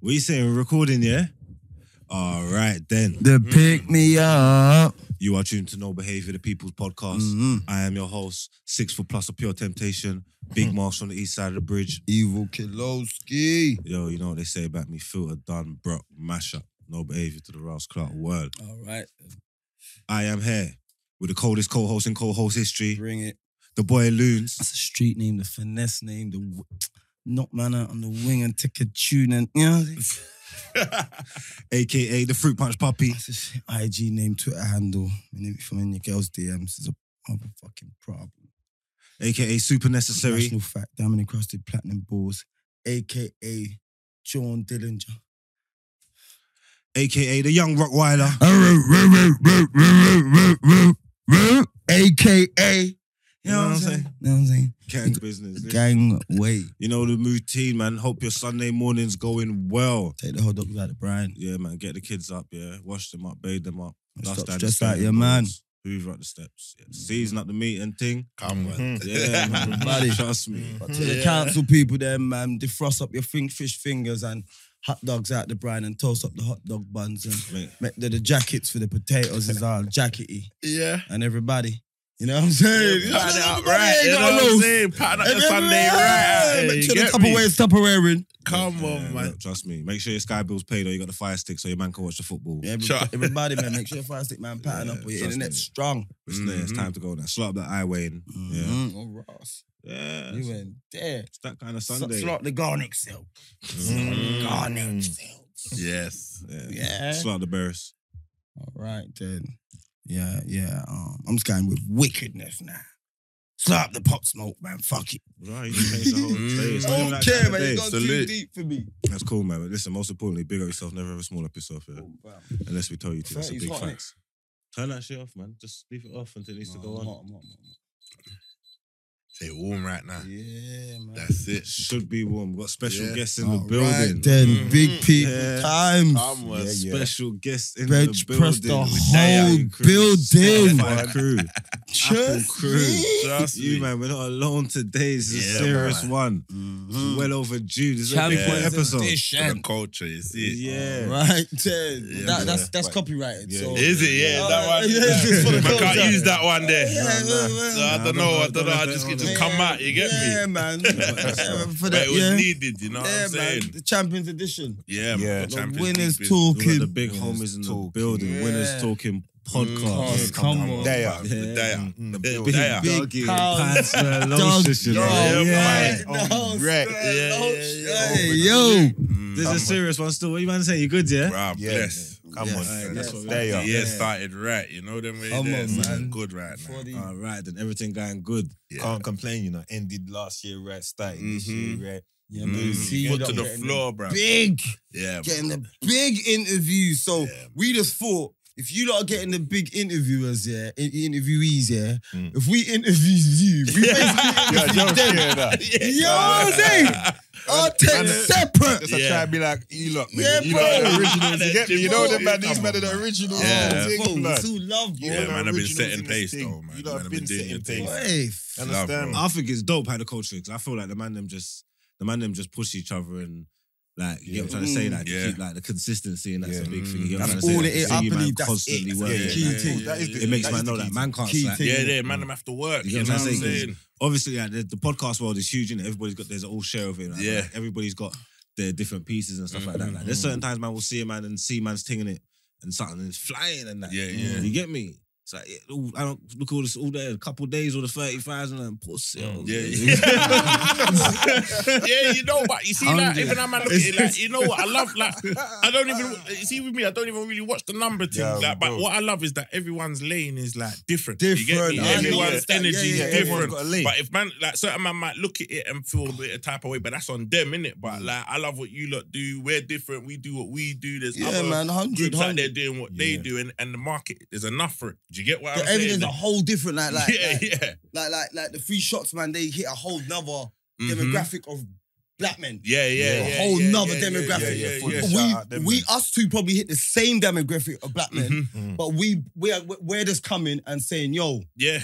What you saying? We're recording, yeah? All right, then. The Mm-hmm. pick me up. You are tuned to No Behavior, the People's Podcast. Mm-hmm. I am your host, Six Foot Plus of Pure Temptation, Hmm. Big Marsh on the east side of the bridge. Evil Kilowski. Yo, you know what they say about me? Filter done, Brock, mash up. No Behavior to the Rouse Clark world. All right, I am here with the coldest co-host in co-host history, bring it. the boy Loons. That's a street name, the finesse name, the w- knock man out on the wing and take a tune and you know. AKA the Fruit Punch Puppy. That's a shit IG name, Twitter handle. And if you're in your girl's DMs, it's a motherfucking problem. AKA Super Necessary. National fact, diamond encrusted platinum balls, aka John Dillinger. AKA the Young Rockweiler. AKA. You know, what I'm saying? You know what I'm saying? Gang business. Gang way. You know the routine, man. Hope your Sunday morning's going well. Take the whole dog without the brine. Yeah, man. Get the kids up, yeah. Wash them up, bathe them up. Stop down the stress out sanding your man. Mm. boards, Hoover up the steps. Yeah. Season up the meat and thing. Come on. Mm-hmm. Yeah, man. Bloody- Trust me. But to the council people, then man, defrost up your fin- fish fingers and hot dogs out the brine and toast up the hot dog buns and Mate, make the, the jackets for the potatoes is all jackety Yeah. and everybody. You know what I'm saying? Pattern it up Everybody right. ain't You know got what no- I'm saying? Pattern up the Sunday right. Yeah, Make you sure the get me? Tupperware's Tupperwareing. Come on, yeah, man. look, trust me. Make sure your sky bill's paid or you got the fire stick so your man can watch the football. Yeah, Sure. everybody, everybody, man, make sure your fire stick man pattern Yeah, up or your trust internet me. strong. It's, there, it's Mm-hmm. Mhm. time to go now. Slot up that highway and yeah. Mhm. Oh, Ross, Yeah. you went there. It's that kind of Sunday. Sunday. Mm-hmm. Slot the garlic silk. Mm. Garlic silk. Yes. Yeah. Slot up the bears. All right then. Yeah, yeah. Um, I'm just going with wickedness now. Slap the pop smoke, man. Fuck it. Right, you just changed the whole Mm. day. It's I not even don't that care, kind of man. day. It's gone too Salute. deep for me. That's cool, man. But listen, most importantly, big up yourself, never ever small up yourself, yeah. Oh, wow. Unless we tell you to. That's a Thirty's big hot, fact. Turn that shit off, man. Just leave it off until it needs to Nah, go I'm on. hot, I'm hot, I'm They warm right now. Ah. hot. Yeah, man. That's it. Should be warm. We've got special Yeah. guests in the All right building. then, Mhm. big people Mm-hmm. Yeah. times. Come on. Special guests in Bench the press building. the with their whole crew, building. Spotify crew. Just crew. me. Trust you, me. man, we're not alone today. This is a Yeah, serious man. one. Mhm. Well overdue. This is a big Champions episode. To the culture, you see. Yeah. Right then. Yeah, that, man. that's that's copyrighted. Yeah. So. Is it? Yeah, Oh, that one. yeah, it's just for the I culture. can't use that one there. Yeah, Nah, nah. well, So I Nah, don't don't know. I know, don't know. don't I know, just don't know. it just come out. You get yeah, me? man. Yeah. For But that, it was yeah. needed. You know what yeah, I'm man. saying? The Champions Edition. Yeah, Yeah. man. The Champions winners League talking. We've got the big Winners homies in the talking. building. Yeah. Winners talking Podcast, podcast. business. come on. They are. Yeah. They are. Mm. They are. Big They are. Big doggy, cows. pants, uh, low Dog- session, yo, right? yeah, Yeah. man. right, Oh, no, wreck. straight, Yeah, no, yeah, yeah. straight. Oh, yo, Mm, This is come a serious one still. What you man saying? You good, yeah? on. Bruh, Yeah. bless. Come Yes. on, Alright, friends. yes, They Yeah, are. Yeah. started right. You know them way Come there. on, so it's man. Good right now. Mm. For the- All right, then everything going good. Yeah. Can't complain, you know. Ended last year, right? Started this Mm-hmm. Mhm. year, right? yeah, Mm, man, Mm. see, Foot you to lot the getting floor, bro. the Big, Yeah, getting the big interview. So Yeah. we just thought if you lot are getting the big interviewers, yeah, in- interviewees, yeah, Mm. if we interview you, we basically Yeah, interview don't them. care that. You know what I'm saying? I'll take Man, separate. Just I try Yeah. to be like, you lot, man. Yeah, you lot are bro. the originals. You get me? You know them, man. Come These on, men are the man. originals. Yeah. You know what I'm Whoa, saying? Like, it's all love, you bro. Yeah, lot are man, I've been originals setting in this pace, thing. though, man. You Man, lot have I've been been doing setting your thing. pace. Hey, Understand? Love, I think it's dope how the culture is. 'cause I feel like the man them just the man them just push each other and like you get what I'm trying to say, like to Yeah. keep like the consistency and that's Yeah. a big thing. You get what I'm Mm-hmm. That's trying to say? all Like, it is. see I you man believe that's it. constantly That's working. the Yeah, key yeah, thing. That is the- It makes that man is know the that key man can't Key slack. thing. Yeah, yeah, man, them have to work. You You get know what what I'm I'm saying? 'Cause saying? Obviously, like, the, the podcast world is huge, and everybody's got there's all share of it. like, Yeah. like, everybody's got their different pieces and stuff like that. Like, there's Mm-hmm. certain times man will see a man and see man's tinging it and something is flying and that. Yeah, yeah. You get me? It's like it, ooh, I don't look at all this all day, a couple days or the thirty fives and then pussy. oh, Mm. Yeah, yeah. yeah. yeah, you know, but you see, like, even I'm at it, like, you know what, I love, like, I don't even, you see, with me, I don't even really watch the number thing, Yeah, like, but bro. what I love is that everyone's lane is, like, different. You get Different, me? I know Everyone's that. energy Yeah, yeah, is yeah. different. Everyone's got a lane. But if man, like, certain man might look at it and feel a bit of type of way, but that's on them, innit? Mm. But, like, I love what you lot do. We're different. We do what we do. There's Yeah, other man, 100, groups out 100. there doing what they do, and, and the market, there's enough for it. Do you get what I'm The saying? evidence a whole different, like, like, yeah, like, yeah. like, like, like the three shots, man. They hit a whole nother Mhm. demographic of black men. Yeah, yeah, Yeah. yeah. a whole yeah, nother yeah, yeah, demographic. Yeah, yeah, Full yeah. of shit. Shout out We, them, we, man. us two probably hit the same demographic of black men, Mhm. Mm. but we, we are, we're just coming and saying, yo, Yeah.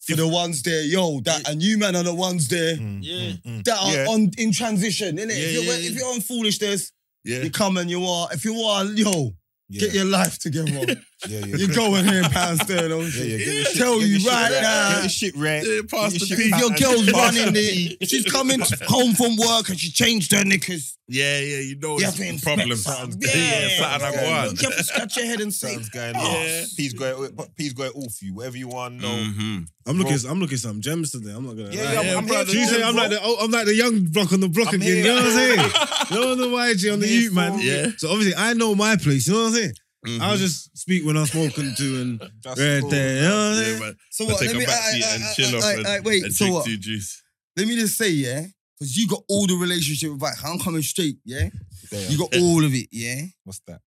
for the ones there, yo, that, and you men are the ones there Mm, mm, mm. that are Yeah. on in transition, innit? Yeah, if, you're, yeah, if yeah. you're on foolishness, Yeah. You come and you are, if you are, yo, Yeah, get your life together. yeah, yeah. you go in here and pound sterling. on Yeah, yeah, shit. get your shit- Tell get you your shit right right- now. Get your shit right. Yeah, pass Get the your P. shit If your right. girl's running it, she's coming home from work and she changed her knickers. Yeah, yeah, you know You have it's to inspect problem. something. Yeah, yeah, something I go on. You have to scratch your head and say, "Oh." Sounds going Yeah. off. He's going. He's going off you. Whatever you want, no. Mm-hmm. Mhm. I'm looking. I'm looking at some gems today. I'm not gonna. Yeah, lie. yeah, I'm- Yeah, I'm brother. here. G, to- say I'm like the oh, I'm like the young block on the block I'm again. You here. know what I'm saying? You're on the YG on the here youth man. for- Yeah. So obviously I know my place. You know what I'm saying? Mm-hmm. Mhm. I'll just speak when I'm smoking to and Just right go. there. You know what I'm Yeah, saying? man. so I'll what? take Let a me, back I- seat I- and I- chill off I- and, I- Wait, and so drink what? two juice. Let me just say, yeah, because you got all the relationship advice. I'm coming straight, yeah? There. You got all of it, yeah? What's that?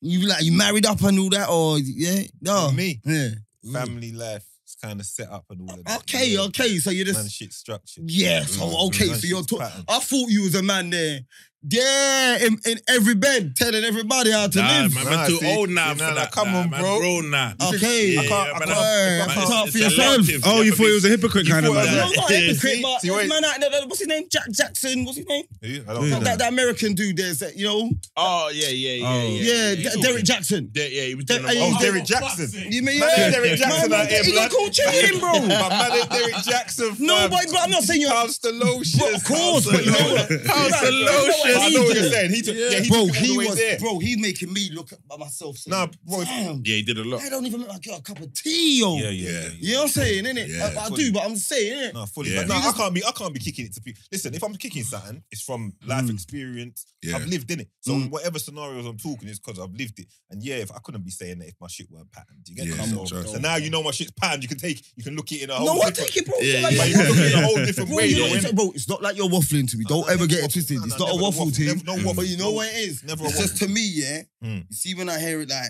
You like, you married up and all that, or, yeah? No. Me. Yeah. Family life is kind of set up and all of that. Okay, Yeah. okay. So you're Man, just, shit structured. yeah, so Mm, okay. man, So you're shit's talking. patterned. I thought you was a man there. Yeah, in, in every bed, telling everybody how to Nah, live. man, Nah, man too see, old now you for know, that. like, come nah, on, man, bro. grown now. Okay. Yeah, I can't- yeah, I man, can't- that's- I man, can't it's- talk it's for yourself. elective. Oh, you You have thought to it was a hypocrite You kind of thought man. No, I was Yeah. I'm not a hypocrite, See, but see, wait. man, that, that, what's his name? Jack Jackson. What's his name? Yeah, I Yeah. don't That, that American dude there's that you know. Oh, yeah, yeah, yeah. Oh. yeah, Yeah, he's De- all Derek good. Jackson. De- yeah, he was De- doing oh, a- Oh, Derek Jackson. You mean Man, yeah? Derek Jackson man, out here, he got blood. called cheating, bro. My man is Derek Jackson. no, fam. but, but I'm not saying you're. How's the lotion? But of course, but you know what? How's Bro, the you know what lotion? I know what he you're did? saying. He took, yeah. he bro, took it all he the way was, there. bro, he's making me look at by myself. saying, Nah, bro, if- damn, Yeah, he did a lot. I don't even look like you're a cup of tea, yo. Yeah, yeah, yeah. You know what I'm saying, innit? Yeah, I, I fully. do, but I'm saying, innit? No, fully. Yeah. But no, I can't be. I can't be kicking it to people. Listen, if I'm kicking something, it's from life experience. Yeah. I've lived in it. So Mm. whatever scenarios I'm talking is because I've lived it. And yeah, if I couldn't be saying that if my shit weren't patterned, you get Yeah, yeah, so, true. so now you know my shit's patterned. You can take. You can look it in a whole. No, I different- take it, bro. Yeah, Like, But you bro, can look it in a whole different Bro, way. you know though, what it's, innit? bro, it's not like you're waffling to me. Don't no, ever never get it waffle. twisted. No, It's no, not a never waffle, waffle. to you. Never- no waffle. But you know what it is? Never a It's just to me, yeah. Hmm. Mm. You see, when I hear it, like,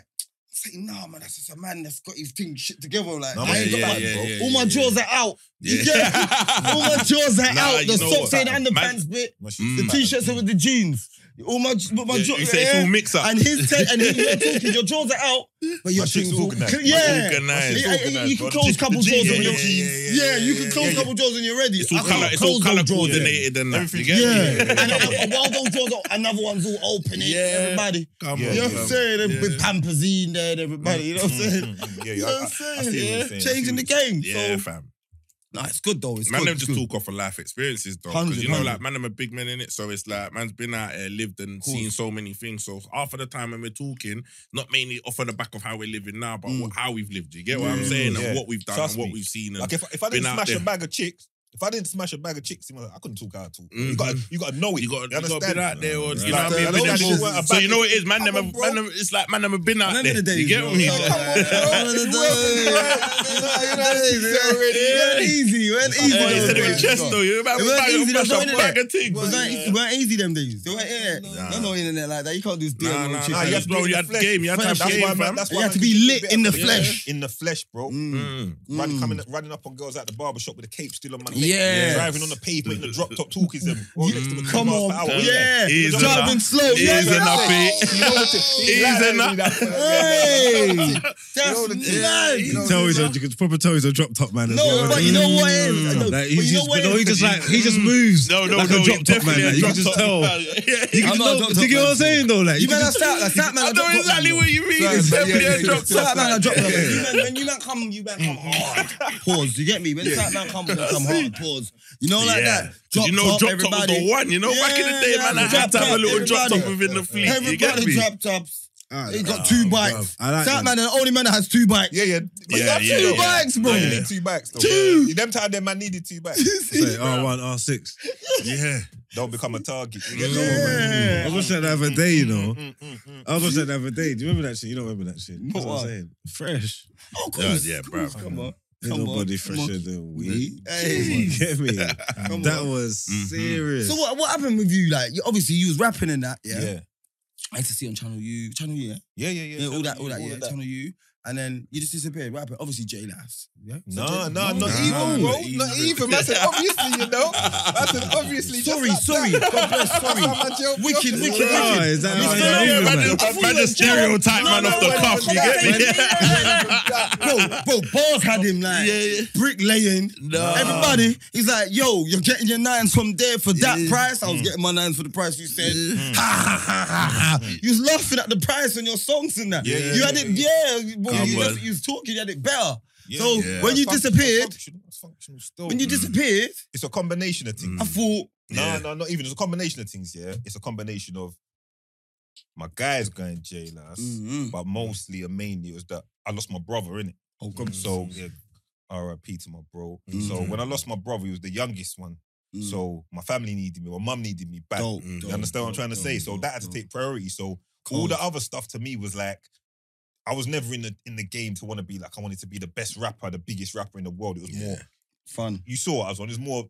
I say, nah, man, that's just a man that's got his thing shit together. Like, Nah, I man, ain't got yeah, my, yeah, yeah, all my jaws are out. You get it? all my jaws are Nah, out. The you know socks what? in and the Man- pants bit. My shit's Mm. The patterned. t-shirts and with the jeans. All my but my Yeah, jaw- you say it's yeah. all mix up. And his te- and he, you're talking, your jaws are out, but your My shit's things all- organised. Yeah, Organized. Yeah, yeah, you can bro. close The couple jeans, jaws yeah, on your yeah, yeah, jeans. yeah, Yeah, you yeah, can close yeah. couple jaws and you're ready. It's all I can't color, it's all close color those jaws, coordinated and that. Everything- You get Yeah, me? and, and while those jaws are, another one's all open. Yeah, Yeah. everybody. Come Yeah, on, You know what bro. I'm saying? Yeah. With Pampazine there and everybody. You know what I'm saying? Mm, yeah, You yeah, know I- what I- I'm I see what you're saying? Yeah, saying. I see Changing what the you're game. Yeah, So, fam. nah, it's good though. It's Man, good. them it's just good. talk off of life experiences though, Hundred, because you know, hundred. like man, I'm a big man in it, so it's like man's been out here, lived and seen so many things. So half of the time when we're talking, not mainly off of the back of how we're living now, but Mm. what, how we've lived. You get what I'm Yeah. saying Yeah. and what we've done Trust and what me. we've seen. And Like if, if I been didn't out smash there. a bag of chicks, if I didn't smash a bag of chicks, you know, I couldn't talk how I talk. Mhm. Mm. You got you got to know it. you got you got to understand? been out there, or, you know what Like, I mean? I But know them that shit- shit weren't a so bad you know what it is, man. Come Never, on, bro. man never, it's like man, never been out Remember there. the days, you get bro. me? Come on, easy, it wasn't easy. Yeah, though, instead of bro. your chest though, you It weren't easy, remember? that's what it Bag of It things. weren't, it weren't easy them days. They weren't yeah. Nah. There's no internet like that. You can't do this deal. Nah, with nah, chicken. nah. You Nah, you had have to bro, do it in you the had flesh. game, you had to have That's why, game, man, fam. that's why You have man to can be do lit better in the for them. flesh. In the flesh, bro. Mm. Running, Mm. coming, running up on girls at the barber shop with a cape still on my neck. Yes. Mm. Driving on the pavement in the drop top talking to them. All next to them, Come miles per on, hour. yeah. Easy Driving enough. slow. You know Easy what I'm enough, saying? it. You know what to- Easy enough. Hey, that's know the- mad. You You know can what tell it he's is, a, you can proper tell he's a drop top man. as No, well. but you know what it Mm. is. I know- Like, but he's you know just, what but no, it he is. Mm. just like he just moves. No, no, like no. a drop top man. definitely Like, a you can drop just top tell. man. Yeah. You I'm can not a know, drop do top you get what I'm man, saying though? Like You can man, I just- start like that man. I I drop know top exactly man, what you mean. Sorry, It's but yeah, definitely yeah, a yeah, drop yeah. top. Sat man, I drop. You man, when you man come, you man come hard. Pause. You get me? When sat man come, you come hard. Pause. You know like that. Yeah. 'Cause Drop you know, top, drop top was everybody. the one. You know, back in the day, Yeah, man, I drop had to have a top, little drop top everybody. within the fleet. You get Everybody me? drop tops. Ah, He got nah, two bruv. bikes. I like Sat them. man, the only man that has two bikes. Yeah, yeah. But Yeah, you yeah, have two yeah. bikes, bro. Yeah. oh, You need two bikes, though. Two. In them time, them man needed two bikes. Say R one, R six. Yeah. Don't become a target. Mm. I Yeah. was watching that the other day, you know. Mm, mm, mm. I was watching that the other day. Do you remember that shit? You don't remember that shit. That's what What? I'm saying. Fresh. Oh, Yeah, course. yeah, bro. Come on. Ain't Come on, nobody come fresher on. than we. Hey. Get me? Come That on. Mm-hmm. was Mhm. serious. So what, what happened with you? Like, you, obviously you was rapping and that, yeah? Yeah. I used to see on Channel U, Channel U, yeah? Yeah, yeah, yeah. yeah all that, all that, yeah, of that. Channel U. And then you just disappeared. What happened? Obviously, J Lass. Yeah? No, J- no, no, not no, even, no, bro. Not even. That's an obviously, you know. That's an obviously. just Sorry, like sorry. that. God bless, sorry. That's how my joke- Wicked, wicked, Yeah. wicked. is that Mr. how Leo, you man, man? the- man, the stereotype man off the cuff, you get me? bro, bro, Bars had him like Yeah, yeah. bricklaying. No. Everybody, he's like, yo, you're getting your nines from there for that Yeah. price. I was Mm. getting my nines for the price you said. Ha ha ha ha ha. You was laughing at the price on your songs and that. Yeah, yeah, you had yeah, it, yeah. Well, Come you, on. that's what you was talking, you had it better. Yeah, So yeah. when you Function- disappeared- functional- functional still. When you Mm. disappeared, it's a combination of things. I thought, No, Yeah. no, not even. It's a combination of things. Yeah, it's a combination of my guys going jail us, mm, but mostly and mainly it was that I lost my brother in it. oh God, So yeah, R.I.P. to my bro. Mm. So when I lost my brother, he was the youngest one. Mm. So my family needed me. My mum needed me back. Dope, You dope, You understand what I'm dope, trying to dope, say? So dope, that had to dope. take priority. So all Cold. the other stuff to me was like, I was never in the in the game to want to be like I wanted to be the best rapper, the biggest rapper in the world. It was more fun. you saw what I was on. It's more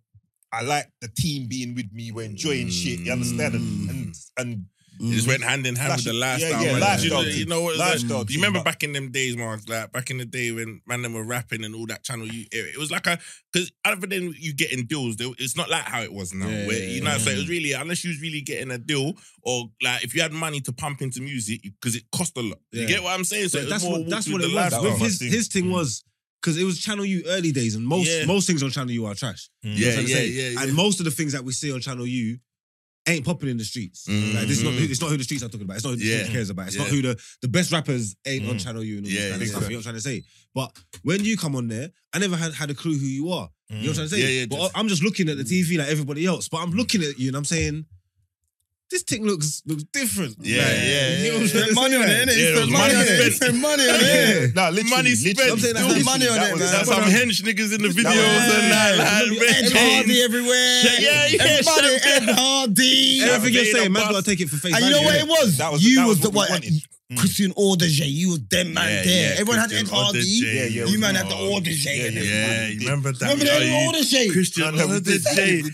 I like the team being with me. We're enjoying shit. You understand? And and, and Mm-hmm. just went hand in hand Flash- with the yeah, lifestyle. yeah, man. lifestyle You, you thing. know what? it's like? Lifestyle Oh, Do thing, you remember but- back in them days, man? Like back in the day when man them were rapping and all that channel. You, it, it was like a because other than you getting deals, there- it's not like how it was now. Yeah, where yeah, you know, yeah. so it was really unless you was really getting a deal or like if you had money to pump into music because it cost a lot. Yeah. You get what I'm saying? So Yeah, it was that's more what walk that's through what the it was. lifestyle. With That his was my thing. his thing was because it was Channel U early days, and most Yeah. most things on Channel U are trash. You Mm. know yeah, what I'm yeah, saying? yeah, yeah. And most of the things that we see on Channel U ain't popping in the streets. Mm. Like, this is not who, it's not who the streets are talking about. It's not who the Yeah. streets cares about. It's not Yeah. who the, the best rappers ain't on Mm. Channel U and all Yeah, this kind of yeah. stuff. You know what I'm trying to say? But when you come on there, I never had, had a clue who you are. You Mm. know what I'm saying? Mm. Yeah, yeah, but just- Mm. I'm just looking at the TV like everybody else. But I'm looking at you and I'm saying, this thing looks looks different. Yeah, Like, yeah, you know what I'm yeah. trying to Spend money say? on it, innit? Yeah, it Spend was money money on it. spent. Spend money on it. no, literally, Money literally, spent. I'm saying Spend that's money on literally- it, that That's was- some that was- hench niggas in the videos and Yeah. that. Look at Like, red Ed chains. Hardy everywhere. Yeah, yeah, Everybody, yeah. Ed Hardy. Yeah. Everything you're Vader saying, man's bus. got to take it for face And you know value, what innit? it was? That was- you that was, was the what one. we wanted. Christian Audager, you was them man Yeah, there. yeah, Everyone Christian had Ed Hardy. Audager, yeah, you yeah, man had the Audager. Audager. Yeah, yeah. Yeah, you remember that? Remember Oh, you- that Audager? Christian No, no, we did that. Audager.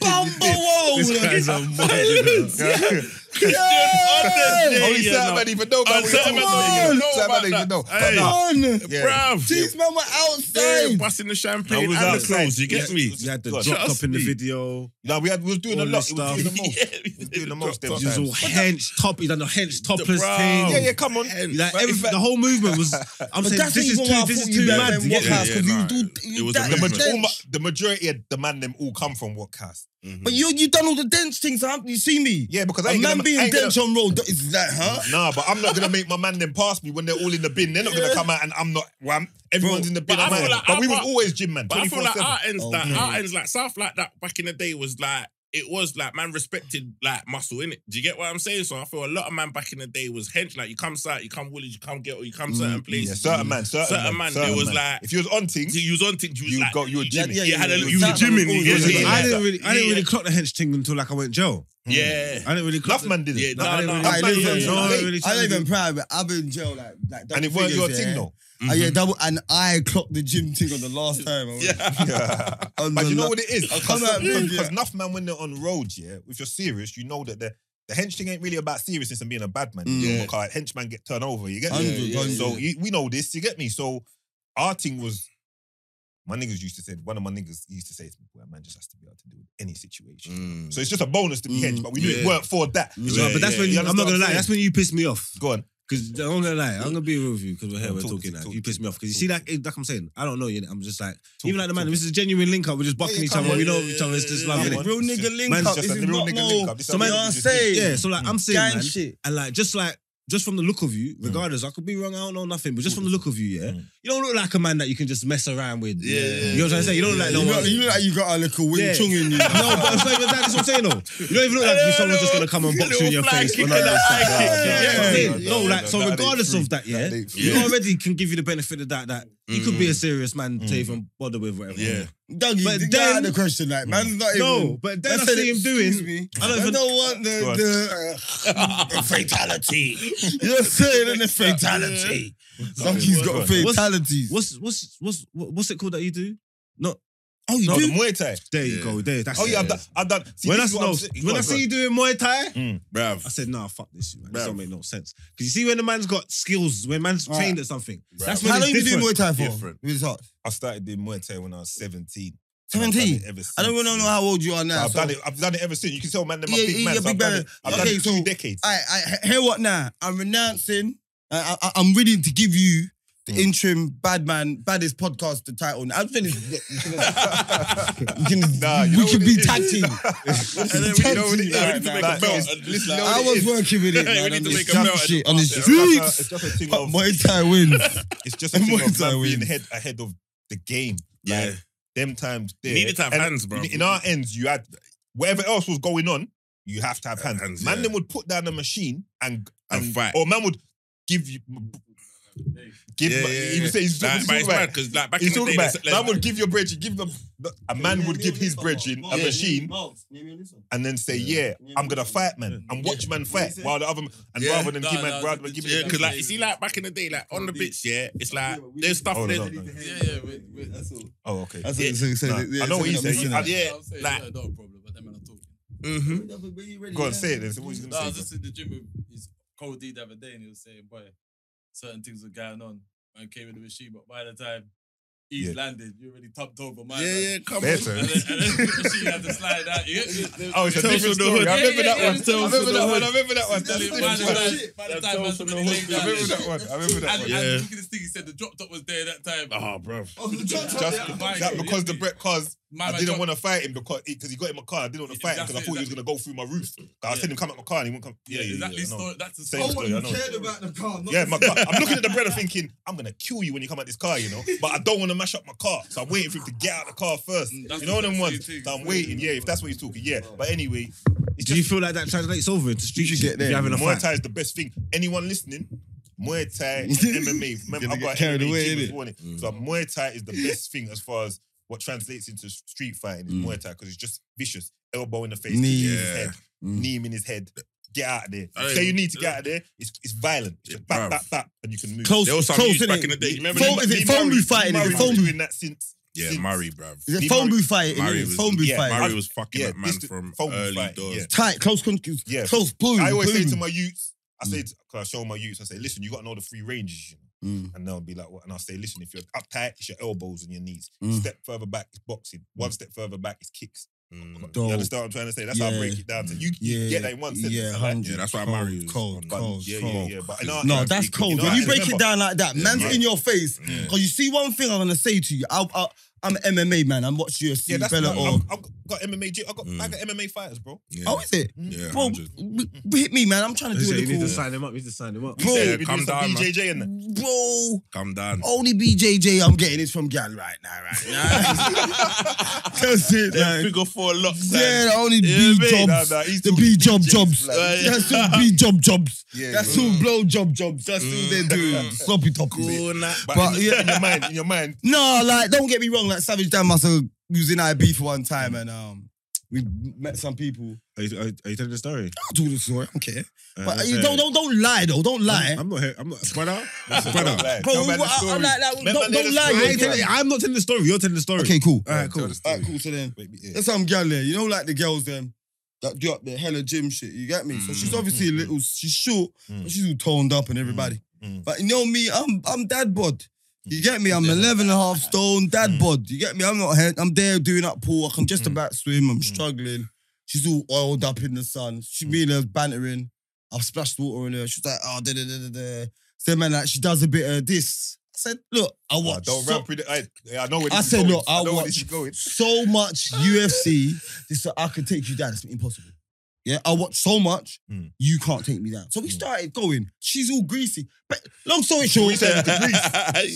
Bumble guy's a mind, Christian Only certain men Audager. even know about Oh, it. certain men don't even know Certain about men don't even know. that. Hey. But no, on. yeah. Bruv. These men were Yeah, outside. busting the I champagne was and the outside. clothes. You get Yeah. me? You had the Trust drop up in the me. video. No, we had we was doing a All lot. this It was doing the most. was doing the most You was Sometimes. all hench top. You done the hench topless bro. thing. Yeah, yeah, come on. Like But in every, fact- the whole movement was. I'm But saying that's this is even why too. I This thought is you too better mad. than to get what there. house, 'cause you Yeah, do yeah, you nah. that the, is ma- all dense. my, the majority of the man them all come from what cast? But you you done all the dense things, huh? You see me? Yeah, because I A ain't man gonna, I being ain't gonna- dense on road is that, huh? Nah, but I'm not gonna make my man them pass me when they're all in the bin. They're not Yeah. gonna come out and I'm not. Well, I'm- everyone's in the bin. but I I'm feel out. like but I we was part- always gym man. Mm-hmm. But I feel 24/7. like our ends, Oh, that yeah. our ends, like South, like that back in the day was like it was like man respected like muscle in it. Do you get what I'm saying? So I feel a lot of man back in the day was hench. Like you come south, you come village, you come ghetto, you come certain yeah, places. certain man, certain, mm-hmm. Certain man, there was like- if you was on So things, you was on things. You was you like, got you were Yeah, gymming. yeah, you had a, yeah, you was yeah. gymming. You Yeah, get me? yeah, I yeah. didn't really, I didn't Yeah. really clock the hench thing until like I went jail. Yeah. I didn't really clock. Enough man didn't. Yeah, Nah, nah, I didn't nah. really- nah, I I live didn't yeah, even- in- yeah, no, yeah. I I didn't really I tell live you. in private. I've been in jail like, like double and it weren't your figures, thing yeah. though. Mm-hmm. Uh, yeah, double and I clocked the gym thing on the last time. I went. On But the you know la- what it is? I'll come out and- Because enough man, when they're on road, yeah, if you're serious, you know that the the hench thing ain't really about seriousness and being a bad man. Mm. You Yeah. know, because henchman get turned over. You get me? Hundred, Yeah, yeah, So yeah. you, we know this. You get me? So our thing was. My niggas used to say, one of my niggas used to say to me, well, man just has to be able to deal with any situation. Mm. So it's just a bonus to be Mm. hench, but we knew Yeah. it weren't for that. Yeah, No, but that's when You you, I'm not understand what gonna I'm lie. saying? That's when you pissed me off. Go on. Cause I'm not gonna lie, I'm gonna be real with you because we're here, we're Talk, talking talk, now. talk, You pissed me off because you talk. see, like, it- like I'm saying, I don't know you. I'm just like, Talk, even like the man, talk. this is a genuine link up. We're just bucking yeah, each come other. on, We yeah, know each other. It's just yeah, love, yeah. innit? Real nigga link Man's up. just This a is real not nigga no. link up. This You is know what how I'm niggas do saying? things. Yeah, so like I'm saying, Gang man, shit. and like just like just from the look of you, regardless, I could be wrong, I don't know nothing, but just from the look of you, yeah, Mm. you don't look like a man that you can just mess around with. Yeah, yeah, you know what I'm saying. You don't look like You no look, one. you look like you got a little Wing Yeah. Chun in you. No, but it's not even that. That's what I'm saying, though. You don't even look like you someone's just gonna come and box you in your Little flag face. or kick none of and a that stuff. high kick, Yeah, yeah. yeah, I'm saying, yeah, No, yeah, like yeah, so, that ain't regardless free. of that, yeah, That ain't free. you already can give you the benefit of that that you could be a serious man to Mm. even bother with, whatever. Yeah. But Dougie, but then, then- out of the question. Like, man's not No, even. but then I said, see him "Excuse doing. me, I I don't don't, even- want the, Go on. the, uh, the fatality. You're saying in the fatality. Dougie's Go got on. fatalities. What's what's what's what's it called that you do? Not Oh, you No, do? the Muay Thai. There you Yeah. go. There. That's Oh yeah, it. I've done. I've done. See, when I, this is what no, I'm saying. when Go I on, go see on. you doing Muay Thai, I bruv. said, nah, fuck this shit, man. This Bruv. don't make no sense. Because you see, when the man's got skills, when man's Right. trained at something, that's when How it's long you been doing different. Muay Thai for? Different. With his heart. I started doing Muay Thai when I was seventeen. And I've done 17? it ever since. I don't really know how old you are now. I've so- done it. I've done it ever since. You can tell, man, them are Yeah, big yeah, man. yeah, so big I've done man. it. I've Okay, done it so- two decades. I, I hear what now? I'm renouncing. I, I, I'm willing to give you the Mm. interim bad man, baddest podcast the title. I finished. You can, Nah, you know we can what be it is. tag team. And then Tag we know what it team. is. We need to make a Like, belt. it's- and listen, it's- I what it was is. working with it. We man, need on to this make a jump melt and shit on the pass it. It's streets. just a- it's just a thing But of Muay Thai wins. it's just a Muay thing of Thai man being wins. ahead ahead of the game. Yeah. Like, them times there. Needed to have And hands, bro. in- In our ends, you had whatever else was going on. You have to have hands. hands, man, yeah. then would put down a machine and And fight. or man would give you. Give Yeah, yeah, yeah, even yeah. say he's, Like, he's but it's talking about- mad because like back in he's the talking day, about there's- man would give your bread, you give them a man would give his bread in a machine and then say, yeah, I'm gonna fight, man, and watch man fight while the other and Yeah. rather than Nah, give man, nah, rather than give yeah, me. because like you see, like back in the day, like on the bitch, yeah, it's like there's stuff Hold on, there. hold on. Yeah, yeah, wait, wait, that's all. Oh, okay. That's Yeah. what it's- Nah, it's- yeah, I know what it's you something said. You- I'm I- Yeah, I'm saying, like- yeah, not a problem, but then when I'm talking. Mm-hmm. Go on, say it. Then. So What you No, I gonna was say? just in the gym with his cold D the other day, and he was saying, "Boy, certain things were going on." Man came in the machine, but by the time he's Yeah. landed, you already tubbed over my Yeah, man. yeah, come on. Better. And then, and then the machine had to slide out. You get me? Oh, it's a Tales different from the story. Hood. I Yeah, remember yeah, that yeah, one. it's I Tales remember from the that one. Hood. I remember that one. By That's the different. time- by the That's time Tales man's from already the Hood. laid down. I remember that one. I remember that one. And, Uh-huh. and Yeah. look at this thing. He said the drop top was there that time. Oh, bro. Just that because the Brett cause My I man didn't dropped- want to fight him because because he got in my car. I didn't want to fight him because I thought he was gonna go through my roof. I was telling him come out my car and he won't come. Yeah, Yeah, yeah, exactly. yeah. I know. story, that's the Same story. story. I know. about the car. Yeah, my car. I'm looking at the brother thinking, I'm gonna kill you when you come out this car, you know. But I don't want to mash up my car, so I'm waiting for him to get out the car first. Mm, that's you know what the I'm best ones. way to- So I'm waiting. Yeah, if that's what he's talking. Yeah, but anyway, it's Do you just feel like that translates over into street shit? If you're having a Muay fight. Thai is the best thing. Anyone listening? Muay Thai and MMA. Remember, Gonna I get got carried carried away, away. innit? Warning. So Muay Thai is the best thing as far as what translates into s- street fighting is Muay Thai because it's just vicious. Elbow in the face, knee in his Yeah. head, knee him in his head. Get out of there. I don't Say you even- need to get out of there. It's, it's violent. It's just Bruv. bap, bap, bap, and you can move. Close, There was some close, news back innit? in the day. You remember Phone- that? is it phone booth fighting? Is Murray it phone was booth? doing that since. Yeah, since- Murray, bro. Is it Lee phone Murray- booth fight? Murray innit? was- Phone booth yeah, fight. Murray was fucking yeah, that man this- from phone early fight, doors. yeah. Tight, close, con- Yeah. close, boom. I always boom. say to my youths, I Hmm. say, to, cause I show my youths, I say, listen, you got to know the three ranges, you know. Mm. And they'll be like, what? And I'll say, listen, if you're uptight, it's your elbows and your knees. Mm. Step further back, it's boxing. One step further back, it's kicks. Mm. You Hmm. Dope. understand what I'm trying to say? That's how I Yeah. break it down to. You, you Yeah, get that in one sentence. yeah, I like- 100. Yeah, that's why Cold, Murray was cold, on but- cold, yeah, yeah, cold. yeah. But in our No, time, that's you cold. know, when I you break remember- it down like that, Yeah, man's man. in your face. Yeah. Because you see one thing I'm going to say to you. I, I, I'm an MMA man. I'm watching UFC, Yeah, that's Bellator. I've, I've got MMA. I Hmm. got I Mm. got MMA fighters, bro. Yeah. Oh, is it? Yeah, Bro, 100. w- w- hit me, man. I'm trying to He do said the you need to cool. sign him up. You need to sign him up. Bro. Yeah, we Calm do some down, man. BJJ and that. Bro, Come down. only BJJ I'm getting is from Gal right now, right? That's it, man. Figure four locks. Yeah, the only Yeah, B mate. jobs. Nah, nah, he's the talking B job jobs. like- That's all B job jobs. Yeah, That's bro. all blow job jobs. That's all Mm. they're doing. Sloppy toppies. Cool, nah. But, But, in, yeah. in your mind, in your mind, No, like, don't get me wrong. Like, Savage Dan must have was in IB for one time and um, we met some people. Are you, are, you- are you telling the story? I'll do the story. I don't care. Uh, But that's you it. don't, don't, don't lie, though. Don't lie. I'm, I'm not here. I'm not. Brother. Listen, brother. don't lie. Bro, Tell man the I- I'm story. like that. Let man Don't- hear don't the lie, story. I ain't telling- I'm not telling the story. You're telling the story. Okay, cool. All right, cool. All right, cool. So then, Wait, yeah. That's how I'm gal there. You know, like the girls them that do up the hella gym shit. You get me? So she's obviously a little, she's short, Mm. but she's all toned up and everybody. Mm. But you know me, I'm I'm dad bod. You get me? I'm 11 and a half stone, Mm. dad bod. You get me? I'm not, head, I'm there doing up pool. I can just about swim. Mm. I'm struggling. She's all oiled up in the sun. She me and her was bantering. I've splashed water on her. She's like, oh, da da da da da. Said, man, like, she does a bit of this. I said, look, I Nah, watch. don't so- run predict. I, I know where this I is said, going. look, I know where watch this is going. so much UFC. This I could take you down. It's impossible. Yeah, I watch so much. Hmm. Mm. You can't take me down. So we started going. She's all greasy. But long story short,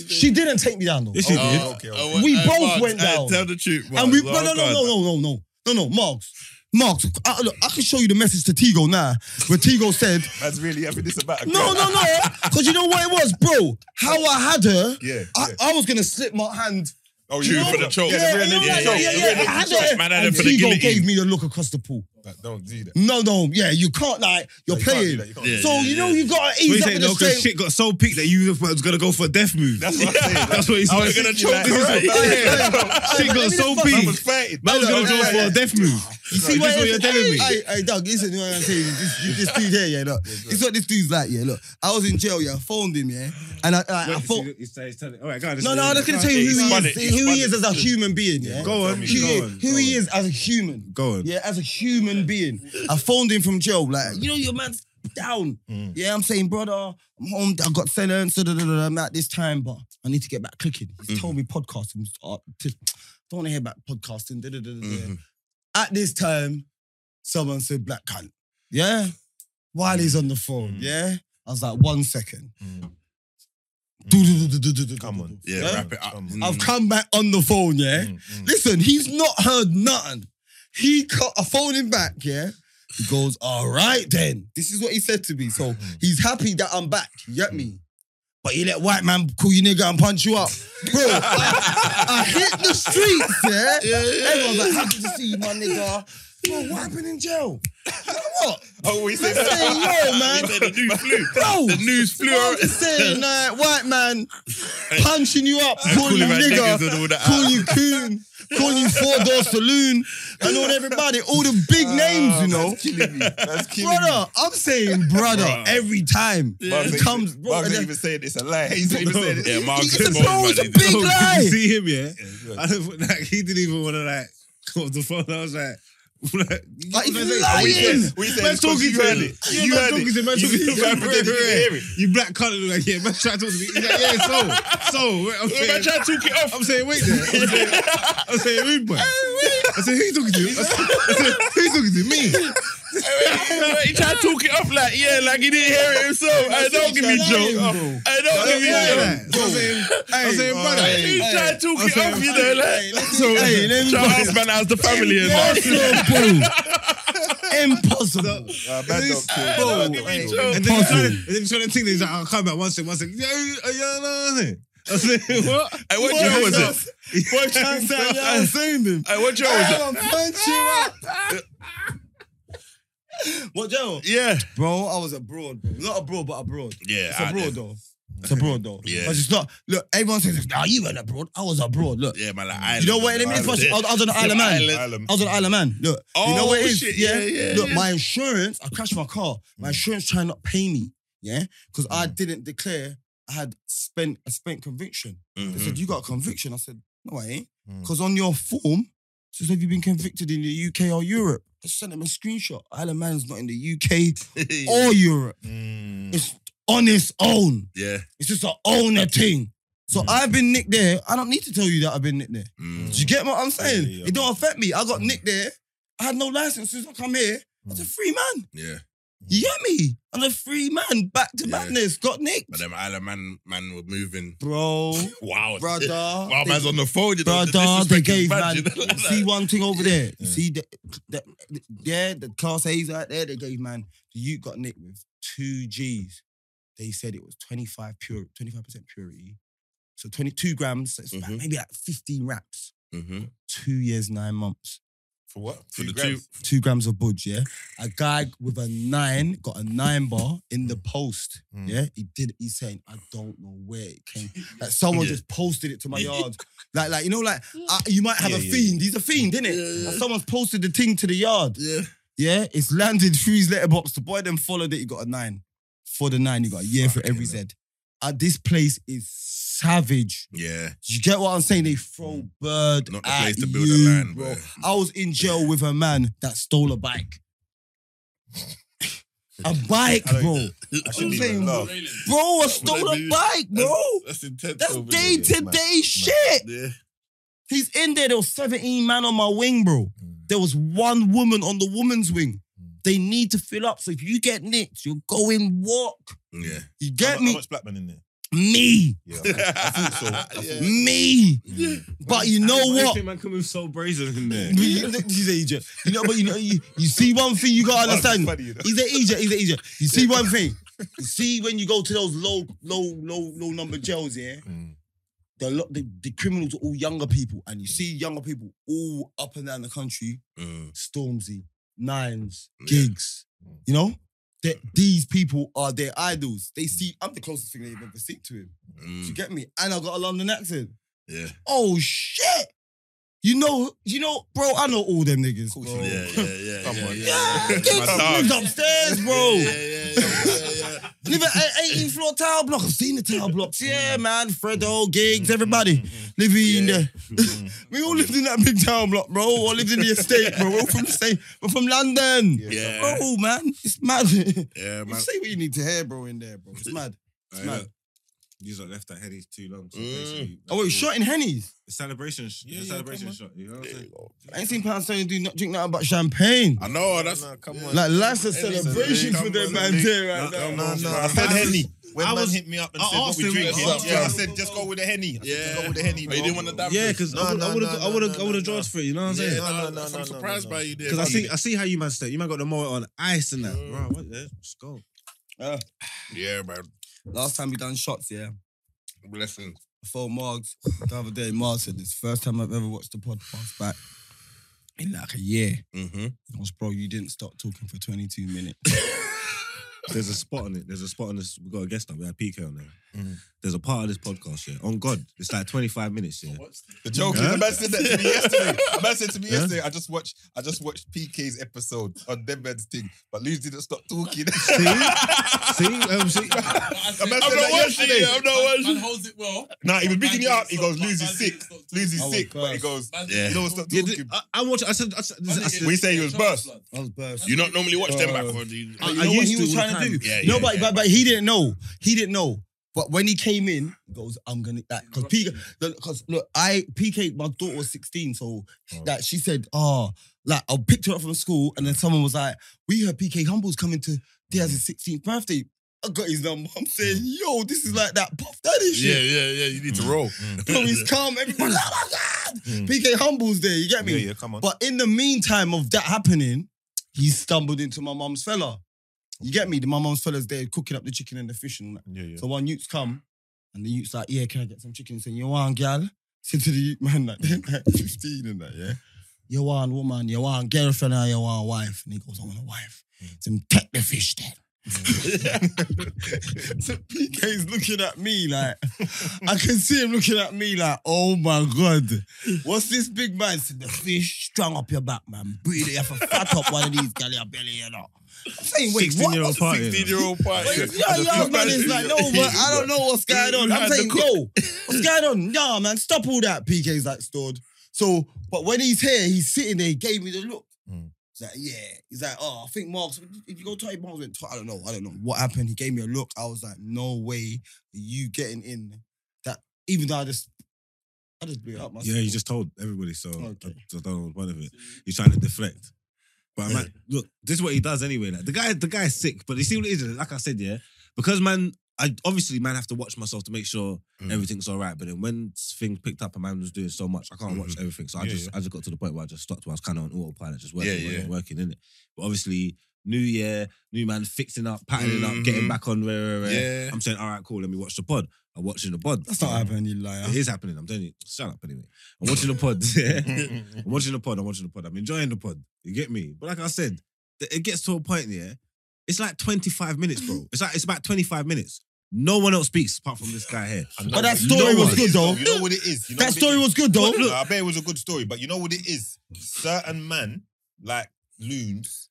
she didn't take me down though. Uh, Yes, she Oh, did. okay, okay. Oh, We hey, both Marks, went hey, down. Tell the truth, man. and we no no no no no no no no no Marks. Marks, I, look, I can show you the message to Tigo now, where Tigo said, That's really having this about. a "No, girl. no, no," because you know what it was, bro. How I had her, Yeah. yeah. I, I was gonna slip my hand oh, True you for the choke. Yeah, Yeah, you know, yeah, like, yeah, yeah, yeah, yeah, I yeah. had Yeah, it. man, I had And it for the Tigo guillotine. gave me the look across the pool. Like, don't do that. No, no, yeah, you can't like you're Like, you can't do playing. that, you can't Yeah. do so you know you gotta What you ease up saying? with No, the because straight. shit got so peaked that you was gonna go for a death move. That's what I'm saying. That's what he's I saying. was Gonna choke thinking like- this Correct. Yeah. Shit Let got me so just- that. Man was peaked. fighting. Man was gonna Hey, go hey, for a hey. death move. You see Is what this what you're you're telling me? Hey, hey, Doug, listen to what I'm saying. This, you- this dude here, yeah, look. It's what this dude's like, yeah, look. I was in jail, yeah, I phoned him, yeah, and I, I, I thought, All right, go on. no, no, I'm just gonna tell He you who spun he it, is, he who spun he is it. as a human being, yeah. Go on, Who, go on. who he is as a human. Go on. Yeah, as a human being. I phoned him from jail, like, you know, your man's down. Yeah, I'm saying, brother, I'm home, I got sentenced, da, da, da, da, I'm at this time, but I need to get back clicking. He's told me podcasting, uh, t- don't want to hear about podcasting, da, da, da, da, da. At this time, someone said black cunt. Yeah? While he's on the phone, yeah? I was like, one second. Do, do, do, do, do, do, do, Come do, on. do. Yeah, wrap it up. Come Mm. I've come back on the phone, yeah? Listen, he's not heard nothing. He cut I phoned him back, yeah. He goes, all right then. This is what he said to me. Mm. So he's happy that I'm back. You get me? But you let white man call you nigga and punch you up. Bro, I, I hit the streets, yeah? Everyone's like, happy to see you, my nigga. Bro, what happened in jail? what? Oh, we I'm said that. saying, yo, man. the news flew. Bro, The news flew. I'm out. just saying, like, white man punching you up, calling you Calling man nigga niggas and all that. call you coon, call you four door saloon, and all everybody, all the big names, you know. killing me. Ah, That's killing me. Brother, I'm saying brother Bruh. every time. It Marv's not comes, even- bro. Marv's and not then- even saying it's a lie. He's not even saying it. Yeah, Marv's It's a big bro, it's a man, big No, 'cause lie. You see him, yeah. good. I don't, like, he didn't even want to like come off the phone. I was like. like, Like, you he's know what I'm lying. saying? What you said? Man's It's 'cause talking you to heard him. it. Yeah, You man's heard talking it. to him. Man's You- talking to you him. can't pretend you Right, didn't right. hear it. You black cunt. and Like, yeah, man, try to talk to me. He's like, yeah, so, so. wait, I'm saying, Man tried to talk it off. I'm saying, wait there. I'm saying, I'm saying, rude boy. I said, who you talking to? I said, I said, who you talking to? Me. he tried to talk it off like, yeah, like he didn't hear it himself. I don't give me joke. I don't give me joke. So I'm saying, I'm saying, brother. He tried to talk it off, you know, like. So, Hey, let me- Try to ask man how's the family and that. Impossible. Impossible. Uh, bad This- dog too. Bro, Bad dog hey. too. And then he's trying to, and then he's trying to think that he's like, I'll come back one second, one second. Yeah, yeah, yeah, no, no. I said, what? Hey, what What? joke was it? What joke was That's it? how y'all seen them. Hey, what joke was it? I'll punch you up. What, Joe? Yeah. Bro, I was abroad, bro. Not abroad, but abroad. Yeah. It's I- abroad though. It's abroad though. Yeah. But it's not. Look, everyone says, "Nah, you weren't abroad. I was abroad." Look, Yeah, man, like island. you know what? Let me Island. first. I was I was on the Isle of Man. Island. Island. I was on the Isle of Man. Look, you know Oh, what it is? shit. Yeah, Yeah, yeah, Look, yeah. Mm. my insurance. I crashed my car. My insurance trying not pay me. Yeah, because I didn't declare I had spent a spent conviction. They mm-hmm. said you got a conviction. I said no, I ain't. Because on your form, it says have you been convicted in the UK or Europe? I sent them a screenshot. Isle of Man's not in the UK or Europe. Mm. It's on its own. Yeah. It's just an owner thing. So I've been nicked there. I don't need to tell you that I've been nicked there. Mm. Do you get what I'm saying? Yeah, yeah. It don't affect me. I got nicked there. I had no license since I come here. I was a free man. Yeah. You get me? I'm a free man. Back to Yeah. madness. Got nicked. But them island man man were moving. Bro, Wow. brother. Wow, they- man's on the phone. You know, Brother, the they disrespect is gave bad, man. you know, like See that. one thing over there. You See the, the, the yeah, the class A's out there. They gave man. The youth got nicked with two G's. They said it was twenty five pure, twenty five percent purity. So twenty two grams. So it's about Mhm. maybe like fifteen wraps. Mhm. Two years nine months. For what? For the two. grams. Two grams of budge. Yeah, a guy with a nine got a nine bar in the post. Hmm. Mm. Yeah, he did. He's saying I don't know where it came. Like someone Yeah. just posted it to my Yeah. yard. Like, like you know, like uh, you might have Yeah, a yeah. fiend. He's a fiend, isn't it? Yeah. And someone's posted the thing to the yard. Yeah. Yeah, it's landed through his letterbox. The boy then followed it. He got a nine. For the nine, he got a year for every Z. Uh, this place is savage. Yeah. You get what I'm saying? They throw bird Hmm. Not the at place to build a you, line, bro. bro. I was in jail with a man that stole a bike. a bike, I bro. I I'm shouldn't saying- even laugh. Bro, I stole a bike, bro. That's intense. That's over day there. to day shit. Yeah. He's in there. There was 17 man on my wing, bro. There was one woman on the woman's wing. They need to fill up. So if you get nicked, you're going walk. Yeah. You How get mu- how me? much black man in there? Me. Yeah, I think so. I think- Me. But you know Why do you what? think Man coming so brazen in there. You- He's an Egypt. You know, but you know, you, you see one thing you gotta understand. Funny, you know. He's an Egypt. He's an Egypt. You see one thing. You see when you go to those low, low, low, low number jails, yeah. Mm. The, lo- the the criminals are all younger people, and you see younger people all up and down the country. Mm. Stormzy, nines, Yeah. Mm. gigs. You know, that these people are their idols. They see I'm the closest thing they've ever seen to him. Do you Mm, get me? And I got a London accent. yeah. Oh shit! You know, you know, bro. I know all them niggas. course bro. you Yeah, yeah, yeah. Come yeah, on. yeah. Yeah, yeah. gigs My dog. lives upstairs, bro. Yeah, yeah, yeah, yeah, yeah. Live at 18 floor tower block. I've seen the tower blocks. Yeah, man. Fredo, gigs, Mm, everybody living in there. We all lived in that big town block, bro. We all lived in the estate, bro. We're all from the same. We're from London. Yeah. Bro, man. It's mad. you Yeah, man. say what you need to hear, bro, in there, bro. It's mad. Hey, mad. look, You lot left that heady too long. So Mm. basically, Oh, wait, that's all. shot in Henny's. It's Celebration, sh- Yeah, it's a yeah, celebration come on. shot. You know what I'm There you saying? go. I ain't seen Pound Stone do not drink nothing but champagne. I know that's oh, uh, no, come on. Like, life's a Henny's celebration a- for them, come on, man. there right No, now. no, No, no, no. I I said was- Henny. When I man was- hit me up and I said what asked we him drinking, what's up, yeah, I bro. said just go with the Henny. I said, just Yeah. go with the Henny, Oh, bro. you didn't want to damage Yeah, this? because No, I would no, I would no, have I would have no, I would have no, charged for it. You know what I'm Yeah, saying? no, No, no, that's- no, I'm no, surprised no, by no. you there. Because I see I buddy. see how you man step. You man got the moment on ice and that, Mm. bro. What, yeah, let's go. Yeah, man. Last time we done shots, yeah. Blessings. Before Margs, the other day, Marg said, it's the first time I've ever watched the podcast back in like a year. Mm-hmm. I was, bro, you didn't stop talking for 22 minutes. There's a spot on it. There's a spot on this. We got a guest on. We had PK on there. Mm. There's a part of this podcast, yeah. On God, it's like 25 minutes, yeah. The joke is Huh? the man said that to me yesterday. The man said to me Huh? yesterday, I just watched I just watched PK's episode on Deadman's thing, but Luz didn't stop talking. See, see, um, see. I'm not I'm not watching yesterday. you. I'm not watching Man you. holds it well. Nah, he was Man bigging me didn't up. He stop- goes, Luz man is sick. didn't stop talking. Luz I is was sick. But he cursed. goes, Man Yeah. no, stop Yeah, th- talking. I, I'm watching. I said, I, said- Man I didn't said- We say he was stop talking. burst. I was Uh, burst. You not normally watch them back, Bro. or do you? I- you I know what used he to was all the trying to time. do? Yeah, no, yeah, but, yeah. but but he didn't know. He didn't know. But when he came in, he goes, "I'm gonna that because PK because look, I PK my daughter was 16, so that she said, oh, like I picked her up from school, and then someone was like, we heard PK Humble's coming to Mm. Diaz's 16th birthday. I got his number. I'm saying, yo, this is like that puff daddy Yeah, shit. yeah, yeah. You need to roll. Bro, he's come. Everybody, oh my god, Mm. PK Humble's there. You get me? come on. But in the meantime of that happening, he stumbled into my mum's fella. You get me? The My mum's fella's there cooking up the chicken and the fish. And that. Yeah, yeah. So one youth's come, and the youth's like, yeah, can I get some chicken? Saying, you want, gal? Said to the youth man, like, they're like 15 and that, yeah? You want woman, you want girlfriend, or you want wife? And he goes, I want a wife. So him, take the fish then. so PK's looking at me like, I can see him looking at me like, oh my God. What's this big man? Said, the fish strung up your back, man. Breathe it, you have to fat up one of these gal in your belly, you know. I'm saying, wait, 16 what? year old party. you know? Sixteen-year-old part. Wait, yeah, yeah, man, it's like, no, but I don't know what's going on. I'm saying, yo, what's going on? Nah, man, stop all that. PK's like stored. So, but when he's here, he's sitting there, he gave me the look. Hmm. Mm. He's like, yeah. He's like, oh, I think Mark's, if you go to Mark's, went, I don't know, I don't know what happened. He gave me a look. I was like, no way, you getting in that, even though I just, I just blew it up myself. Yeah, you just told everybody, so Okay. I, I don't know one of it. He's trying to deflect. But man, look, this is what he does anyway. Like, the guy, the guy's sick, but you see what it is. Like I said, yeah, because man, I obviously man have to watch myself to make sure Mm. everything's all right. But then when things picked up and man was doing so much, I can't watch everything. So I Yeah, just, I just got to the point where I just stopped. Where I was kind of on autopilot, just working, Yeah, yeah. working, working in it. But obviously, new year, new man, fixing up, patterning up, getting Mhm. back on. Rare, rare, rare. Yeah. I'm saying, all right, cool. Let me watch the pod. I'm watching the pod. That's not happening, you liar. It is happening. I'm telling you. Shut up anyway. I'm watching the pod. I'm watching the pod. I'm watching the pod. I'm enjoying the pod. You get me? But like I said, th- it gets to a point, yeah. It's like 25 minutes, bro. It's like it's about 25 minutes. No one else speaks apart from this guy here. I know But that what- story you was know what it good, is, though. You know what it is. You know That what it story is. was good, though. No, I bet it was a good story, but you know what it is? Certain man, like loons,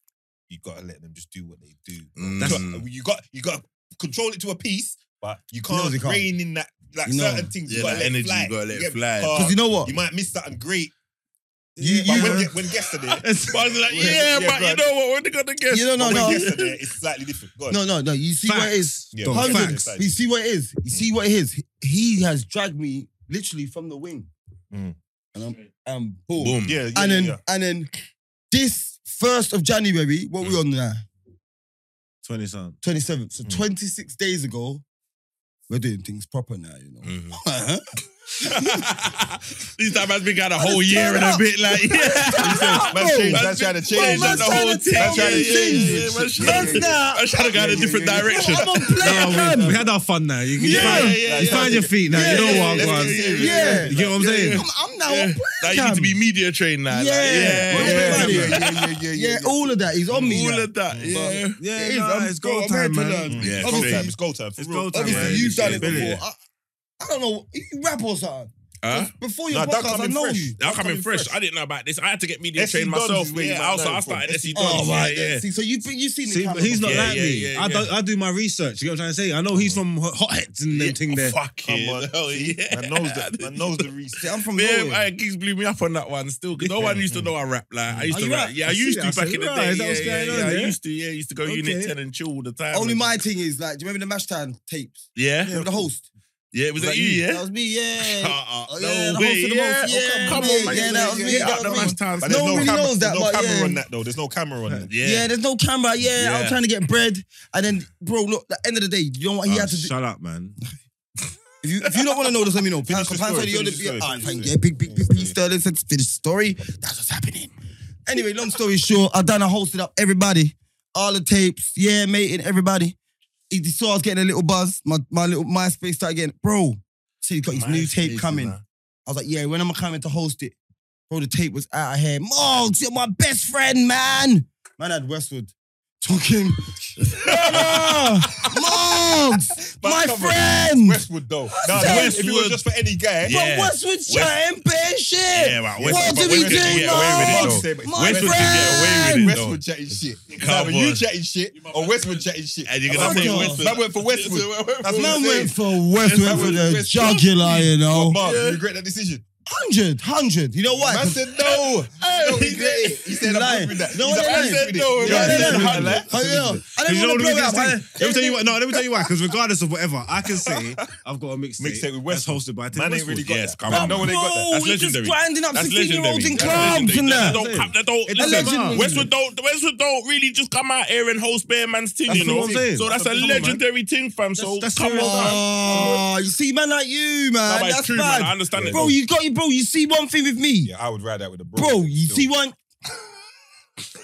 you gotta let them just do what they do. That's- you, got, you got you got to control it to a piece, but you knows can't he can't. rein in that like You know. certain things. Yeah, you gotta that let energy, fly. you gotta let get- fly. uh, Because you know what? you might miss something great. Oh. You- but you- when, get- when guests are there, But I was like, Yeah, yeah, yeah, but you bruv. know what? We're not gonna guess. You don't Oh, know, but no. when guests are there, it's slightly different. Go on. No, no, no. You see what it is? Yeah, Dog, facts. facts. Hundreds. You see what it is? You see what it is? He has dragged me literally from the wing. Mm. And I'm, I'm boom. Boom. Yeah, yeah, And then, yeah, yeah. and then this 1st of January, what Mm. we on now? 20 something. Mm. 27th. So 26 days ago, we're doing things proper now, you know. Mhm. These time man's been got a whole year and a bit like Man's Oh. changed. Man's trying to change. Man's the trying whole to thing. Man's trying to change. Yeah, yeah, change. yeah, man's Yeah, trying yeah, yeah. I should have gone in a different direction. I'm a player, Nah, we, man. we had our fun now. You, you Yeah, find, yeah, yeah, you yeah. find your feet now. you know what, Let's man. get serious. Yeah. You get what I'm saying? Yeah. I'm, I'm now Yeah. a player. Like, you need to be media trained now. like, Yeah. yeah, Yeah. yeah, Yeah. yeah, yeah, Yeah, all of that. He's on me. All now. of that. Yeah. Yeah, It is. nah, I'm it's go- goal I'm time, ready to man. Yeah, It's it's goal big. time. It's goal time. for It's real. goal time, Obviously, man. you've done it Billy. before. I, I don't know. You rap or something. Huh? Before your Nah, that podcast, I coming know fresh. you. That I'm coming fresh. I didn't know about this. I had to get media SC trained Dons is myself. where you yeah, might also, know I it from. started SC SC Dons. Dons. Yeah, Oh, right, yeah. See, so you've you've seen See, the but he's not Yeah, like yeah, me. yeah, I, yeah. do, I do my research. You get what I'm trying to say? I know he's from hot- Hotheads and them thing there. Fucking Come on. hell, yeah. Man knows that. Man knows the reason. I'm from Yeah, Norway. I, Geeks blew me up on that one still because no one used to know I rap. Like I used Oh, to you rap. rap? Yeah, I I see used that. to I back said, in the right, day. is that Yeah, what's yeah, going on, yeah. I yeah? used to. Yeah, I used to go Unit Okay. Ten and chill all the time. Only my thing is like, do you remember the Mash Time tapes? Yeah, Yeah, with the host. yeah. Was that you? That Yeah. was me. Yeah. Uh-uh, Oh, yeah, No the way. host of the Yeah. most- oh, Come come on, on, man. yeah, that was me, Yeah, that out was the me. man's times. But No there's one really camera- knows that, There's no but camera yeah. on that though. There's no camera on that. Yeah. Yeah. there's no camera. Yeah, Yeah. I'm trying to get bread. And then, bro, look, the end of the day, you know what he Oh, had to do? shut up, man. If you, if you don't want to know, just let me know. Finish the Pan- Pan story, said the finish other- the story, Alright, finish fine, the yeah, big, big, big, big Sterling said to finish the story. That's what's happening. Anyway, long story short, I done I hosted up everybody, all the tapes, yeah, mate, and everybody. He he saw I was getting a little buzz. My my little MySpace started getting, bro. Said he got his new tape coming. I was like, yeah, when am I coming to host it? Bro, the tape was out of here. Mugs, you're my best friend, man. Man had Westwood talking. Brother, Mugs, But my come on. friend. Westwood though. Nah, Say- If it was just for any guy. Yeah. But Westwood chatting bare shit. Yeah, right. Eh, what Westwood- do but we Westwood do can get away with it, now? though. My Westwood friend. can get away with it. Westwood chatting shit. It's Come either you on. chatting shit or Westwood chatting shit. And you're gonna That's say what- Westwood. Man went for Westwood. That's what Man I'm saying. went for Westwood for Westwood- the Westwood. jugular, you know. Mark, you regret that decision. 100, 100. You know what? Man said no. Hey, No, he he did it. He said I'm lying. with that. No, He's they like, I lying. said no. They man. lying. Said no. They lying. Said no. Oh, You yeah. I didn't know want the to blow it biggest up. I- thing? Let me tell you what. No, let me tell you why. Because regardless of whatever, I can say I've got a mixtape. Mixtape with that's Westwood. hosted by Tim Man ain't Westwood. really got Yes, that. come Man, on, No one ain't got that. Bro, That's he just legendary. grinding up That's 16 year olds legendary. in That's clubs and legendary. That that. don't cap- that don't- It's listen, legendary. Westwood don't Westwood don't really just come out here and host bare man's thing, That's you what know. I'm saying. So that's a Come on, man. legendary thing, fam. So That's- that's come serious, man. on. Oh, you see, man like you, man. but it's That's true, man. I bad. understand it. Bro, though. you got bro, you see one thing with me. Yeah, I would ride that with the bros. Bro, you Still. see one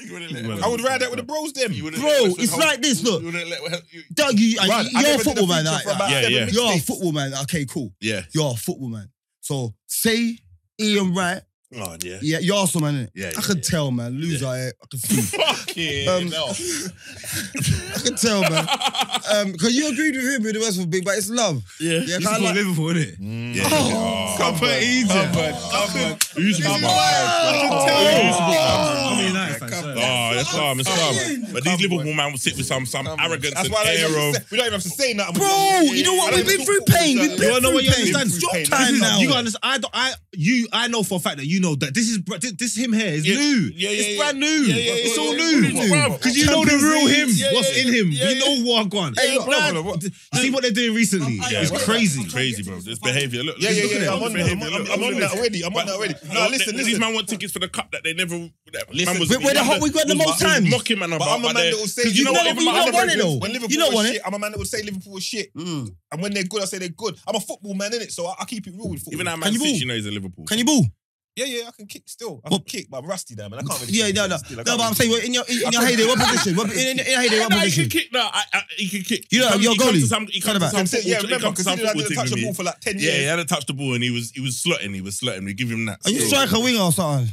You wouldn't let him. I would ride that with the bros then. You wouldn't bro, let Westwood it's host- like this, look. you wouldn't let- you- Doug, you, Run. I you're never a did football the man. feature Like, for about Yeah, seven yeah. mixtapes. You're a football man. Okay, cool. Yeah. You're a football man. So say Ian Wright. Oh, yeah. Yeah, you're Arsenal man, innit? Yeah, I yeah, could yeah. tell, man. Loser, eh? I, I could see. Fuck it. Um, no. I could tell, man. Um, cause you agreed with him with the Westwood big, but it's love. Yeah. Yeah, He's kinda from like, Liverpool, innit? Yeah. Oh. Come Come on, Egypt. Who's Come come on. I mean, like, Oh, it's calm, it's calm. But these Liverpool man will sit with some some arrogance That's and why I don't air even of say- we don't even have to say nothing. We Bro, just- you know what? I We've don't been even through talk about pain. that. We've been You wanna know through what you pain. understand? Through Drop pain. This time is- now. You gotta understand. I, don't- I, you, I know for a fact that you know that this is br- this, this him here is Yeah, new. yeah, yeah, it's yeah. brand new. Yeah, yeah, it's yeah, all yeah. It's new. brand- Because you know the Champions real him. League. Yeah, what's yeah, in him? yeah, you yeah. know what I've gone. Hey, It's look, mad. You see what they're doing recently? Yeah, it's what's crazy. crazy, bro. This behavior. Look, Yeah, yeah, look at yeah. it. I'm on, This I'm, behaviour, on- look, I'm look on at that it. already. I'm on that already. No, Look, listen, these listen. man want tickets for the cup that they never. That Listen, man was, where- where the hot- we got the was- most was times? Mocking man about, But I'm a but man they- that will say 'cause you know You what? know if we I'm don't a- want it, though. When Liverpool You don't was want shit, I'm a man that would say Liverpool was shit. Mm. And when they're good, I say they're good. I'm a football man, innit? So I, I keep it real with football. Even our man Can you City, move? you know, he's a Liverpool. Can you boo? yeah, yeah, I can kick still. I can Well- kick, but I'm rusty now, man. I can't really. Yeah, kick no, no. still. No, I but can't I'm really saying kick. well, in your in, in your heyday, what position? What, in, in, in your heyday, what No, he position? can kick. No, I, I, he can kick. You know, He comes- your he comes goalie. to some- He comes to Cornerback. some Yeah, football- he comes remember, to because he some didn't football team touch with the me. ball for like 10 Yeah, he years. had to touch the ball and he was he was slotting. He was slotting. We give him that. Are you still. striker winger or something?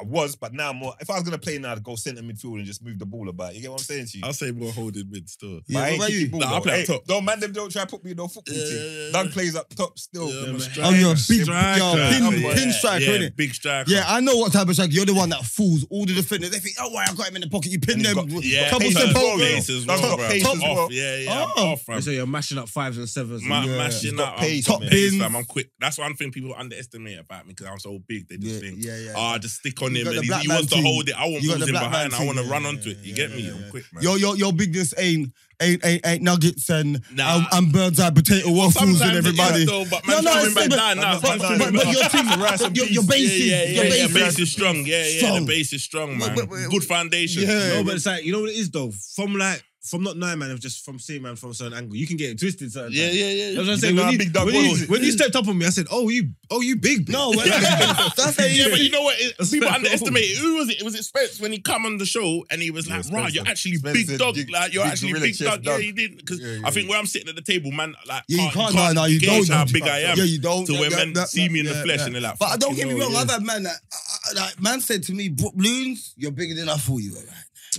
I was, but now I'm more. If I was going to play now, I'd go centre midfield and just move the ball about. You get what I'm saying to you? I'll say more holding mid still. But I Yeah, ain't what about kicking you? ball, Nah, I though. play up Hey, top. Don't man them don't try to put me in no football Yeah, yeah, yeah, team. Doug plays up top still. Yeah, Yeah, I'm a man. striker. Oh, you're a big, Striker. you're a Yeah. pin, pin striker, yeah, innit? Big striker. Yeah, I know what type of striker. You're the one that fools all the defenders. They think, oh, wow, I got him in the pocket. You pin And he's them. got- Yeah, couple he's step got over. pace. Pace as That's well, got bro. pace Top as off. well. Yeah, yeah. Oh. Off, fam. So you're mashing up fives and sevens. Ma- Yeah. Mashing got up. pace, I'm man. pace, Top fam. I'm quick. That's one thing people underestimate about me because I'm so big. They just Yeah, think, yeah, yeah. ah, just stick You on him got and the he, black he man wants to team. hold it. I want You got balls the in black man behind. I team. want to Yeah, run yeah, onto it. You yeah, get yeah, me? yeah, I'm yeah. quick, man. Your your your bigness ain't ain't ain't, ain't nuggets and Nah. um, and bird's eye potato waffles Sometimes and it is everybody. though, but man's coming back but- down now, But, man's but, coming but, but back. your team, but your, your base is yeah, your yeah, base yeah, is- base is strong. Yeah, yeah, Strong. the base is strong, man. but- but- Good foundation. Yeah. No, but it's like you know what it is though. From like from not knowing man, it was just from seeing man from a certain angle. You can get it twisted. Certain Yeah, times. yeah, yeah. That's what I'm You saying. don't know When how you, big that when, ball you- was. when you stepped up on me, I said, "Oh, you, oh, you big." bitch." No, when- that's how Yeah, but you you. know what? It- People Spence. underestimate it. Who was it? It was it Spence when he come on the show and he was Yeah, like, "Rah, Spence you're said- actually Spence big said dog. big- like you're big actually gorilla big chest dog." Yeah, dog. he did because Yeah, yeah, I think where I'm sitting at the table, man, like Yeah, you can't. No, you no, you gauge don't. how you big can't. I am Yeah, you don't. till when Yeah, men that- see me in the yeah, flesh yeah. and they're like, But don't "Fucking get me hell, wrong. yeah." I've had man that, I- I- like, man said to me, Brook Loons, you're bigger than I thought you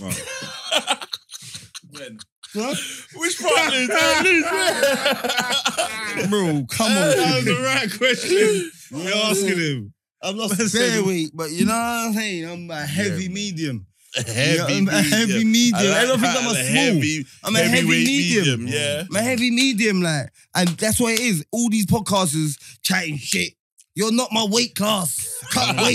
were. When? Which part? Lou? Tell Lou. Bro, come on. That was the right question. You're asking him. I'm not Man said- fair weight, but you know what I'm saying? I'm a heavy medium. Heavy, Yeah, I'm a heavy medium. Everyone thinks I'm a small. Heavy, I'm a heavy heavyweight medium. Yeah. I'm a heavy medium, like. And that's what it is. All these podcasters chatting shit. You're not my weight class. Can't wait.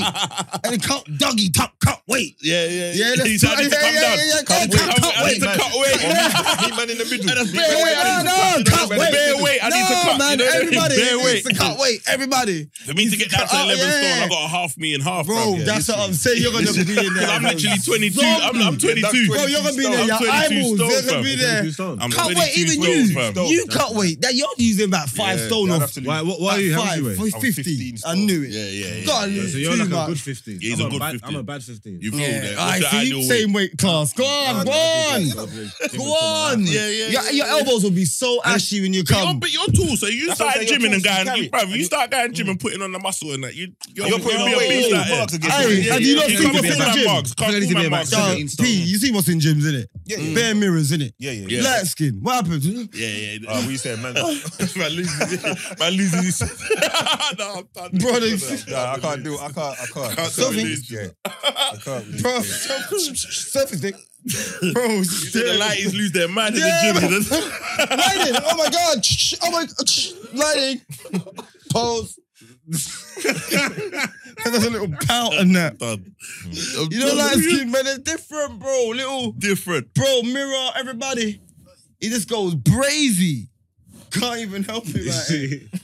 And cut Dougie, top, can't wait. Yeah, yeah, Yeah, that's He's had yeah, it to yeah, come yeah, down. yeah, yeah, Can't yeah, wait, cut I need weight. to cut weight. Or me- me man in the middle. And a Me bear man weight, in the I middle. need to cut. Bear Wait. weight. Bear weight. I need to No, cut. man, You know, everybody bear needs weight. to cut weight. Everybody. For me to get down to Oh, 11 stone, yeah. I got a half me and half, Bro, bruv. that's what I'm saying. You're going to be in there. I'm bro. literally 22. I'm, I'm Zombie. 22. Bro, you're going to be there. I'm Your 22 eyeballs, stone, they're going to be fam. there. Why, I'm Cut weight, 22 even stone, you. fam. You cut weight. That you're using about five Yeah, stone I'd off. have to lose. what, what are you? How much five, you weigh? for I'm 50. 15 I stone. knew it. Yeah, yeah, yeah. God, Yeah, it's so you're too like much. a good 15. I'm He's a good bad, 15. I'm a bad 15. You feel Yeah, that? I What's your see. ideal Same weight class. Go I'm on, go bad. on. Give Go it to on. my- Yeah, yeah, Your, yeah, your yeah. elbows will be so ashy when you But you're, come. but you're tall, so you That's start what I'm saying, gymming you're and tall, so going, you you, carry it. bruv, you start Mm. going gym and putting on the muscle and that. You, you're, You're putting putting on on a weight. beast You're like putting that. marks against Hey, it. and you Yeah, don't yeah, You can't think yeah. it's be in full the of gym. marks. Can't Definitely to call be man about marks. seven. Yo, 17 stone. P, you see what's in gyms, innit? Yeah, yeah, Bare mirrors, innit? yeah, yeah, yeah. Yeah. Light skin. What happened? Yeah, yeah. Uh, we said, man, man loses it. Man loses it. no, I'm done. Bro, they- nah, I can't do it. I can't. I can't. Can't So do this, yeah. I can't. with this, Bro, yeah. surface dick. Bro, You see the lighties lose their mind in Yeah, the gym. man. you know? lighting. Oh my god. Shh. Oh my shh. lighting. Pose. There's a little pout in that. Done. You know, light skin, man, it's different, bro. Little Different. bro, mirror, everybody. He just goes brazy. Can't even help it.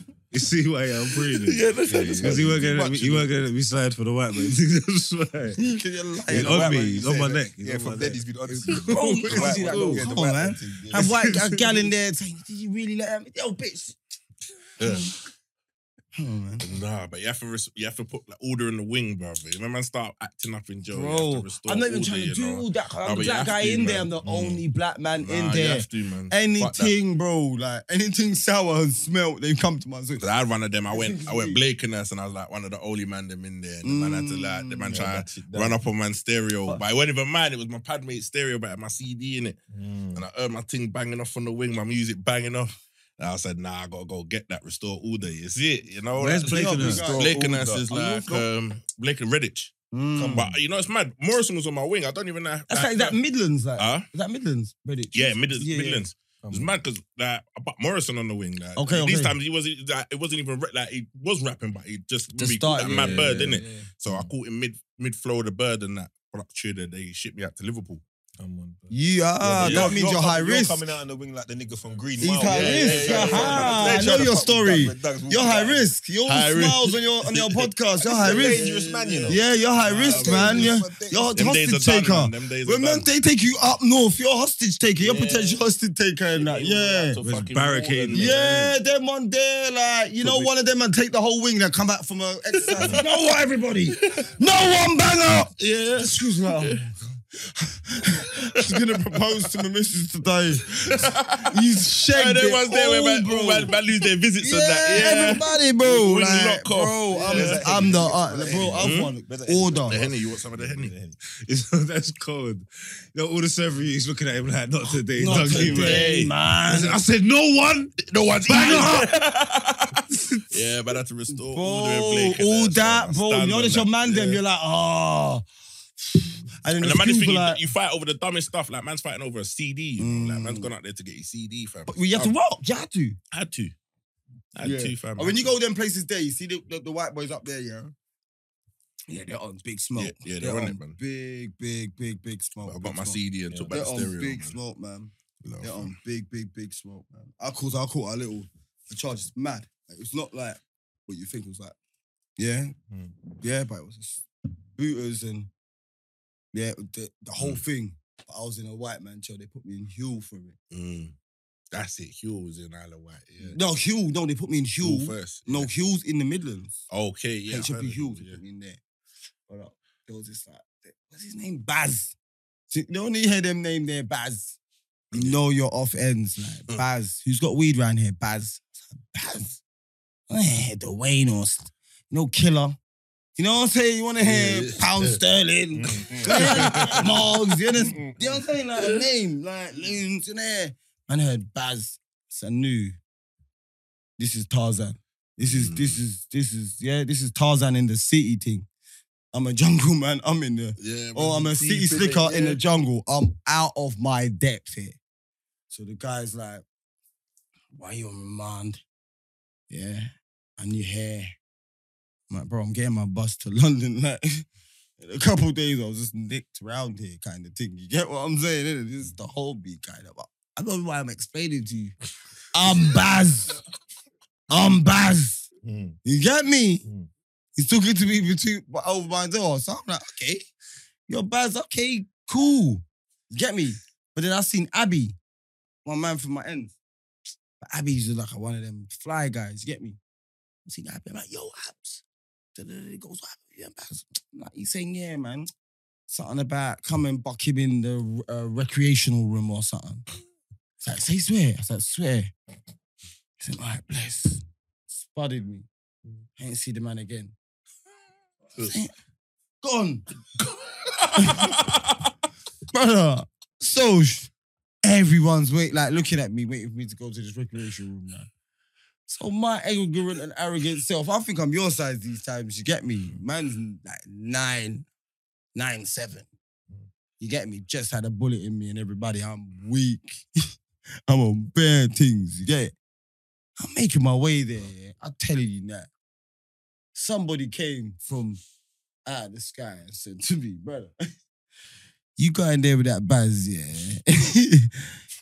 You see, you see why Like, eh. I'm breathing? Yeah, that's that's- Because he weren't gonna let me, he weren't gonna let me slide for the white man. That's right. He's Yeah, on that me. man, He's you on said my that. neck. He's Yeah, on my from neck. then he's been on Bro, Right, crazy, right, bro. yeah, the Come right on, man. thing, yeah. Have white a gal in there saying, "Did you really let him?" Yo, bitch. Come on, man. Nah, but you have to res- you have to put like, order in the wing, bro. When man start acting up in jail, you have to Bro, restore I'm not even order, trying to you do know? all that. Nah, I'm but the you black have guy to, in there. man. Mm. I'm the only black man Nah, in you there. have to, man. Fuck that. Anything, bro, like anything sour and smelt, they come to my zoo. Cause I had one of them. I went, I went Blake and us, and I was like one of the only man them in there. And the man had to like, the man Mm, Yeah, try that's it, run up on man's stereo, but it wasn't even mine. It was my padmate stereo, but it had my CD in it. Mm. And I heard my thing banging off on the wing, my music banging off. And I said, Nah, I gotta go get that restore order. You see it, you know? Where's Like, Blake and yeah, us? Blake and us Restore is like um, Blake and Redditch. Come back. But you know, it's mad. Morrison was on my wing. I don't even know. That's like, that Midlands, like Huh? is that Midlands, Reddit? Yeah, Midlands. Midlands. Come It's mad because like I put Morrison on the wing. Like, Okay, These okay. times he wasn't. Like, it wasn't even ra- like he was rapping, but he just Just maybe caught started, that mad yeah, bird, yeah, didn't it? So I caught him mid mid flow of the bird and that product that they shipped me out to Liverpool. Come on, bro. Yeah, Yeah, that you're- means you're you're, com- high you're risk. coming out on the wing like the nigga from Green He's Mile. high risk. Aha, I They know tried to your fuck with story. Doug, but Doug's You're walking high out. risk. You're all High risk. smiles on your on your podcast. You're He's high a risk. dangerous man, you know. Yeah, you're high risk, man. Yeah, you're a Them days hostage are taker. done. man. Them days are When done. man, they take you up north, you're a hostage taker. You're potential hostage taker and that. Yeah. So It was fucking barricading. Jordan, Yeah, them on there, like, you know, one of them and take the whole wing and come back from a exercise. no what, everybody. No one bang up. Yeah. Excuse me. Oh, She's gonna propose to my missus today. You shake And it there was there where man, all, bro. man, man lose their visits yeah, and that. Yeah. everybody, bro. Wing Like, lock off. bro, I'm, Yeah. I'm the uh, bro. I'm Hmm? one Better end. The order. henny, you want some of the henny? It's- That's cold. You know, all the celebrities looking at him like, not today, Not Doug Lee, today, man. I said, I said, no one. No one's Bang up. Yeah, but I had to restore Bro, order and Blake. and all so I that, bro. stand You know on that your man, them. Yeah. You're like, oh. And then And the the maddest people thing, like, you, you fight over the dumbest stuff. Like, man's fighting over a CD. You know? Like, Mm. man's gone out there to get his CD, fam. but you have to rock. You have to. I had to. I had Yeah. to, fam. And Oh, when you go them places there, you see the, the, the white boys up there, yeah. Yeah, they're on big smoke. Yeah, yeah, they're on it, man. Big, big, big, big smoke. I big got my smoke. CD and took back They're the on stereo. big man. smoke, man. Love, They're fam. on big, big, big smoke, man. I caught, I caught a little. The charge is mad. Like, it's not like what you think. It was like, yeah, yeah, but it was just booters and yeah, the, the whole thing. But I was in a white man show. They put me in Huel for it. Mm. That's it. Hugh was in Isle of Wight. Yeah. No, Huel. No, they put me in Hugh Huel. first. No, Huel's in the Midlands. Okay. Yeah. I HMP heard of Huel. They him, yeah. put me in there. But uh, there was this like, what's his name? Baz. See, They only hear them name there, Baz. You know your off ends, like Mm. Baz. Who's got weed round here? Baz. Baz. I ain't hear the Wayne or st- no killer. You know what I'm saying? You want to hear Yeah. Mm, Pound Sterling, yeah, Moggs, you understand? You know what I'm saying? Like a name, like loons in there. Man, I heard Baz. So I knew this is Tarzan. This is this is this is yeah, this is Tarzan in the city thing. I'm a jungle man, I'm in the Yeah. or I'm a city slicker in the jungle. I'm out of my depth here. So the guy's like, why you on remand? Yeah. And you hair. I'm like, bro, I'm getting my bus to London. Like in a couple days I was just nicked around here kind of thing. You get what I'm saying? innit? This is the whole beat kind of. I don't know why I'm explaining to you. I'm Baz. I'm Baz. Mm. You get me? Mm. He's talking to me between over my door. So I'm like, okay, you're Baz, okay, cool. You get me? But then I seen Abby, my man from my end. But Abby's just like one of them fly guys, you get me? I seen Abby, I'm like, yo, Abs. Da-da-da, He goes, what happened? Yeah, Baz. I'm Like, he's saying, yeah, man. Something about come and buck him in the uh, recreational room or something. It's like, say swear. I said, swear. He said, all right, bless. Spotted me. I ain't see the man again. Gone. Brother, so sh- everyone's wait, like looking at me, waiting for me to go to this recreation room now. So my arrogant and arrogant self, I think I'm your size these times. You get me? Man's like nine, nine seven. You get me? Just had a bullet in me and everybody. I'm weak. I'm on bare things. You get it? I'm making my way there. Yeah? I'm telling you now. Somebody came from out of the sky and said to me, brother, you got in there with that buzz, yeah.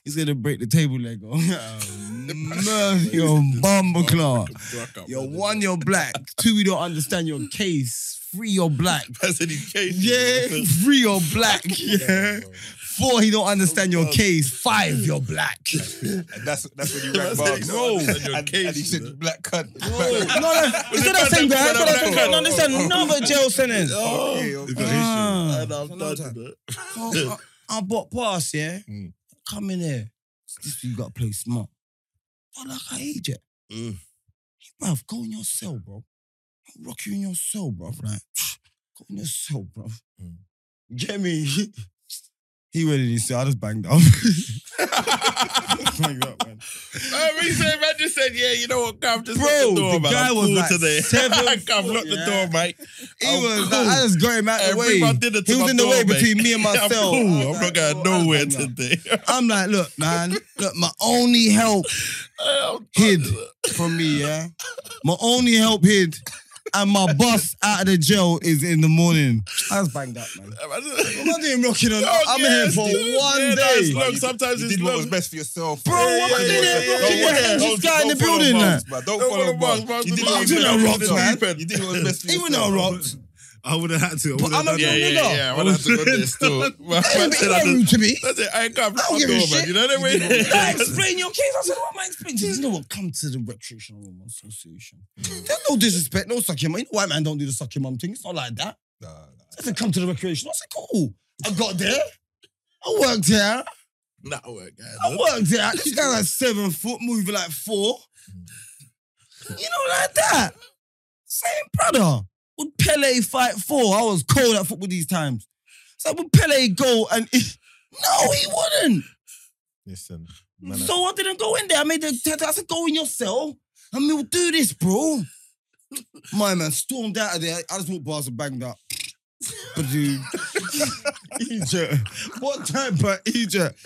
He's gonna break the table leg off. Oh, Man, you're bumble clock. You're one, you're black. Two, we don't understand your case. Three, you're black. That's any case. Yeah, three, you're black. Yeah. Four, he don't understand your case. Five, you're black. And that's that's when you rang That's bars. it, no. and, and he said, you "Black cunt." Black No, no, it's not that same guy. It's not that same guy. No, this is another jail sentence. Oh, Ah. and I've Another time. done it. So, I, I bought pass, yeah? Mm. Come in here. This you gotta play smart. But like I hate it. Mm. Hey, bruv, go in your cell, bro. I'll rock you in your cell, bruv. Like, go in your cell, bruv. Mm. Get me. he went in his cell, I just banged up. banged up, man. Oh, Reese, man just said, yeah, you know what, Gav, just Bro, lock the door, the man. guy I'm was cool like today. seven Gav, foot, lock yeah. the door, mate. He I'm was cool. like, I just got him out Hey, the bring way. my dinner to He my was in the door, way mate. between me and myself. I'm cool. I was I'm not like, going "Yo, I nowhere banged up." today. I'm like, look, man, look, my only help hid from me, yeah? My only help hid, and my bus out of the jail is in the morning. I was banged up, man. I'm not even rocking on. Oh, I'm yes, here for dude. one day. Yeah, that's- Look, sometimes you it's did what low. was best for yourself. Bro, Yeah, what yeah, did yeah, they- yeah, what did yeah, they- yeah. this Don't- guy in don't the follow building, Marks, man. Don't Don't follow follow Marks, Marks. Marks You was the did what was man. He wouldn't best for have rocked, yourself. You did what was best for He yourself. wouldn't have rocked. I would have had to. I But would've I'm a done Yeah, that. yeah, nigga. yeah. I'm gonna have to go there still. Man, Hey, man but said you I ain't just- rude to me. That's it. I ain't Gav, I lock don't the give a door, man. shit. You know what I mean? I explain your case. I said, what am I explaining? to you? You know what? Come to the recreational room association. There's no disrespect, no sucking mum. You know white man don't do the sucking mum thing. It's not like that. I said, come to the recreation. I said, cool. I got there. I worked there. Not work, guys. I worked there. This guy like seven foot, moving like four. You know, like that. Same brother. Would Pele fight four? I was cold at football these times. So would Pele go and no, he wouldn't. Listen, man, I- So I didn't go in there. I made the I said, go in your cell and we'll do this, bro. My man stormed out of there. I just walked past and banged up. But dude, Egypt. What time but Egypt?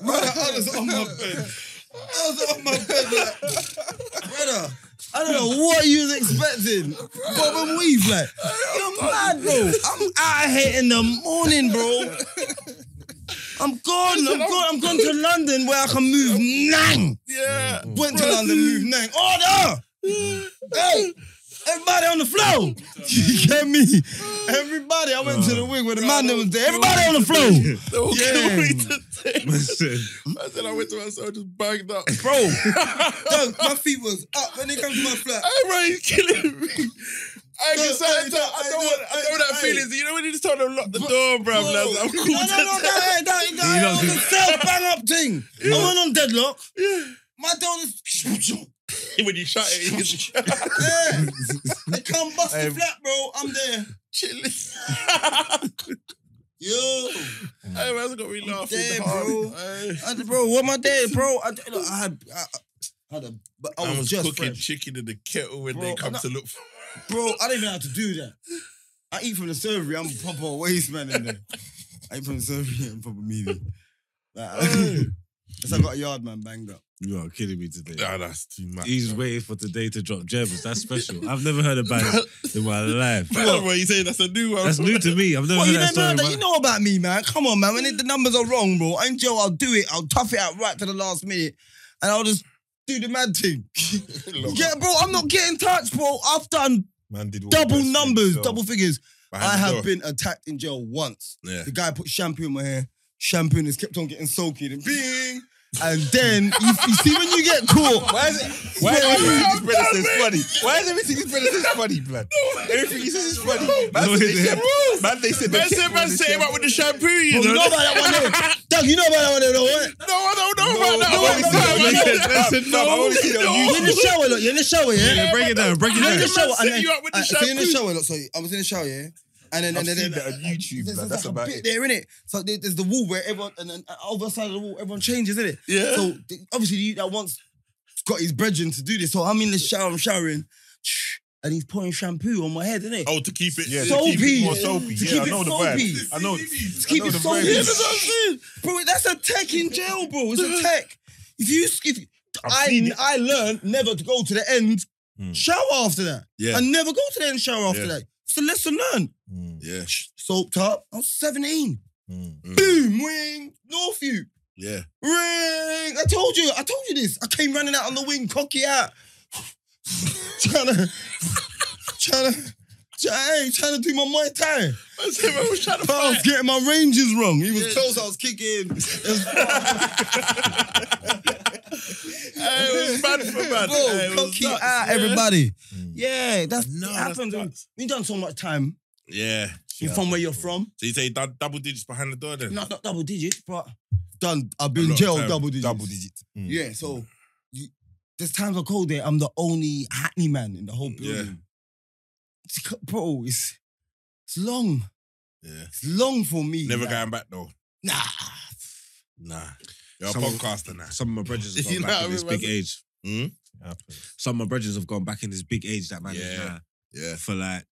Brother, I was on my bed. I was on my bed like, brother, I don't know what you was expecting. Bob and Weave, like, you're mad, bro. I'm out here in the morning, bro. I'm gone. I'm gone. I'm gone to London where I can move nang. Yeah. Went to London, moved nang. Order! hey! everybody on the floor. You get me? Everybody. I went to the wing where the man that was there. Everybody on the floor. They were Yeah. killing me today. Man said, I said I went to my cell, just banged up. Bro, dog, my feet was up when they come to my flat. Hey, bro, you're killing me. I No, can say I hey, don't I no, don't want hey, I don't want that hey. feelings. You know when you just told them lock the door, bro. Bro, blood, I'm cool. No, no, no, to- that, that, You that, know- that was a self bang up thing. I went on deadlock. My dog is. when you shut it, you just Yeah. They come bust the flat, bro. I'm there. chilling. Yo. Hey, man's got me laughing. dead, hard. bro. Hey. I, bro, what my day, bro? I, look, I had. I, I had a, but I was, just cooking fresh. chicken in the kettle when Bro, they come I'm to look for Bro, I didn't even have to do that. I eat from the surgery. I'm a proper waste man in there. I eat from the surgery. I'm proper meaty. Like, Cause I got a yard man banged up. You are killing me today. Nah, that's too much. He's bro. waiting for today to drop gems. That's special. I've never heard about it in my life. Bro, bro, you saying that's a new one. That's new to me. I've never What heard you that don't story. know in that? my- You know about me, man. Come on, man. When the numbers are wrong, bro, I'm Joe. I'll do it. I'll tough it out right to the last minute, and I'll just do the mad thing. yeah, bro. I'm not getting touched, bro. I've done Man did all double best in numbers, himself. double figures. Behind I the have door. been attacked in jail once. Yeah. The guy put shampoo in my hair. Shampoo and it's kept on getting soaky. And bing. And then you, you see when you get caught. Why is it? Why is everything his brother says funny? Why is everything his brother says funny, blood? Everything he says is funny. Man, No, said they it said, man, they said, Man said, man, set him up with the shampoo, You you know know. about that one, though. Doug, you know about that one, though, right? No, I don't know about that no, one. no, no, man. no, no, no. I said, No, I've only seen it on no. YouTube. You're in the shower, look. You're in the shower, yeah? Yeah, break it down. Break it You're in down. the shower. set And then, you up with the I- so you're in the shampoo. shower, look. So I was in the shower, yeah? And then, and I've then, seen and that then on there's, YouTube, blood. there's like That's a about bit it. there, innit? So there- there's the wall where everyone, and then uh, other side of the wall, everyone changes, innit? Yeah. So th- obviously he that once got his brethren to do this. So I'm in the shower, I'm showering, and he's pouring shampoo on my head, isn't it? Oh, to keep it. Yeah, to Soapy. to keep it more Yeah. soapy. To Yeah, I keep it know the soapy. vibe. I know. Just keep I know it the soapy. vibe. Yeah, that's what I'm saying. Bro, that's a tech in jail, bro. It's a tech. If you if I've seen I it. Hmm. I learned never to go to the end Mm. shower after that. Yeah. I never go to the end shower after Yeah. that. It's a lesson learned. Yeah, Soaked up. I was 17. Hmm. Mm. Boom, wing, Northview. yeah. Ring! I told you, I told you this. I came running out on the wing, cocky out. trying to, trying to, trying, trying to do my Muay Thai. I said, man, we're trying to But I was fight. getting my ranges wrong. He was Yeah. close, I was kicking. It was- Hey, it was bad for bad. Bro, Hey, it was cocky nuts, out, yeah. everybody. Mm. Yeah, that's No, no, it that's happens. nuts. we done so much time. Yeah. You from where you're from? So you say dou- double digits behind the door then? Not, not double digits, but done. I've A been lot of jailed time. Mm. double digits. Double digit. Yeah, so you, there's times I call there, I'm the only hackney man in the whole building. It's co- bro, it's, it's long. Yeah. It's long for me. Never like, going back though. Nah. Nah. You're a Some- podcaster now. Some of my bridges have gone You know back what I in this mean, man? big age. Hmm? Some of my bridges have gone back in this big age that man is Yeah. now Yeah. for like,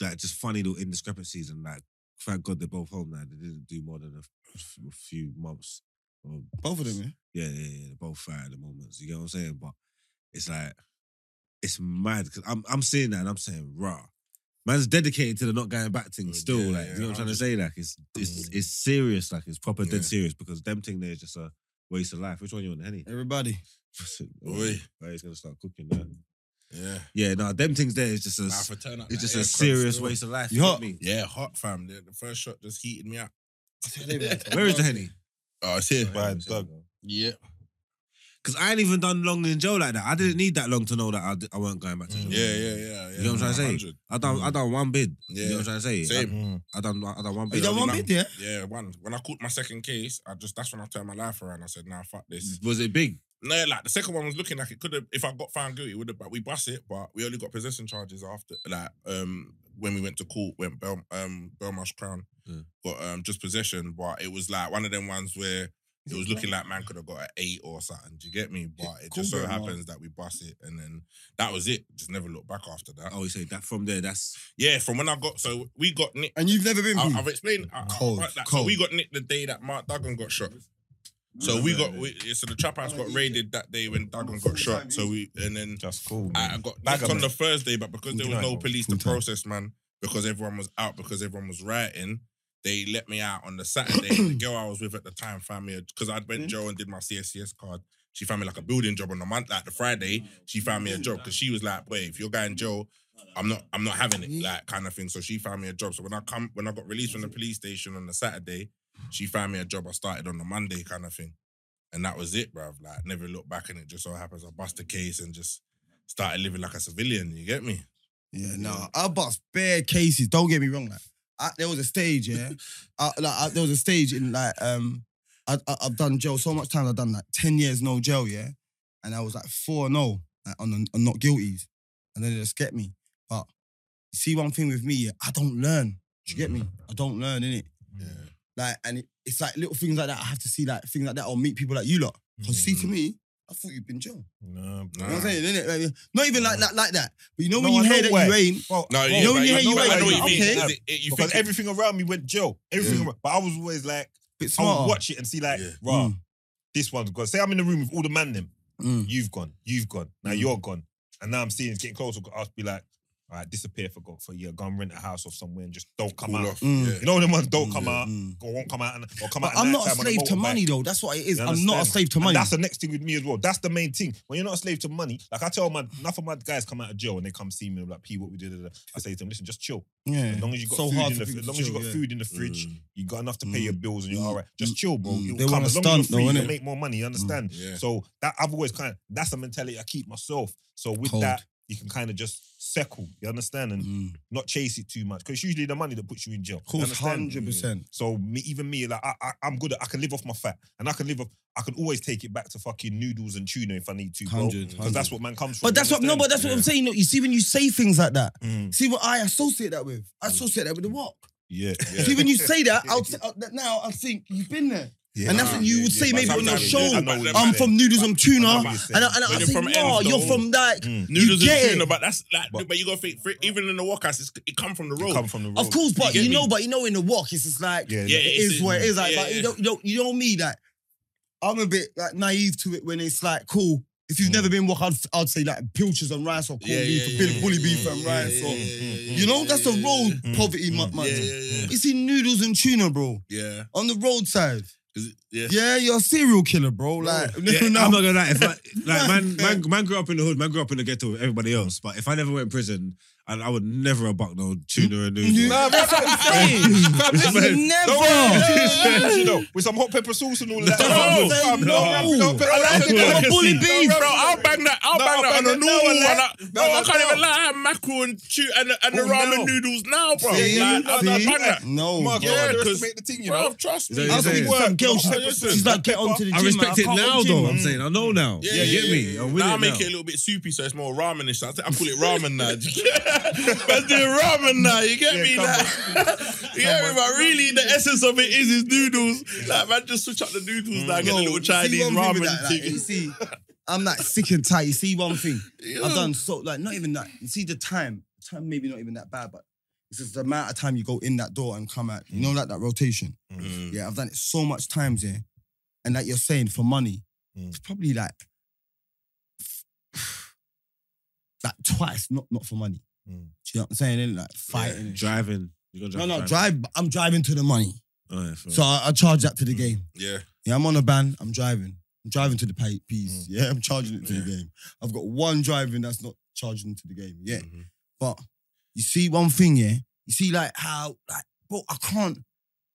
like just funny little indiscrepancies and like, thank God they're both home now. They didn't do more than a, f- a few months. Or, Both of them, yeah. yeah, yeah, yeah. They're both fire at the moment. You get what I'm saying? But it's like, it's mad because I'm I'm seeing that and I'm saying, rah. Man's dedicated to the not going back thing Mm, still. yeah, like, you yeah, know what I'm trying I'm to say? Like, it's it's it's serious. Like, it's proper Yeah. dead serious because them thing there is just a waste of life. Which one you on, Henny? Everybody. Oi. Right, he's gonna start cooking now. Yeah. Yeah, no, them things there is just a Nah, for turn up it's just that a aircon serious still. waste of life. You you get hot? me? Yeah, hot fam. The, the first shot just heated me up. Where is the Henny? Oh, it's here. By Doug. Yeah. Because I ain't even done long in jail like that. I didn't need that long to know that I, d- I weren't going back to jail. Yeah, Mm. yeah, yeah. You know what I'm trying to say? 100. I done I done one bid. You know Yeah. what I'm trying to say? Same. Mm. I, I done I done one bid. You done I one did bit, yeah? Yeah, one. When I caught my second case, I just that's when I turned my life around. I said, "Nah, fuck this." that. Was it big? No, like the second one was looking like it could have. If I got found guilty, would have. But we bust it. But we only got possession charges after. Like um, when we went to court, went Bel um Belmarsh Crown, Yeah. got um just possession. But it was like one of them ones where it was looking like man could have got an eight or something. Do you get me? But it just Cool, so bro, man. happens that we bust it, and then that was it. Just never looked back after that. I always Oh, say that from there. That's Yeah, from when I got so we got nicked. And you've never been. I, beat. I've explained. I, Cold, I, like, So cold. we got nicked the day that Mark Duggan got shot. So we got we, so the trap house got raided that day when Duggan got shot. So we and then That's cool. I I man. got Bag nicked on of the Thursday, but because there was no United, police to full time. process, man, because everyone was out, because everyone was rioting, they Hmm? let me out on the Saturday. the girl I was with at the time, family, because I'd went Joe and did my CSCS card. She found me like a building job on the month, like the Friday. She found me a job because she was like, "Boy, if you're going jail, I'm not, I'm not having it," like kind of thing. So she found me a job. So when I come, when I got released from the police station on the Saturday, she found me a job. I started on the Monday, kind of thing, and that was it, bruv. Like never looked back, and it just so happens I bust a case and just started living like a civilian. You get me? Yeah, nah, I bust bare cases. Don't get me wrong. Like, I, there was a stage, yeah. I, like, I, there was a stage in like, um, I, I, I've done jail so much times. I've done like ten years no jail, yeah. And I was like four no like, on the- on not guilties, and then they just get me. But you see, one thing with me, yeah, I don't learn. Do you get Mm. me? I don't learn in it. Yeah. Like, and it, it's like little things like that. I have to see like things like that or meet people like you lot. Cause see, Mm. to me, I thought you've been jail. No, You know what I'm saying? innit? Like, not even like that, like that. But you know when Ah. No, you I hear know that where. you ain't. Well, No, well, yeah, know but when you I hear you know- I know wait, what you mean. okay. Is it- it- You because think it- everything around me went Joe. Everything, Yeah. around, but I was always like, Bit I smarter. would watch it and see like, Yeah. rah, Mm. this one's gone. Say I'm in the room with all the man them. Mm. You've gone. You've gone. Now you're gone. And now I'm seeing it's getting closer. I'll be like, all right, disappear for God for a year. Go and rent a house off somewhere and just don't come Cool out. off, Mm. yeah. You know them ones don't come Yeah. out. Mm. Or won't come out and or come But out. at I'm not a nighttime on slave to motorbike. money though. That's what it is. You I'm not a understand? slave to And money. that's the next thing with me as well. That's the main thing. When you're not a slave to money, like I tell my enough of my guys come out of jail and they come see me like, P, what we did. I say to them, listen, just chill. yeah. As long as you got So food hard in for the people as to long as you chill, got yeah. food in the fridge, you got enough to pay Mm. your bills and you're Mm. all right. Just chill, bro. Mm. It will They come. wanna As long as you're stunt though, free, you innit? Mm. make more money. You understand? Yeah. So that I've always kind of that's the mentality I keep myself. So with Cold. that, you can kind of just settle. You understand and Mm. not chase it too much because it's usually the money that puts you in jail. Of You course, understand? hundred percent. So me, even me, like I, I, I'm good. At, I can live off my fat, and I can live off. I can always take it back to fucking noodles and tuna if I need to, bro. Hundred, Because that's hundred. what man comes from. But that's what no, but that's what I'm saying. though. You see, when you say things like that, Mm. see what I associate that with. I associate that with the rock. Yeah, Mm. yeah. See, when you say that, I'll t- I'll- that now I think you've been there, and that's nah, what you yeah, would yeah, say but maybe on your sometimes show. you do that, no, I'm man. from noodles, I'm tuna, I and know what I, you're and saying. I, and I When you're say, from ends, no, you're though. from like. Mm. Noodles you and get it. tuna, but that's like, But- but, you gotta think, for, even in the walkouts, it's, it come from the road. come from the road. Of course, but You you, get know, me? but you know, in the walk, it's just like Yeah, Yeah, it it's- is what it is. Like, yeah, but yeah. you don't, you don't, you know me. Like, I'm a bit like naive to it when it's like, cool. If you've never been walk, I'd, I'd say like pilchards and rice or corned Mm. Yeah, beef, or yeah, yeah, bully, yeah, bully yeah, beef yeah, and yeah, rice. yeah, or, yeah, yeah, you know, that's the road Mm. poverty, Mm. mm. man. Yeah, yeah, It's in noodles and tuna, bro. yeah. On the roadside. Is it- Yeah. Yeah, you're a serial killer, bro. Like, Yeah, no, I'm not gonna lie. If I, like man, man, man grew up in the hood, man grew up in the ghetto with everybody else. But if I never went in prison, I, I would never have bucked no tuna and noodles. Nah, that's what I'm saying. Listen, Man, Don't worry, never. it's finished, you know, with some hot pepper sauce and all that. That's what I'm saying, no, no. no, no, I like it. I'm a bully No, beef. no, Bro, I'll bang that. I'll No, bang I'll that bang on a it now, noodle. like- and I- no, No, I no, can't no. even lie. I have mackerel and, chu- and, the- and the Oh, ramen no. noodles now, bro. See? like, I'll See? bang that. No. Mark, Yeah, you because- underestimate the thing, you know. Bro, trust Is me. that- is I was talking that- Word. to some girl. She's, No, listen. she's like, get onto the gym. I respect like, it can't now, watch you, though. man. I'm saying I know now. Yeah, you get me. I'm with now I it make now. it a little bit soupy, so it's more ramenish. I, think I call it ramen now. But doing ramen now, you get Yeah, me? come Like, you get me? But really, the essence of it is is noodles. Like, man, just switch up the noodles now, get No, the little you see one Chinese thing with ramen that, like, thing. you see, I'm like sick and tight. You see one thing. Yeah. I've done so like not even that. You see the time. Time maybe not even that bad, but it's just the amount of time you go in that door and come out. You know, like that rotation. Mm. Yeah, I've done it so much times, yeah. And like you're saying, for money, Mm. it's probably like like twice, not not for money. Mm. Do you know what I'm saying? innit? Like fighting. Driving. You're No, gonna no, drive. I'm driving to the money, Oh, yeah, fair. so I, I charge that to the game. Yeah. Yeah, I'm on a ban. I'm driving. I'm driving to the pay- piece. Yeah, I'm charging it to the game. I've got one driving that's not charging to the game. Yeah, Mhm. but you see one thing, yeah. You see like how like, bro, I can't.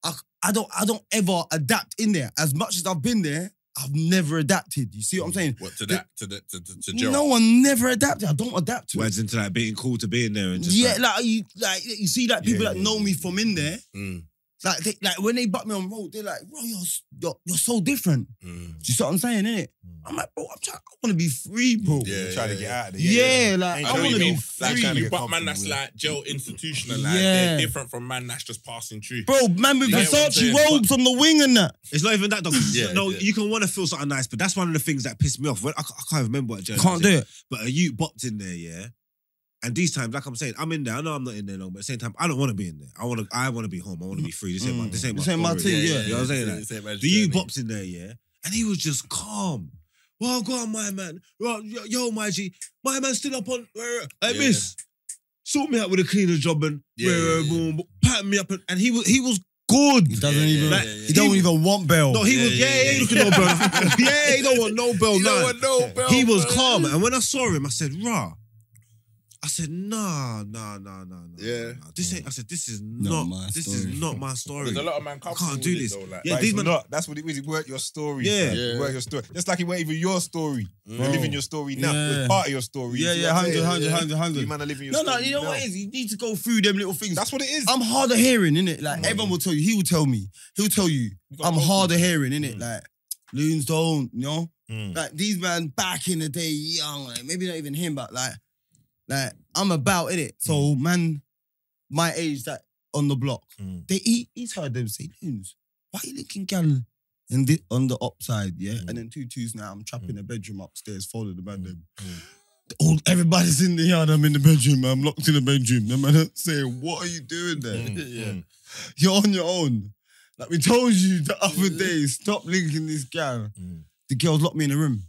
I I don't I don't ever adapt in there. As much as I've been there, I've never adapted. You see what I'm saying? What to that? To Mm. the to, to, to Gerald? No one never adapted. I don't adapt to it. Words into like being cool to being there and just Yeah, like, like, you like you see like people that know me from in there. Mm, Like, they, like when they butt me on road, they're like, bro, you're, s- you're, you're so different. mm. Do you see what I'm saying, innit? I'm like, bro, I'm trying, I want to be free, bro. Yeah, Trying to get out of there. Yeah, like, Ain't I I know trying wanna you to be get mean. out Like, of free. there. you- but man, that's like jail institutional. Like, Yeah. they're different from man that's just passing through. Bro, man with Yeah, what I'm Versace saying, robes on the wing and that. It's not even that though. 'cause Yeah, no, yeah. you can want to feel something nice, but that's one of the things that pissed me off. When, I, ca- I can't even remember what journey. Can't do it. But a you bopped in there, yeah. And these times, like I'm saying, I'm in there. I know I'm not in there long, but at the same time, I don't want to be in there. I want to. I want to be home. I want to be free. This ain't my. This ain't Mm. This my. ain't my story. thing, yeah. You know what I'm saying? Like, the you bops in there, yeah? And he was just calm. Well, go on, my man. Well, yo, yo, my G. My man stood up on, uh, hey, Yeah. miss, sort me out with a cleaner job and Yeah, yeah, uh, yeah. boom, pat me up. And, and he, was, he was good. He doesn't even. Like, He don't he- even want bail. No, he was. Yeah, yeah, he don't want no bell. Yeah, he don't want no bell. none. he was calm, Um, and when I saw him, I said, "Raw." I said, "Nah, nah, nah, nah, nah." Yeah. nah. This ain't. I said, "This is Not not. my this story." is not my story." There's a lot of man comfortable do with it this. though, like. Yeah, Like, these it's man- not. That's what it was. It weren't your story. Yeah. fam. Yeah. It weren't your story. Just like it weren't even your story. You're Bro. living your story now. Yeah. It's part of your story. Yeah, You see yeah, what I'm 100, saying? 100, Yeah. 100, 100. You man are living your No, story no, you know now. what it is? You need to go through them little things. That's what it is. I'm hard of hearing, innit? Like, everyone will tell you. He will tell me. He'll tell you. I'm hard of hearing, innit? Like, loons don't, you know? Mm. Like, these man back in the day, young, like, maybe not even him, but like, like, I'm about, innit? So, man, my age, that on the block, Mm. they he, he's heard them say, loons, why you looking gal in the, on the upside, yeah? Mm. And then two twos now, I'm trapping the bedroom upstairs, followed the man, them. Mm. All, everybody's in the yard. I'm in the bedroom. I'm locked in the bedroom. The man saying, "What are you doing there? Mm. You're on your own." Like we told you the other day, stop linking this girl. Mm. The girl locked me in a room.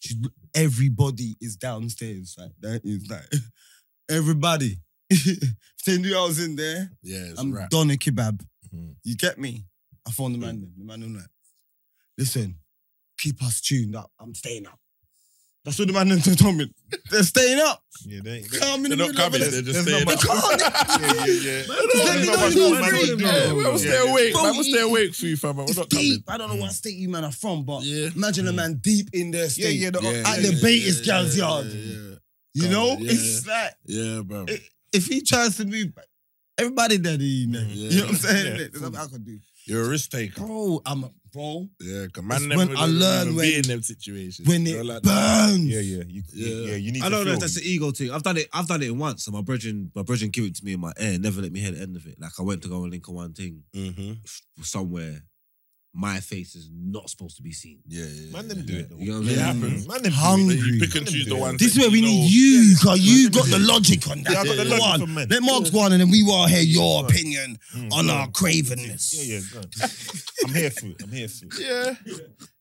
She's, everybody is downstairs. Like that is like everybody. if they knew I was in there, Yeah, it's I'm Mm-hmm. rap. done a kebab. Mhm. You get me? I phoned the man. then. The man was like, "Listen, keep us tuned up. I'm staying up." That's what the man then told me. They're staying up. Yeah, they ain't- Come in the They're middle not of coming. They're it. just There's staying not up. yeah, yeah, yeah. Let me There's not know much you're more man free, can do. man. Yeah, we'll Yeah, stay yeah. awake. Bro, man, we'll he- stay awake for you, fam. We're It's not coming. deep. I don't know what state you man are from, but Yeah. imagine a man deep in their Mm. Yeah, state yeah, the- at yeah, the yeah, Batis girl's yeah, yard. yeah, You know, Yeah. it's like Yeah, yeah, bro. if he tries to move, back, everybody that he know. Yeah. You know what I'm saying? Mm, Yeah. There's nothing I could do, You're a risk taker. bro. I'm a, bro. Yeah, It's command when them. I learn when- be in them situations. When You're it like that. burns, Yeah, yeah. You, yeah. Yeah. yeah, you need I to don't know feel if that's an ego thing. I've done it. I've done it once, and my brethren, my brethren, gave it to me in my ear. Never let me hear the end of it. Like I went to go and link on one thing Mhm. somewhere. My face is not supposed to be seen. Yeah, yeah. Man, them do it. You know what I'm It saying? happens. Man, them Hungry. Do it. You pick and choose the ones. This is that where we you know- need you, cause you got the logic on that. Yeah, I got the Go logic on. for men. Let Mark's go on, and then we want to hear your Yeah. opinion Mm. on Yeah. our cravenness. Yeah, yeah. go on. I'm here for it. I'm here for it. Yeah.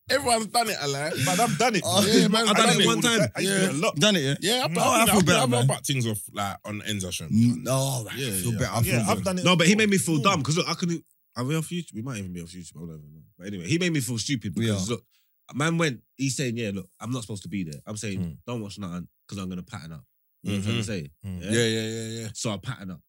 Everyone's done it, alive. Man, I've done it. Oh, yeah, man, I've I done, done it it one all time. the I used to do it a lot. Done it, yeah. Yeah, I've No, I done feel I've better, done man. about things off like on ends. I shouldn't. be Mm, done. Oh, right. I Yeah, feel yeah. better. I feel Yeah, better. I've done it. No, but he made me feel No. dumb because look, I couldn't. Are we off YouTube? We might even be off YouTube. I don't even know. But anyway, he made me feel stupid We because are. look, a man went. He's saying, "Yeah, look, I'm not supposed to be there." I'm saying, Hmm. Mm. "Don't watch nothing because I'm gonna pattern up." You know what I'm Mhm. trying to say? Mm. Yeah? Yeah, yeah, yeah, yeah. So I pattern up,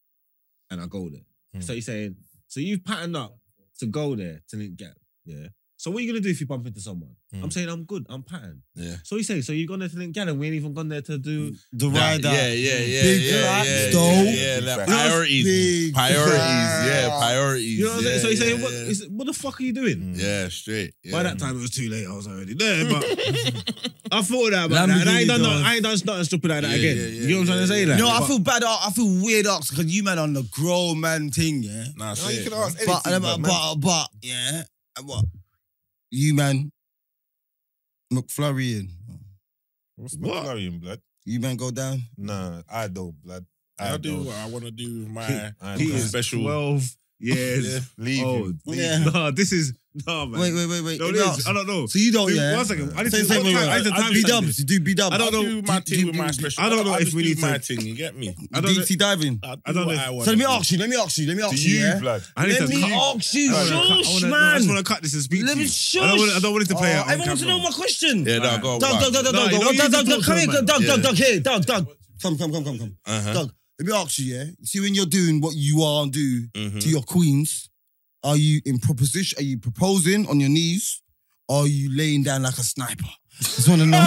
and I go Hmm. there. Mm. So he's saying, "So you've patterned up to go there to link gap, yeah." So what are you gonna do if you bump into someone? I'm Mm. saying I'm good. I'm patterned. Hmm. Yeah. Mm. So he's saying, "So you've gone there to link gap, and we ain't even gone there to do." The Yeah, rider. yeah, yeah, yeah, Big yeah, facts, yeah, though. yeah, yeah, like Big priorities, Big priorities, facts. yeah, priorities. You know what I'm yeah, saying? So he's yeah, saying, "What? yeah. he's- what the fuck are you doing?" Mm. Yeah, straight. Yeah. By that time, it was too late. I was already there, but I thought that about that. Lamborghini And I ain't done, no, does. I ain't done nothing stupid like that Yeah, again. yeah, yeah, you know what I'm trying to say? yeah, Like, No, I But- feel bad. I feel weird, ox, because you man on the grown man thing, yeah. Nah, No, you straight. can ask anything. But, um, but, man. but, but, yeah. And What? You man, McFlurry in. What's McLaren, blood? You man go down. Nah, I don't, blood. I I do don't. what I want to do with my. I he don't. is special. 12 years Leave old. him. Yeah. No, this is no man. Wait, wait, wait, wait. No, it No, is. I don't know. So you don't, Wait, yeah. One second. I need Same, to same, what wait, time- wait. I need to time B stamp dubs. this. You do B dubs. I don't know. do my Do- thing do- with my do- special. I don't know I if just we do need my to- thing. You get me? I don't Deep sea diving. I do, I don't what know. I want. So let me ask you. Let me ask you. Let me To ask you. you, yeah? blood. I need Let to me cut. ask you, I wanna cut- I wanna- shush, no, I just man. want to cut this and speak Let to me you. shush. I don't want. I don't want it to play Oh, out. on Everyone wants to camera. know my question. Yeah, no, Oh, go on. Doug, Doug, Doug, Doug, No, you know Doug, you Doug, need to Doug, Doug, talk come to here, the man. Doug, Doug, Yeah. Doug, here, Doug, Doug. Come, come, come, come, come. Uh-huh. Doug, let me ask you, yeah? See, when you're doing what you are and do to Mhm. your queens, are you in proposition? Are you proposing on your knees? Or are you laying down like a sniper? Just want to know.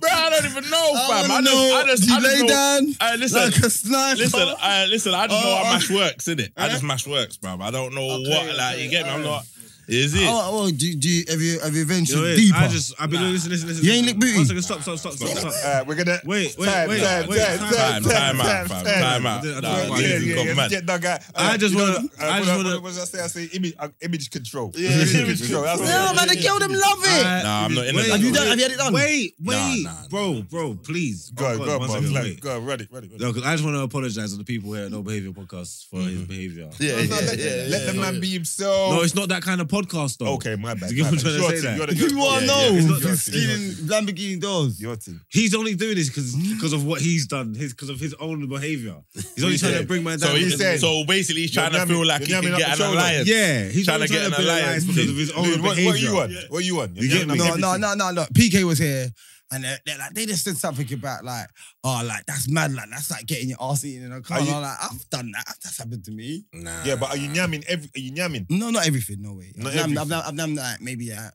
Bro, I don't even know, Oh, fam. I wanna just, I just, you I just lay know. down Aye, listen, like a sniper. Listen, I, listen, I just know Oh, how mash works, innit? I Eh? just mash works, bruv. I don't know Okay, what, like, okay, you get me? I'm alright. not, is it? Oh, oh, do, do, have you have you You know ventured what it is? deeper? I just. I've been listen, listen, listen. You ain't lick booty? One second. Stop. Stop. Stop. Stop. Nah. Stop. Alright, we're gonna. Wait. Wait. Time, Wait. time, Wait. time, time, time out, time, fam. time. Time I out. don't- Nah, I don't Yeah, nah, want yeah, this is yeah, gone yeah, mad. get that guy. I Uh, just you know, wanna- uh, I just what wanna- What was I say? I say image, uh, image control. Yeah, image control. That's what No, it is. man, the girl them love it. I- Nah, I'm not in it. Wait, Have you done- have you had it done? Wait, wait, Nah, nah, nah. bro, bro, please. Go, on, Oh, go, on, one man. second, Like, wait. Go, on, run it, run it. run it. No, because I just want to apologize to the Mm-hmm. people here at No Behavior Podcast for his behavior. No, no, let- Let the man be himself. No, it's not that kind of podcast though. Okay, my bad. You get my what I'm bad. trying to Your say thing, there? your- your- You are yeah, know yeah, yeah, your thing, your stealing thing. Lamborghini doors. Your thing. He's only doing this because of what he's done, his because of his own behavior. He's only trying to bring man down. So he's because- saying- so basically he's trying You're to feel numbing- like he you're can numbing up get the an shoulder. alliance. yeah, he's Trying only to get trying to an be alliance alliance because of his own Dude, what, behavior. what you want? What you want? You get me? No, no, no, no, no. PK was here, and they're, they're like, they just said something about like, oh, like that's mad, like that's like getting your ass eaten in a car. Are And you- I'm like, I've done that. That's happened to me. Nah. Yeah, but are you nyamming every? Are you nyamming? No, not everything. No way. Not I've, done, I've, everything. done, I've done like maybe like,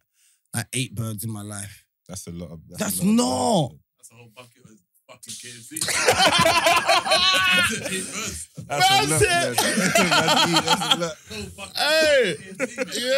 like eight birds in my life. That's a lot of. That's, a lot not. of- That's a whole bucket of fucking KFC. That's a lot. That's man. That's a lot. Hey.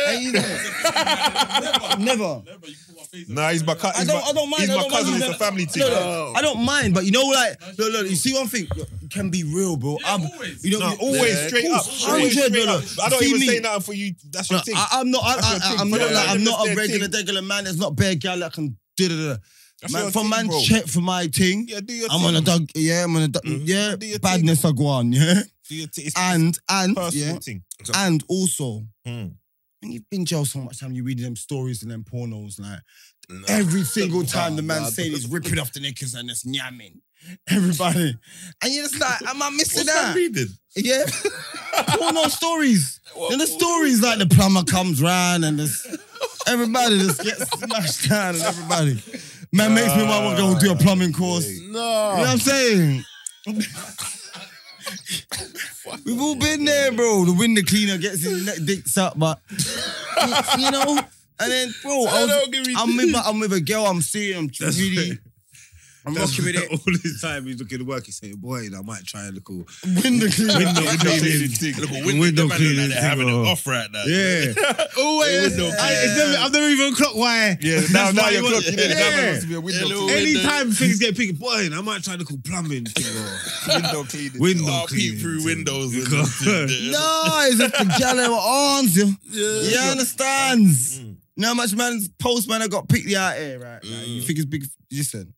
Ain't you there? Never. Never. You put my face Nah, he's my cousin. I don't, I don't mind. He's I my don't cousin. mind. It's a family thing. No, no, I don't mind, but you know, like, look, look, you see one thing, look, you can be real, bro. Yeah, I'm, always. you know, No, always Yeah, straight cool. up. Always Hundred, straight no, up. no. I don't See even me. say nothing for you. That's your Look, thing. I, I'm not. I, That's your I, thing, I, am not. bro. Like, I'm That's not a their regular, thing. regular man. There's not bare gal that can. Da, da, da. That's Man, your for thing, man, bro. check for my thing. Yeah, do your I'm thing. on Mm-hmm. a dog. Yeah, I'm on a dog. Yeah, Do your badness I go on. Yeah, Do your thing. It's and and personal yeah, thing. and also. Hmm. When you've been in jail so much time, you read them stories and them pornos. Like Nah. every single time the man nah, saying he's ripping off the knickers and it's nyamming everybody, and you're just like, am I missing What's that out? reading? Yeah. Porno stories. and the stories like the plumber comes round and this everybody just gets smashed down and everybody. Man makes me want to go do a plumbing course. You know what No. I'm saying? We've all been there, bro. The window cleaner gets his neck dicks up, but you know. And then, bro, I I was, don't give you. I'm, with, my- I'm with a girl. I'm seeing. I'm really. I'm That's rocking with it. all this time he's looking to work. He's saying, "Boy, I might try a little Window cleaner. window cleaning." Window Look, window, window cleaning cleaning. They're having it thing, oh. off right now. Yeah. Always. Window I, it's never, I've never even clocked why. Yeah, now, now why you're you want- clocking Yeah. in. Yeah. Window Hello. cleaning. Anytime things get picked, boy, I might try to call plumbing thing or Window cleaning. window Oh, cleaning peep through thing. windows. and- Because- No, it's just the gal in my arms. You, you understands? Now much man's postman I got picked me out here, right? Like, you think it's big? Listen,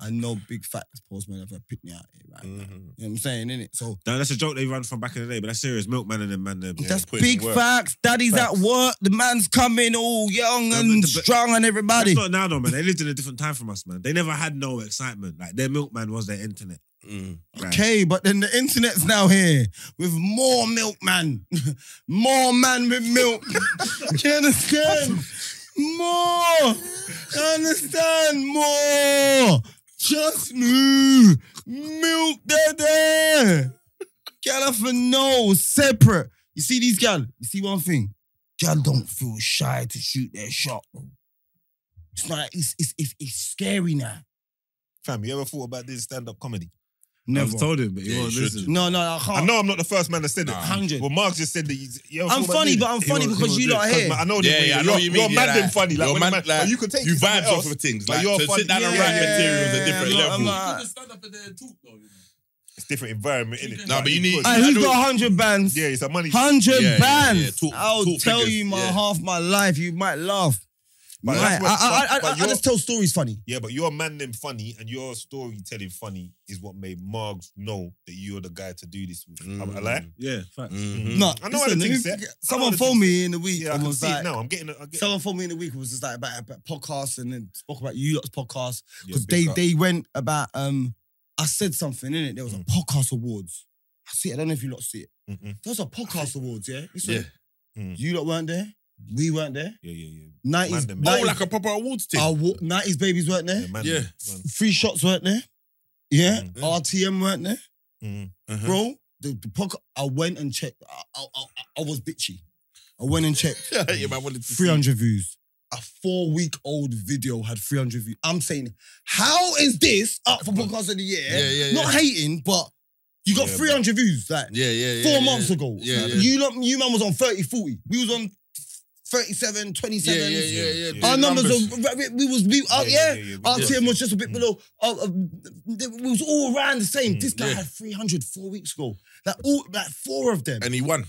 I know big facts. Postman ever picked me out here, Mm. right? You know what I'm saying, innit? So No, that's a joke they run from back in the day, but that's serious. Milkman and them man, them. that's put in big work. facts. Daddy's at work. The man's coming all young and but- but- strong and everybody. That's not now though, man. They lived in a different time from us, man. They never had no excitement. Like their milkman was their internet. Mm. Right. Okay, but then the internet's now here with more milkman, more man with milk. you understand? More. You understand? More. Just move. Milk there, there. Get off and no, separate. You see these gal? You see one thing? Gal don't feel shy to shoot their shot. bro. It's not, it's, it's, it's, it's scary now. Fam, you ever thought about this stand-up comedy? I've told him, but he Yeah, won't you listen. No, no, I can't. I know I'm not the first man that said it. Nah. Hundred. Well, Mark just said that. He's, you ever I'm thought about funny, doing but it? I'm He funny won't- he because won't you do it. lot are 'Cause here. man, I know Yeah, that yeah, I you're, know what you mean. you're yeah, mad like, and funny. Like, you're when mad- man, like, you can take it you to vibes somewhere off else. of things. Like, Like, you're to funny. sit down and Yeah, write yeah, materials yeah, at different yeah, I'm levels. not- You just stand up in there and talk though. You know? It's different environment, innit? Nah, but you need- Aye, I who's know- got 100 bands? Yeah, it's a money. 100 Yeah, yeah, bands. yeah, talk- I'll talk tell figures, you my yeah. half my life. You might laugh. But Right. that's what- I, I, I, but- but I, I you're- just tell stories funny. Yeah, but your man them funny and your storytelling funny is what made Margs know that you're the guy to do this with. Am I like? Yeah, fact. Mhm. No, I know how the listen, let thing me- set. I know how Someone the phoned thing me in the week. Yeah, I and can was see like, it now. I'm getting. I get, Someone phoned me in the week. It was just like about, about podcasts and then spoke about you lot's podcast Yeah, because big they up. they went about um. I said something in it. There was Mm. a podcast awards. I see. it. I don't know if you lot see it. Mm-mm. There was a podcast awards. Yeah. You saw Yeah. it? Mm. You lot weren't there. We weren't there. Yeah, yeah, yeah. Nineties. them, Oh, like a proper awards thing. Nineties babies weren't there. yeah, man Yeah. them. Free shots weren't there. Yeah. Mm. RTM weren't there. Mm. Uh-huh. Bro, the, the podcast, I went and checked. I, I, I, I was bitchy. I went and checked. yeah, man, I wanted to see- 300 views. A four week old video had 300 views. I'm saying, how is this up for podcast of the year? Yeah, yeah, Not hating, but you got Yeah, 300 views like Yeah, yeah, yeah. four yeah. months ago. Yeah, yeah. You, lot- you man was on 30, 40. We was on 37, 27. Yeah, yeah, yeah, yeah. Our Our Big numbers, are, we- we was we up, yeah. we Our did. team was just a bit Mm. below. Uh, uh, we was all around the same. Mm, This guy yeah. had 300 four weeks ago. Like all, like four of them. And he won.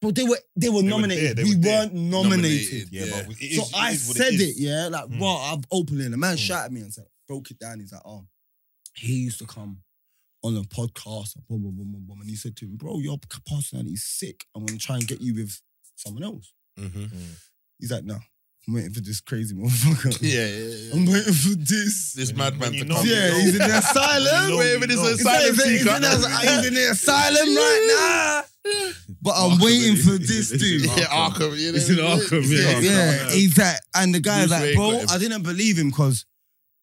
But they were they were were there, nominated. they we were there. weren't nominated. Nominated. Yeah, Yeah. but it So is, I it is what said it, it, is. yeah. Like, Mm. bro, I'm opening. The man Mm. shouted at me and said, broke it down. He's like, oh, he used to come on a podcast, boom, boom, boom, boom, boom. And he said to him, bro, your personality is sick. I'm gonna try and get you with someone else. Mm-hmm. He's like, nah, I'm waiting for this crazy motherfucker. Yeah, yeah, yeah. I'm waiting for this. This madman you to know- come. Yeah, he's in the asylum. know, Wait, but it's you know. an He's like, asylum he's in- he's in seeker. the- he's in the asylum right now. But I'm waiting for this dude. Yeah, Arkham. You know It's in what I mean? Arkham, yeah. Yeah, Yeah, he's like, and the guy's Bruce like, Wayne bro, got him. I didn't believe him because,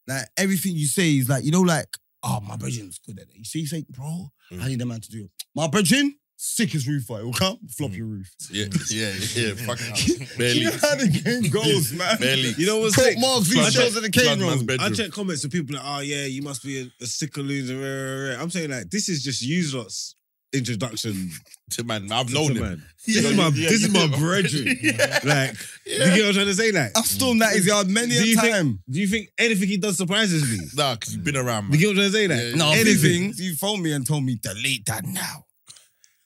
like, everything you say is like, you know, like, oh, my brethren's good at it. You see, he's like, bro, I need a man to do it. My brethren, sick as roof fight. Will come, flop your roof. yeah, yeah, yeah. Fuck it. You Barely. know how the game goes, man. Barely. You know what's Court sick? Marks Blood- these shows in the cane Bloodman's room. I bedroom. check comments of people like, oh yeah, you must be a, a sick loser. rah, rah, rah." I'm saying like this is just you lot's introduction. to man. I've No, known him. man. This is my yeah, this is my yeah. brethren. Like, you get what I'm trying to say? Like, I've stormed that his yard many Do you a think- time. do you think anything he does surprises me? Nah, because you've been around, You man. get what I'm trying to say? Like, Yeah, yeah. No, anything. anything. You phoned me and told me, delete that now.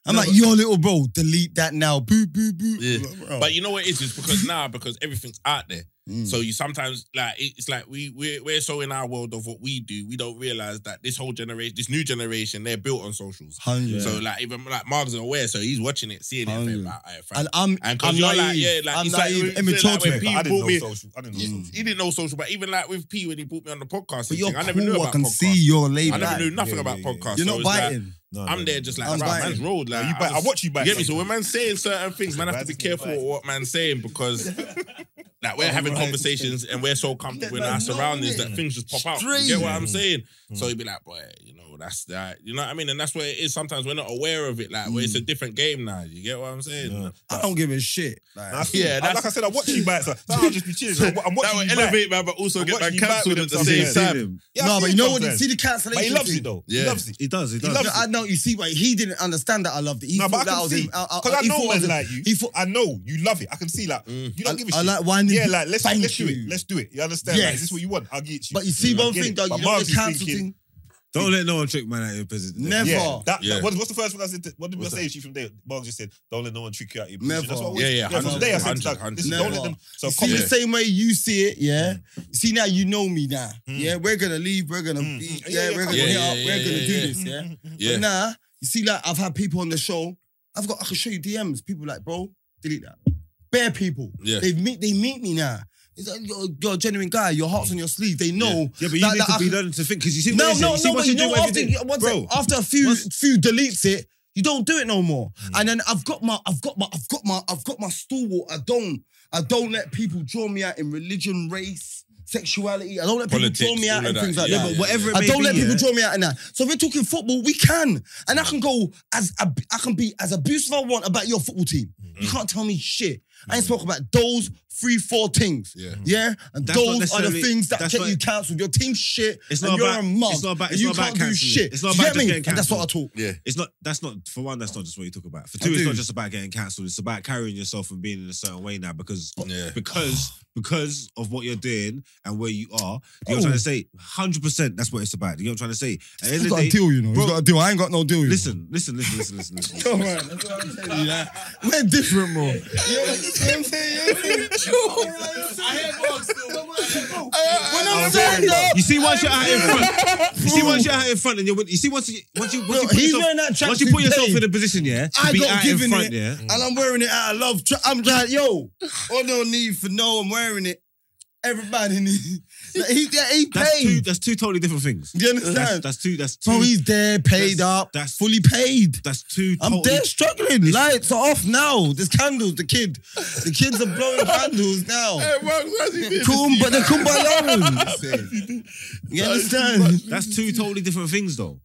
I'm No, like, but- yo, little bro, delete that now. Boo, boo, boo. Yeah. Bro. But you know what it is? It's because now, because everything's out there. Mm. So you sometimes like it- it's like we we're, we're so in our world of what we do, we don't realize that this whole generation, this new generation, they're built on socials. Hundred. So like even like Mark's aware, so he's watching it, seeing it. Oh, fam, yeah. like, alright, fam. And I'm, And I'm because you're like, naive. yeah, like I'm it's naive, like, when- immature like to when it. P I didn't brought know me, social. I didn't know Yeah, social. he didn't know social, but even like with P when he brought me on the podcast, But and you're thing, I never knew cool. about I can podcasts. see your late I never back. knew nothing Yeah, about yeah, yeah. podcasts. You're so not it's like, biting. No, I'm no, there no. just like, I'm right, biting. man's road. Like, you bite. I just- watch you you bite. get me? So when sometimes. man's saying certain things, man, I have to be Surprising careful with advice. what man's saying because like we're having conversations and we're so comfortable in our surroundings that things just pop out. You get what I'm saying? So he'd be like, boy, you know, that's that. You know what I mean? And that's what it is. Sometimes we're not aware of it. Like, where it's a different game now. You get what I'm saying? Yeah. I don't give a shit. Like, Nah, I Yeah, feel- I- that's- like I said, I watch you bites. So I'll just be cheering. I'm, I'm that watching would you bite. elevate, man, but also I'm get man watching you back cancelled with at the him I've same sometimes. seen time. him. Yeah, I no, see but it you know what? You sometimes. see the cancellation. But he loves it thing? though. Yeah. He loves it. He does. He He does. loves No, I know. You see, why he didn't understand that I loved it. He No, thought but I that can was see. him. I, I, Because I, he know thought I was men him. like you. He thought. I know you love it. I can see that. You don't I- give a I shit. like winding yeah, people- like let's Thank let's do you. it. Let's do it. You understand? Like, Yes. is this what you want? I'll get you. But you see I one get thing it. though, But you know Mark's the is cancel thinking- thing. Don't let no one trick man out of your position. Never. Yeah, that, Yeah. That, what's, what's the first one I said? To, what did What's I say? She from there. Mark just said, "Don't let no one trick you out." Your position." Never. That's what I Yeah, always- yeah, From hundred, today, I said to hundred, that. This is, hundred. don't let them. So You see come the same way you see it, yeah. You See now you know me now. Mm. Yeah, we're gonna leave. We're gonna Mm. be, Mm. yeah, Yeah, we're yeah, Mm. gonna yeah, hit yeah, up. yeah, We're gonna yeah, do yeah. this, yeah. Yeah. But now you see, like I've had people on the show. I've got I can show you DMs. People like, bro, delete that. Bare people. Yeah. They meet. They meet me now. It's like, you're, you're a genuine guy. Your heart's on your sleeve. They know. Yeah, but you that- need that I to be can- learning to think because you see No, what you no, see no, what but you you do know, every after, day. once Mm. Bro. it- after a few once- few deletes it, you don't do it no more. And then I've got my, I've got my, I've got my, I've got my stalwart. I don't, I don't let people draw me out in religion, race, sexuality. I don't let Politics, people draw me all out in of things that, like yeah, that. yeah, But whatever it I may don't be, let people yeah, draw me out in that. So if we're talking football, we can. And I can go as ab- I can be as abusive as I want about your football team. You can't tell me shit. I ain't spoke about those three, four things. Yeah. Mm-hmm. Yeah. Mm-hmm. And That's not those are the necessarily- things that that's get not- you cancelled. Your team shit. It's and not you're about- a mug. it's not about- and it's you not about can't do cancelling. shit. It's not Do about you get just me? getting And that's what I cancelled. talk. Yeah. It's not. That's not for one. That's not just what you talk about. For I two, it's do. not just about getting cancelled. It's about carrying yourself and being in a certain way now because Oh. Yeah. because because of what you're doing and where you are. You know what Oh. I'm trying to say? Hundred percent. That's what it's about. You know what I'm trying to say? At the end He's of got a the day, deal, you know. Bro- He's got a deal. I ain't got no deal. You know. listen, listen, listen, listen, listen, listen. All right, that's what I'm telling you, like, We're different, bro. You know what I'm saying? I hear Mark still. When I'm saying that, You see, once you're out in front, you see, once you're out in front, and you're, you see, once you, once you, once you Look, put he's yourself, wearing that tracksuit once you put yourself paid. in a position, yeah, to I be got out in given front, it, yeah, and I'm wearing it out of love. Tr- I'm like, yo, all no need for no. I'm wearing it. Everybody, need- like, he yeah, he that's two, paid. that's two totally different things. Do you That's, understand? that's two, that's two, So he's there, that's- paid up, that's- fully paid. that's two. I'm Totally, there struggling. Lights are off now. There's candles. The kid, the kids are blowing candles now. Come, but they come by You understand? That's two totally different things, though.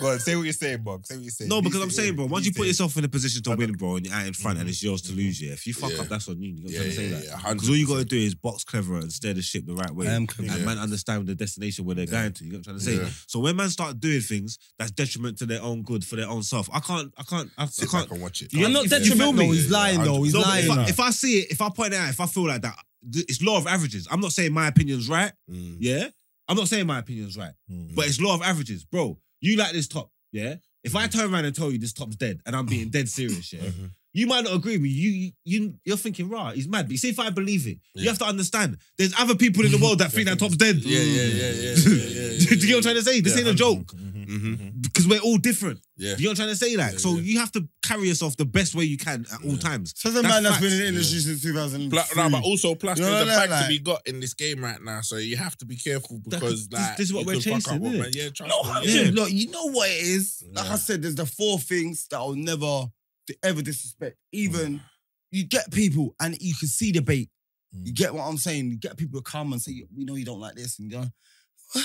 Go on, say what you're saying, Mark. Say what you're saying. No, because Please I'm say saying, it. bro, once Please you put say it. yourself in a position to win, bro, and you're out in front Mhm. and it's yours to lose, yeah, if you fuck Yeah. up, that's on you. You know what Yeah, I'm trying to say? yeah, Like, yeah, because all you got to do is box cleverer and steer the ship the right way. I am and clever. man understand the destination where they're going to. You know what I'm trying to say? Yeah. So when man start doing things that's detriment to their own good for their own self, I can't, I can't, I, I Sit can't. back and watch it. You're not If you detrimental. feel me- No, he's lying though. He's No, but lying. if, I, if I see it, if I point it out, if I feel like that, th- it's law of averages. I'm not saying my opinion's right. Mm. Yeah. I'm not saying my opinion's right, Hmm. Mm. but it's law of averages. Bro, you like this top. Yeah. If Hmm. I turn around and tell you this top's dead and I'm being dead serious, yeah, Mhm. you might not agree with me. You, you, you're thinking, rah, he's mad. But you see, if I believe it, you Yeah. have to understand there's other people in the world that think that top's dead. Yeah, yeah, yeah, yeah. yeah, yeah, Do you get what I'm trying to say? This Yeah, ain't a joke. Mm-hmm. because we're all different. Yeah. You know what I'm trying to say? Like, Yeah, so yeah. you have to carry yourself the best way you can at all times. Says a That's man that's facts. been in the industry since 2000. Pla- nah, but also plus You know there's a what I mean? fact to Like- be got in this game right now, so you have to be careful because this- like this is what you we're could fuck chasing, up with- innit? man. Yeah, trust No, me. Yeah. yeah. look, you know what it is. Like Yeah. I said, there's the four things that I'll never to ever disrespect. Even you get people and you can see the bait. Mm. You get what I'm saying? You get people to come and say, we know you don't like this, and you know.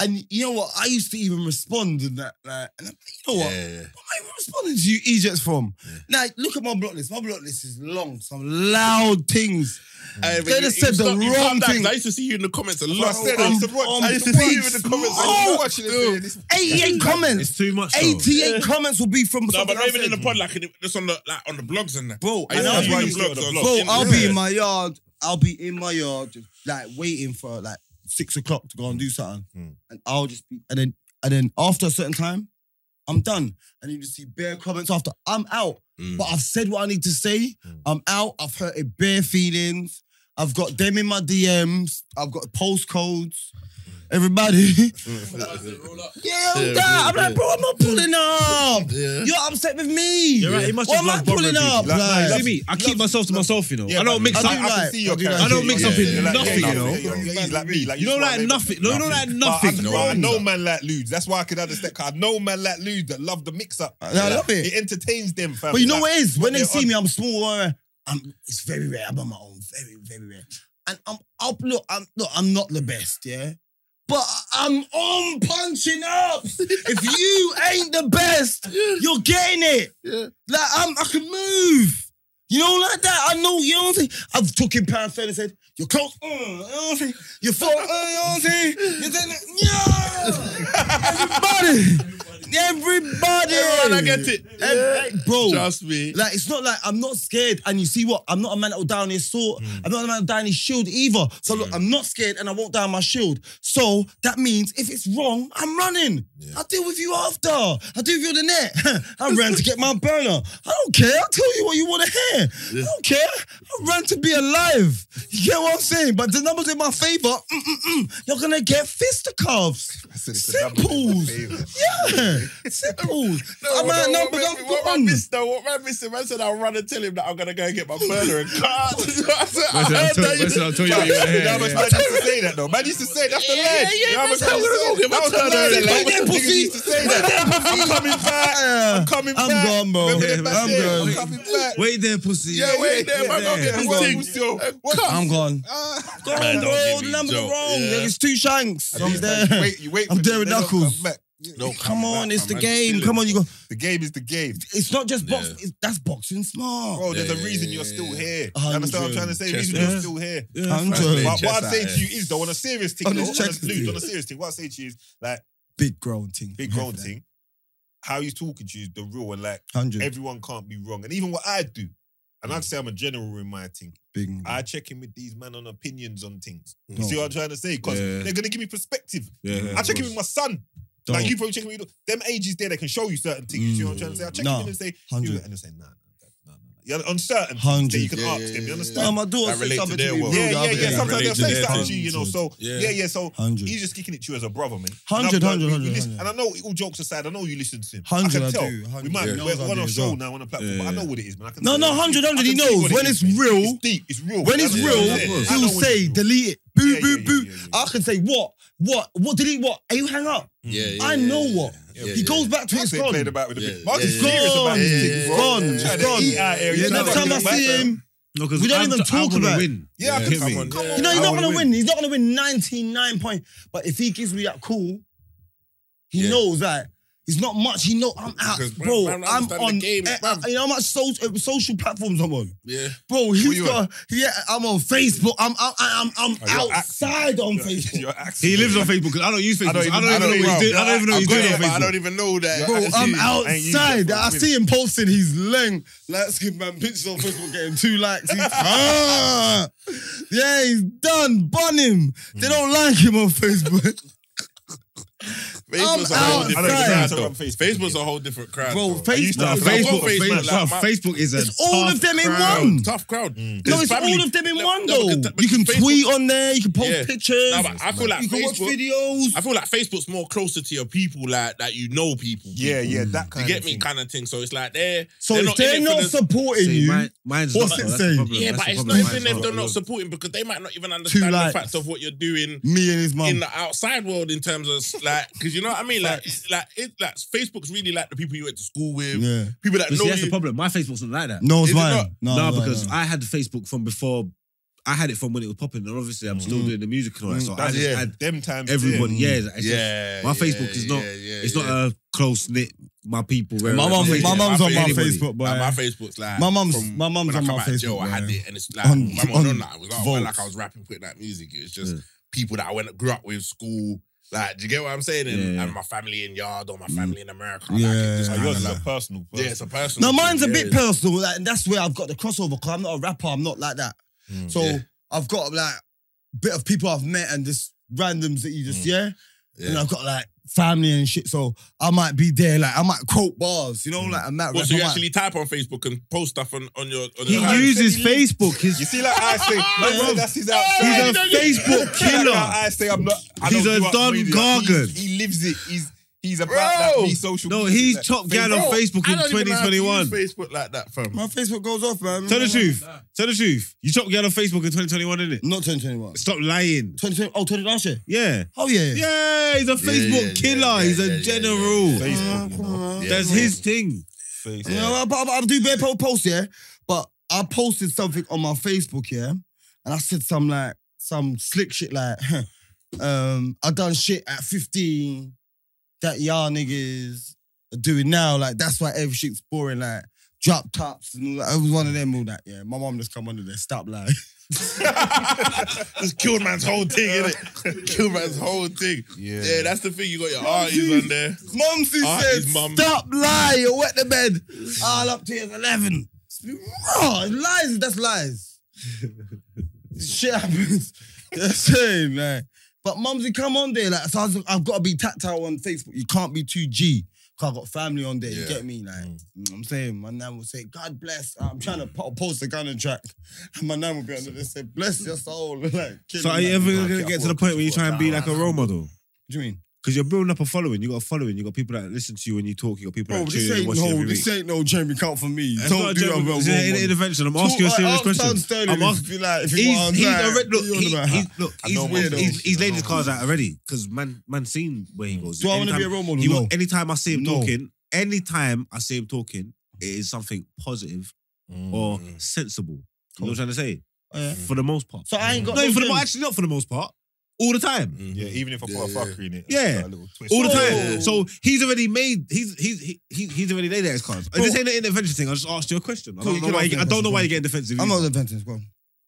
And you know what? I used to even respond in that. Like, and I'm like, you know Yeah, what? yeah, What am I even responding to you Egypt's from? Now look at my block list. My block list is long. Some loud things. yeah. They just said the wrong thing. I used to see you in the comments a lot. I said, I used to watch. Oh, I used to I'm- see you in the comments. I I'm- used to watch it. and saying, this- 88 It's comments. too much. though. 88 comments will be from No, someone but not else. even in the pod, like in the- just on the like on the blogs and that. Bro, I used and to I'll see why you be in you the used to blogs. go to on- the Bro, blogs. in- I'll yeah. be in my yard. I'll be in my yard, just, like waiting for like six o'clock to go and do something, Hmm. Mm. and I'll just be, and then and then after a certain time, I'm done, and you just see bare comments after. I'm out, Mm. but I've said what I need to say. Hmm. I'm out. I've hurted bare feelings. I've got them in my DMs. I've got postcodes. Everybody, yeah, I'm Hmm. Yeah, down. I'm yeah, like, bro, I'm not pulling up. Yeah. You're upset with me. You're right. It must Why have am I loved bothering pulling people. up? Like, no, Like- he See me, I keep myself to myself, you know. I but don't mix I up. do I like- can see your do like- character. I don't mix up in nothing, you know? yeah, yeah, he's like me, like, You just don't wanna like live- nothing. No, you don't like nothing. But I, but I know man like lewds. That's why I could understand. 'cause I know man like lewds that love the mix up. I love it. It entertains them. Fam. But you know Like, what it is? When they they're see on- me, I'm small. uh, I'm, it's very rare. I'm on my own. Very, very rare. And I'm up. Look, I'm look. I'm not the best. Yeah. But I'm on punching up. if you ain't the best, you're getting it. Like I'm, I can move. You know, like that. I know. You know what I'm saying? I've took in pound and said, "You're close. Uh, you know what I'm saying? You're full. Uh, you know what I'm saying? You're doing it. Yeah. Everybody. Everybody. Everyone, I get it. Every- bro. Trust me. Like it's not like I'm not scared. And you see what? I'm not a man that will down his sword. I'm not a man that will down his shield either. So look, I'm not scared and I won't down my shield. So that means if it's wrong, I'm running. I'll deal with you after. I'll deal with you on the net. I ran to get my burner. I don't care. I'll tell you what you want to hear. I don't care. I ran to be alive. You get what I'm saying? But the numbers in my favor, mm-mm-mm, you're gonna get fisticuffs. Simples. Yeah. Simples. I'm outnumbered. I'm what, man- what gone. man missed though? What man missed? Man said I'll run and tell him that I'm gonna go and get my burner and cut. I said, I Listen, I'll heard tell- that you- listen, I'll tell you what you wanna hear, Nah, but yeah. man Man used to say that though. Man used to say that's the leg. You know how much that's man how used to we're gonna say? That was go. the That's leg. how Niggas we're used to say that. I'm coming back. I'm coming I'm back. gone, bro. Remember Yeah, that I'm man said, gone. I'm coming back. Wait there, pussy. Yeah, wait there. Man, go get there. the things, yo. Ah. What I'm gone. Gone, Man, don't bro. give me Numbers joke. wrong. Yeah. It's two shanks. I'm there. You wait, you wait. I'm for them, Darren they don't Knuckles. come back. No, Come on, it's my the man's game. chilling. Come on, you go. The game is the game. It's not just box. Yeah. it's- That's boxing smart. Bro, there's Yeah, a reason yeah, you're yeah, still yeah. here. A You understand what I'm hundred. trying to say? Chest reason man. you're still here. Yeah, But what chest I'd say out to you is though, on a serious thing, On though, his on, a, chest. dude, on a serious thing, what I'd say to you is like Big grown thing. big grown thing, how he's talking to you is the real and like Hundred. everyone can't be wrong. And even what I do, and I'd say I'm a general in my thing, Big. I check in with these men on opinions on things. You No. see what I'm trying to say? Because Yeah. they're gonna give me perspective. Yeah, yeah, I of check in course. with my son. Like you probably check in with them ages there, they can show you certain things. You see what I'm trying to say? I check Nah. in with them and say, Hundred. and they say, nah, nah, nah, nah, nah. You're uncertain. Hundred. That you can Yeah, ask yeah, them. yeah, You yeah. No, understand? my daughter That said relate something to to their me. world. bro, Yeah, the yeah, other yeah. day. Sometimes they'll say Related something to you, you know. So Yeah. yeah, yeah. so Hundred. he's just kicking it to you as a brother, man. And Hundred, I've learned- hundred, we- we hundred, listen- hundred. And I know all jokes aside, I know you listen to him. Hundred, I I can tell. do, We hundred. might He knows we're I one do on as show well. now on the platform, Yeah, but I yeah. know what it is, man. I can No, tell no, you. hundred, I hundred. can He tell you knows what it when is, it's man. real. It's deep. It's real. When man. it's I know what it real, is. of course. I know he'll what it say is. delete it. Boo, Yeah, yeah, boo, yeah, boo. yeah, yeah. I can say what, what, what? Delete what? Are you hang up? Yeah, yeah, I yeah, know yeah. what. Yeah, yeah, he goes back to Mark his ain't gone. playing about with the Yeah, big. Mark yeah, is yeah. serious about his Gone, thing, he's bro. gone, he's Trying to gone. eat out here, Yeah, he's no, trying Next to but time get I you're back, see bro. him, No, because We don't I'm even t- I talk wanna about it. win. Yeah, I You can get come me? on. Yeah. You know, he's I not wanna gonna win. win. He's not gonna win 99 points. But if he gives me that call, he Yeah. knows that it's not much. He know I'm out, Because, bro. man, man, I'm understand the on. game, eh, man. you know how much social, social platforms I'm on, Yeah. bro. He's you got, yeah. I'm on Facebook. I'm I'm I'm, I'm Oh, you're outside on Your- Facebook. your accent. He lives on Facebook. 'cause I don't use Facebook. I I don't don't even, even- I know what don't he's doing. even- I don't even know I what he's got doing it, on but I Facebook. don't even know that. Bro, I'm I ain't used outside. to it for I a see him posting his leng. Let's give man pictures on Facebook getting two likes. He's, ah, yeah, Hmm. he's done. Bun him. They don't like him on Facebook. But it's Facebook's a whole I'm different outside. crowd, though. Facebook. Facebook's a whole different crowd, Bro, though. Facebook- I used to- No, I've got Facebook, Facebook, Facebook, like, bruv, my- Facebook is a It's all tough of them in crowd. one. Tough crowd. No, There's it's family- all of them in No, one no, though. because- you can because tweet Facebook- on there. You can post Yeah. pictures. No, but I feel like you can watch Facebook. videos. I feel like Facebook's more closer to your people, like that you know people. Yeah, yeah, that kind You of get me thing. kind of thing. So it's like they're So they're if not they're in it for not the- supporting See, you, mine- mine's What's not, it though. That's saying? the problem. yeah, That's but the it's not problem. even Mine's if they're loyal. not supporting because they might not even Two understand the likes. fact of what you're doing me and his in mum. the outside world in terms of like because you know what I mean. Like it's like it like Facebook's really like the people you went to school with, Yeah. people that But know see, that's you. the problem. My Facebook's not like that. No, it's Is it mine. No, no, no, because no. I had Facebook from before. I had it from when it was popping, and obviously I'm still Mm. doing the music and all that. So I That's- just yeah, had them times. everybody. Yeah, Yeah. it's just- yeah, my yeah, Facebook is not- yeah, yeah, it's yeah. not a close knit. My people. where- my mum's, Yeah, my yeah. mum's on my Anybody. Facebook, boy. Like, my Facebook's like My mum's- from my mum's when I on come my out of jail, Facebook, I had yeah. it, and it's like On- my mum on on that. I was like, Volts. like I was rapping, putting out music. It was just Yeah. people that I went grew up with, school. Like, do you get what I'm saying? And, Yeah, yeah. and my family in yard or my family in America. Yeah. like, it's just Oh, kinda yours is like- a personal. yeah, it's a personal. No, mine's a thing, bit yeah. personal, like, and that's where I've got the crossover. Cause I'm not a rapper, I'm not like that. Mm, so yeah. I've got like a bit of people I've met and just randoms that you just yeah? Mm. Yeah. and I've got like family and shit. So I might be there, like I might quote bars, you know, like I might. Well, rap, Mm. so I you might- actually type on Facebook and post stuff on, on your. On He your uses Facebook. His, You see, like I say, man, Bro, that's his he's a outside. Facebook Like killer. I say, I'm not. I He's don't a do up Don media. Gargan. He's- He lives it. He's he's about Bro. that. He's social. No, media, he's like, top guy on Facebook. Facebook I in don't even know how to 2021. use Facebook like that, fam. My Facebook goes off, man. Tell the truth. Tell the truth. You top guy on Facebook in 2021, innit? Not 2021. Stop lying. 2020, oh, 20 last year. Yeah. Oh, yeah. Yeah, he's a yeah, yeah, Facebook yeah, killer. He's yeah, a yeah, general. yeah. Facebook, you come know. on. Yeah. That's his thing. Facebook. You know, I, but- but I do bare po- posts, yeah. But I posted something on my Facebook, yeah, and I said some like some slick shit like, um, I done shit at 15 that y'all niggas are doing now. Like that's why everything's boring. Like drop tops and all that. It was one of them all that. Yeah, my mom just come under there. Stop like. Just killed man's whole thing, innit? killed man's whole thing. Yeah. that's the thing. You got your arties on there. Mom she Ah, said, his mum. stop lying. You wet the bed. All up to years 11. Raw. Lies, that's lies. Shit happens. You know what I'm saying, like. But mumsy, come on there. Like, so I was- I've got to be tactile on Facebook. You can't be too G. Cause I got family on there. You Yeah. get me? Like, I'm saying, my nan will say, God bless. I'm trying to po- post a gun and track. And my nan will be under there say, bless your soul. like, So are you ever gonna get to the point where you try and be like a role model? do you mean? Because you're building up a following. You got a following. You got people that listen to you when you talk. You got people Bro, that tune this in and ain't watch you no, every this week. ain't no Jeremy Count for me. That's Don't not a do that, general- bro. it's an intervention. I'm asking you a serious question. I'm asking. you like, if you He's, want he's to already look. you He, know about he's, that. look, I he's, know he's, weirdos. he's, I laid his know cards out already because man, man, seen where he goes. Do I want to be a Anytime- role model? He No. will, anytime I see him No. talking, anytime I see him talking, it is something positive Mm. or sensible. You know what I'm trying to say? Oh, Yeah. For the most part. So I ain't got No, no for the, mo- things. actually not for the most part. All the time. Mm. Yeah, even if I put a fucker in it. Yeah. got a little twist. All the Oh. time. So he's already made. He's he's he, he- he's already laid out his cards. this ain't an intervention thing. I just asked you a question. I Cool, don't you know can why. ask You, me I a don't know question, why you're go getting defensive. I'm either. not defensive, bro.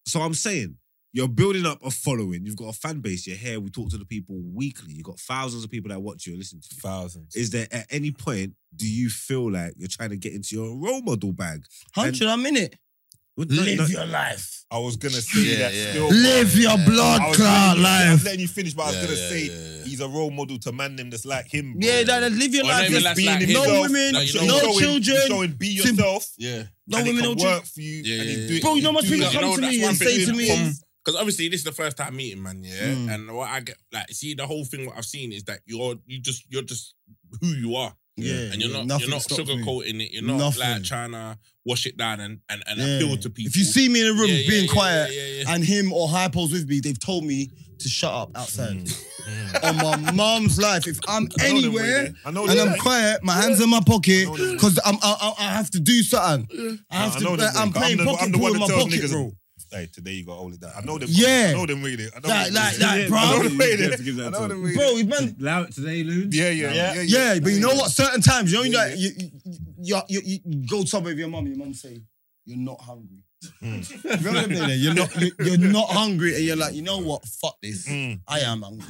So I'm saying you're building up a following. You've got a fan base. You're here. We talk to the people weekly. You've got thousands of people that watch you and listen to you. Thousands. Is there at any point do you feel like you're trying to get into your role model bag? Hundred, I'm in it. No, no, Live no. your life. I was gonna say Yeah, that yeah. still. Live your I blood was clot letting you- I was life. letting you finish, but I was Yeah, gonna yeah, say yeah, yeah. he's a role model to man them that's like him. Bro. Yeah, that, that live your Or life. maybe Just that's be- like him. no himself. women, Like, you know, no showing, children. Showing be Sim- yourself. Yeah. No and it women, can no children. work for you. Yeah, and yeah, you yeah. Do Bro, it, you know how much do people that. You come know, to that's me one and thing say to me from- is, Because obviously this is the first time meeting, man. Yeah, Mm. and what I get, like, see, the whole thing what I've seen is that you're you just you're just who you are, yeah, and you're yeah, not nothing you're not stops me. sugarcoating it. You're not Nothing. like trying to wash it down and and, and Yeah. appeal to people. If you see me in a room Yeah, yeah, being yeah, quiet yeah, yeah, yeah. and him or Hypo's with me, they've told me to shut up outside. Mm. Mm. On my mom's life, if I'm I know them way anywhere there. I know and them. I'm quiet, my hands in my pocket I know them. because I'm I, I, I have to do something. I have I to. know them, I'm but playing I'm the- pocket I'm the pool one in my that tells pocket, niggas- bro. Hey, today you got all of that. I know them. Yeah. I know them really. I know Like- them like- really. like, I know bro. them really. You have to give that I know to them him. really. Bro, man. Allow it today, Loon. Yeah, yeah, yeah, yeah. Yeah, but you know yeah. what? Certain times, you know, you Yeah, like, you, you, you, you, you, you go somewhere with your mum, your mum say, "You're not hungry." Hmm. You know what I mean? You're not, you- you're not hungry, and you're like, you know what? Fuck this. Mm. I am hungry.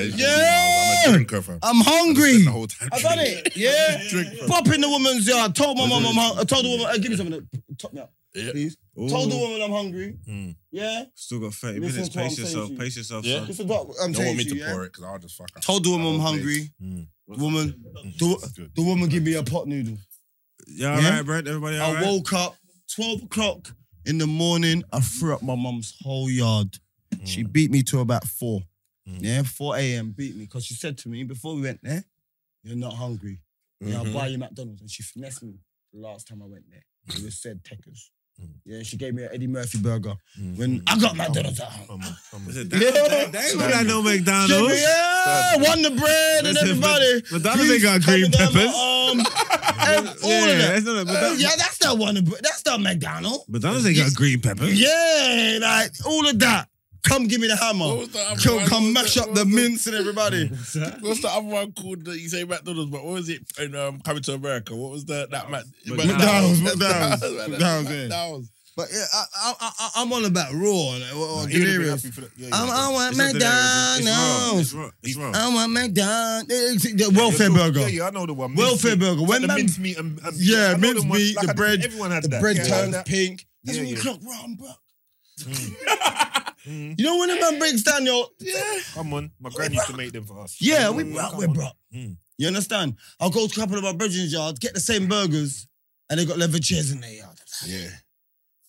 yeah, I'm a drinker, fam. I'm hungry. The whole time I've done drinking. it. Yeah. Drink, bro. Pop in the woman's yard. Told my mum, I'm hung- I told the woman, hey, give me something. Top me up, Yeah. please. Told the woman I'm hungry. Mm. Yeah. Still got 30 Listen minutes. to what Pace I'm saying yourself. to you. Pace yourself, Yeah. son. This is what I'm Don't saying want me to to you, yeah? pour it because I'll just fuck up. Told the woman I'm Oh, hungry. please. Mm. Woman, the, the woman give me a pot noodle. You all Yeah. Oh, right, Brent? Everybody all I right? woke up 12 o'clock in the morning. I threw up my mum's whole yard. She beat me to about four. Yeah, 4 a.m. beat me because she said to me before we went there, You're not hungry. Yeah, Mm-hmm. I'll buy you McDonald's. And she finessed me the last time I went there. It was said Techers. Yeah, she gave me an Eddie Murphy burger Mm. when I got McDonald's at home. Come on, come I on. said, Yeah. That that- that ain't gonna be like no Jimmy, McDonald's. yeah, won the bread and Listen, everybody. McDonald's ain't got Grease green covered up my peppers. arm, and all of Yeah, that. that's not a- Uh, McDonald's- yeah, that's not one. of- That's not McDonald's. McDonald's ain't got green peppers. Yeah, like all of that. Come give me the What hammer. was the other Come, one? come What was mash the- up what the was mince and everybody. Oh, What's the other one called? That you say McDonald's, but what was it? In, um, coming to America, what was the that Mac, McDonald's, McDonald's, McDonald's, yeah. McDonald's. But yeah, I, I, I, I'm on about raw. Like, or, or He would've been delirious. happy for that. Yeah, yeah. I'm, I want It's not delirious, it's- It's McDonald's. wrong. It's wrong. I want McDonald's. The Yeah, welfare cool. burger. Yeah, yeah, I know the one. Welfare Mincemeat. burger. It's When like the man- mincemeat and, and Yeah, I know them ones, mincemeat, like the I did- bread- Everyone had The that. bread yeah, turns that- pink. That's Yeah, when you yeah. clock round, bro. You know when a man breaks down your yeah Come on, my gran used to make them for us. yeah Come we on, bro come we on. bro. Mm. You understand? I'll go to a couple of my brethren's yard, get the same burgers, and they got leather chairs in their yard. Yeah,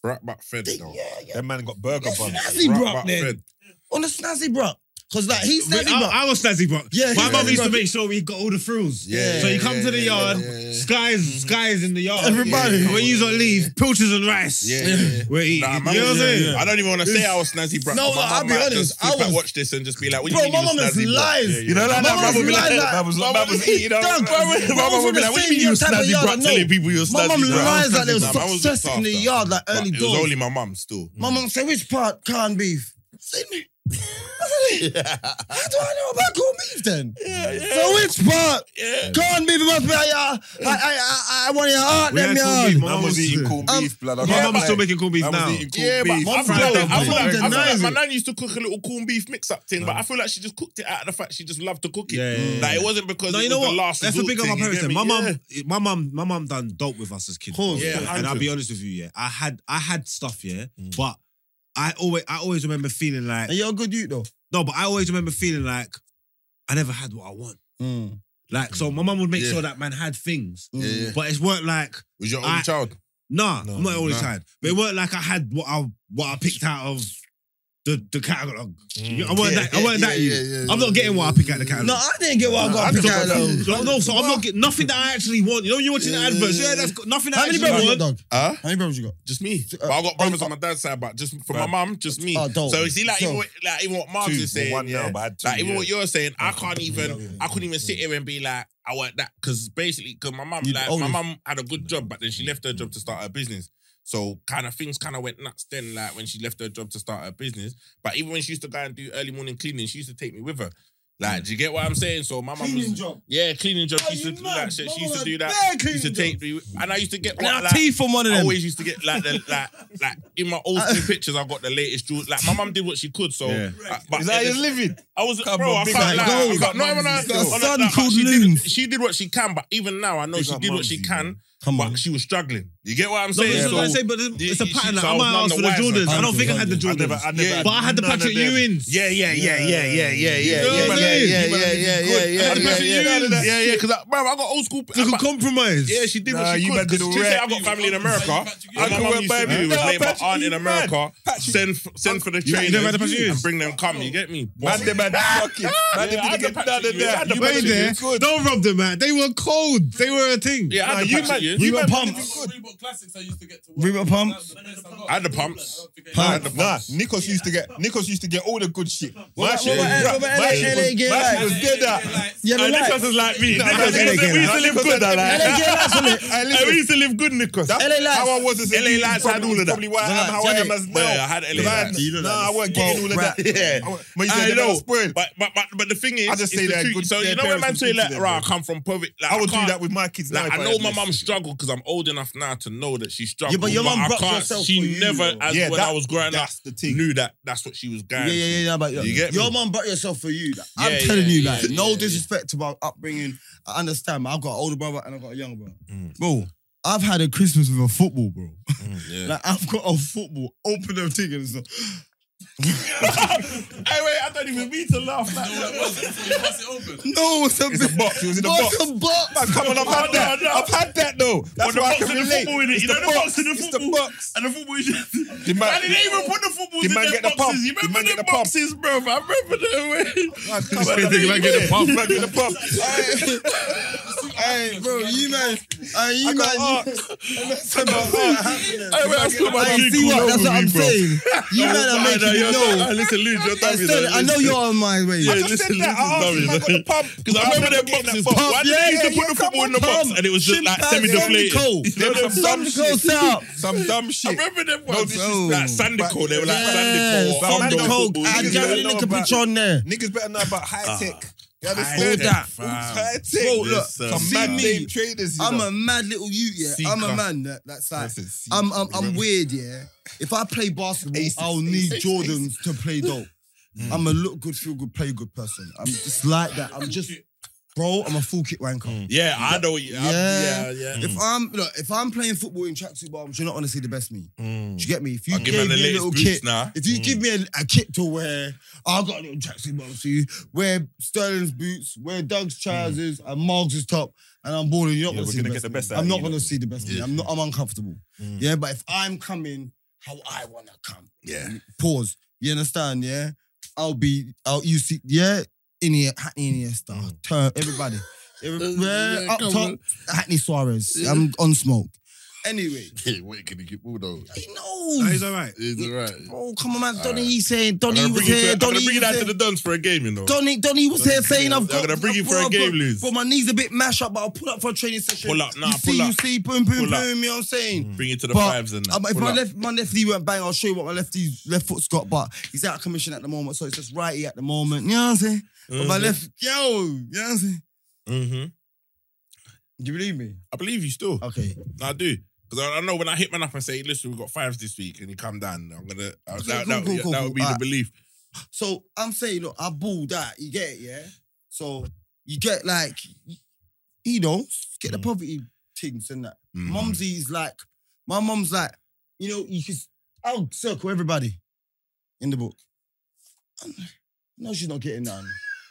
brat back fed Think, though. yeah, yeah. That man got burger That's buns. nasty, Brat bro. back Then fed. on a snazzy bro, cause like he's Wait, snazzy bro. I, I was snazzy, bro. Yeah, my mum he's snazzy, used to bro. make sure we got all the frills. Yeah, so yeah, you come yeah, to the yeah, yard, yeah, yeah. skies, skies in the yard. Everybody. Yeah, when you on leave, pilchards and rice. Yeah, yeah, yeah. we're eating. Nah, you know man, what I'm yeah, saying? yeah. I don't even want to say I was snazzy, bro. No, no, I'll be honest, I was- watch this and just be like, what do Bro, you mean my you was mum is snazzy, bro? lies. Yeah, yeah. You know My that? like, mum my is mum be lies, like, like- my mum- my mum was eating. Dog, My bro, mum would be like, what do you mean you was type of snazzy, yard bro? I know. Telling people you was My snazzy, mum bro. I lies that there was snazzy, bro. I wasn't success in the after. yard, like But early It was doors. only my mum still. My mum said, which part canned beef? See me. I said, How do I know about corned beef then? So which part? Corned beef must be at your, I, uh, I, I, I want your heart, We them had corned beef, yard. my Man mum was was eating eating. corned Um, beef, blood. I My can't mum's still lie. making corned beef Man was now. eating corned Yeah, but beef. I I'm feel, fried like, dumpling. I feel, like, I feel like Denies my it. nan used to cook a little corned beef mix-up thing, but I feel like she just cooked it out of the fact she just loved to cook it. Yeah, yeah, Like yeah. it wasn't because No, it you know was what? the last That's the resort big up thing, my you parents. get Then. me? My mum, Yeah. my mum, my mum done dope with us as kids. Course, bro. yeah, and I'll hundred. be honest with you, yeah, I had I had stuff, yeah, but I always I always remember feeling like And you're a good youth though. no, but I always remember feeling like I never had what I want. Mm. Like so, my mum would make Yeah. sure that man had things, Yeah, yeah. but it's weren't like Was your I- only child? Nah, No, I'm not all the nah. time. But it weren't like I had what I what I picked out of the the catalog. You- I weren't Yeah, that. I weren't yeah, that. yeah, you. yeah, yeah, I'm not getting what I pick out the catalog. Mm. No, I didn't get what I got. I I picked don't out know. though. Like, no, so I'm not getting nothing that I actually want. You know, when you're watching the adverts. Yeah, that's got nothing that How I many actually brothers you want. got, dog? Huh? How many brothers you got? Just me. But I got brothers on my dad's side, but just for my mum, just me. Oh, dope. so you see, like, So- even what, like even what Mark's Two, is saying, well, one yeah, now, but I had two. like even yeah. what you're saying, I can't even, I couldn't even sit here and be like, I want that because basically, because my mum, You'd like, my always- mum had a good job, but then she left her job to start her business. So kind of things kind of went nuts then, like when she left her job to start her business. But even when she used to go and do early morning cleaning, she used to take me with her. Like, do you get what I'm saying? So my mum was, job. yeah, cleaning job. Are She used to you do mad? that shit. My She used mum to do had that. bare She used to cleaning take me, and I used to get Now what, like, teeth from one of I them. always used to get like the like like in my old school pictures. I got the latest jewels. Like my mum did what she could. So, Yeah. uh, but Is that his living? I was Come bro. on, I big can't up lie. I Mumsy. got- No, I'm not- He's got a on that- son that- but called she Loon. did, she did what she can, but even now I know Big she up did what she Mumsy, can, man. Come on. but she was struggling. You get what I'm No, but saying? it's So- not what I say, but it's a pattern. Yeah, she- Like, so I I was might none ask the for the wiser. Jordans. I don't think I had the I never, Jordans. I never. But I had the none of Patrick them. Ewins. Yeah, yeah, yeah, yeah, yeah, yeah, yeah, yeah, You know what I mean? yeah, yeah, You yeah, better yeah, live yeah, good. yeah, Patrick yeah, Ewins. yeah, yeah, yeah, yeah. Because, bro, I got old school. Look but- at compromise. Yeah, she did Nah, what she you could. better do 'cause She the said rap. I got family in You America. better do I the got rap. my Yeah. baby. was Yeah. made my Patrick, aunt in you America. mad. Send f- send for the You- you trainers never had the Patrick and Ewins? bring them. Come, you get me. Man, they had fucking. Man, Yeah, I they had didn't the get none of Patrick Ewins. I had the that. You Wait man there. did good. Don't rob them, man. They were cold. They were a thing. Yeah, I Nah, had the you Patrick man- Ewins. you Reebok man pumps. Got Reebok classics I used to get to work. Reebok pumps. I had the pumps. I had the Nah, Nikos used to get Nikos used to get all the good shit. My about- shit was what about- crap. what about My LA shit was- gay my shit lights? was dead out. Yeah, but And like, Nicholas is like me. Nah, Nicholas- LA we used to live good. that like. LA gay lights, innit? Hey, Hey, we listen, used to live good, Nicholas. that's LA lights. How I was as a LA youth lights is had all of that. Probably why Nah, I'm how I am Jay, as nah, I now. had LA Because I lights. had- You know Nah, I that. weren't getting all of Bro, that. yeah. I wa- Man, you I said that know, was spoiled. but, but but but the thing is, I just it's say the that truth. good- So you their know when parents man was say good to like, them, "Right, I bro. come from poverty." Like, I would do can't- that with my kids now. Like, if I had know my less. mum struggled because I'm old enough now to know that she struggled. Yeah, but your but mum I brought can't- herself She for you, never, though. as Yeah, when that- I was growing up, That's the thing. knew that that's what she was going. Yeah, yeah, yeah, yeah, but yeah. You get me? your mum brought yourself for you. Like, Yeah, I'm telling yeah, you, yeah, like, yeah, no yeah. disrespect to my upbringing. I understand, man. I've got an older brother and I've got a younger brother. Bro, I've had a Christmas with a football, bro. Yeah. Like I've got a football, open the thing and it's like, hey, wait, I don't even mean to laugh like No, it wasn't. So you bust it open. no, it's a It's a box. It was in the No, box. it's a box. Man, come on, I've had Oh, no, that. no. I've had that though. That's the why I box can and the relate. football in it. It's You know the the box box. and the It's the football. box. And the football is just. And The man- they didn't even put the footballs the in man their get the pump. boxes. You The remember man the get the pump. boxes, bro? I remember the way. Man, Come on, Christmas, let me man, get yeah. the pump. Man, get the pump. Hey, bro, you man, hey, you I man, got you- arcs. that's about happening. Hey, wait, I still got my Hey, drink see all what? That's over what me, I'm bro. saying. You man are I know, making me you're- know. I- Listen, Luke, you're I, dummy. said, though. I know Listen. you're on my way. Yeah, I just said listen, that. I asked listen, if I got the dummy. pump. Because I remember them their boxes. pump. Why did yeah, they used to yeah, put the come football on, in the box pump. and it was just Shim like pads, semi-deflated? Sandico. There was some Some shit. goes out. Some dumb I shit. remember them No, ones. is- this Like Sandico, they were like Sandico. or Sandico. Hondo football. I I Niggas Niggas got got better a know little about- pitch on there. Niggas better know about high tech. You high understand tech, that? fam. High tech. Bro, look, Some see mad me. name traders. you I'm know. a mad little youth, yeah. I'm a Seeker. man that, that's like, Listen, see, I'm, I'm, I'm remember- weird, yeah. If I play basketball, Aces, I'll need aces, Jordans to play dope. I'm a look good, feel good, play good person. I'm just like that. I'm just, bro, I'm a full kick wanker. Mm, Yeah, I know. Yeah, yeah, Yeah. yeah. If I'm look, if I'm playing football in tracksuit bottoms, you're not gonna see the best me. Do you get me? If you I'll gave give man the me a latest little boots kit, now. if you Mm. give me a, a kit to wear, I've got a little tracksuit bottoms for you. Wear Sterling's boots, wear Doug's trousers, and Margs' top, and I'm balling. You're not Mm. Yeah, gonna we're see the best, gonna get the me. best out I'm of not you, Mm. gonna look. see the best. me. I'm not. I'm uncomfortable. Yeah, but if I'm coming how I wanna come, Yeah. pause. You understand? Yeah, I'll be. I'll you see. Yeah, in here, Hackney Iniesta, Mm. turn everybody. Every- yeah, up top, Hackney Suarez. I'm on smoke. Anyway, Hey, wait, can you keep all those? he No, he's knows. all right. It's alright. Oh, come on, man. Donny, he's saying I'm Donny gonna was bring you to- here. I'm gonna Donny bring was you down to here. the dons for a game, you know. Donny, Donny was here saying, "I've got." I'm gonna bring you for bro, a game, bro, Liz. Bro, my knees a bit mashed up, but I'll pull up for a training session. Pull up, nah, you see, pull you up. see, boom, boom, Pull up. boom. You know what I'm saying? Bring you to the But, fives and that. Um, if Pull my up. left, my left knee went bang, I'll show you what my left knee, left foot's got. But he's out of commission at the moment, so it's just righty at the moment. You know what I'm saying? But my Mhm. left, yo, you know what I'm saying? Mhm. Do you believe me? I believe you still. Okay. I do. Because I, I know when I hit man up and say, listen, we've got fives this week, and you come down, I'm going to, that, Okay, that, cool, cool, yeah, cool, that cool. would be the Alright. belief. So I'm saying, look, I balled that. You get it, yeah? So you get like, you know, get the poverty things and that. Mm. Mumsy's like, my mum's like, you know, you can, I'll circle everybody in the book. No, she's not getting none.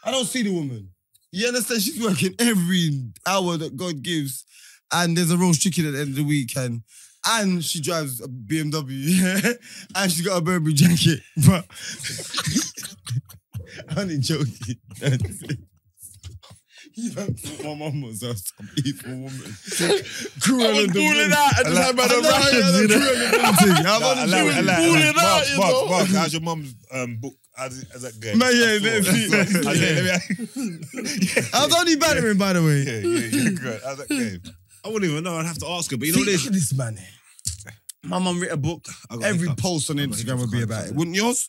I don't see the woman. You understand? She's working every hour that God gives, and there's a roast chicken at the end of the week, and and she drives a BMW, yeah, and she's got a Burberry jacket. But I'm only joking. You don't think my mum was a some evil woman. Cruel I was and balling out. I just had my I know, own rations, I you know, know. cruel and demented. I'm Nah, only allow joking. it, allow Pull it, allow it out, you Mark, know. Mark, Mark, how's your mum's um, book? How's, how's that going? Man, yeah, I yeah, saw it. yeah. I said, let me- I was only battering, by the way. Yeah, yeah, yeah, good. How's that going? I wouldn't even know. I'd have to ask her. But you know what it See, is? look at this man. here. My mum wrote a book. I got Every hiccups. post on I got Instagram hiccups, would be I about can't it. Wouldn't yours?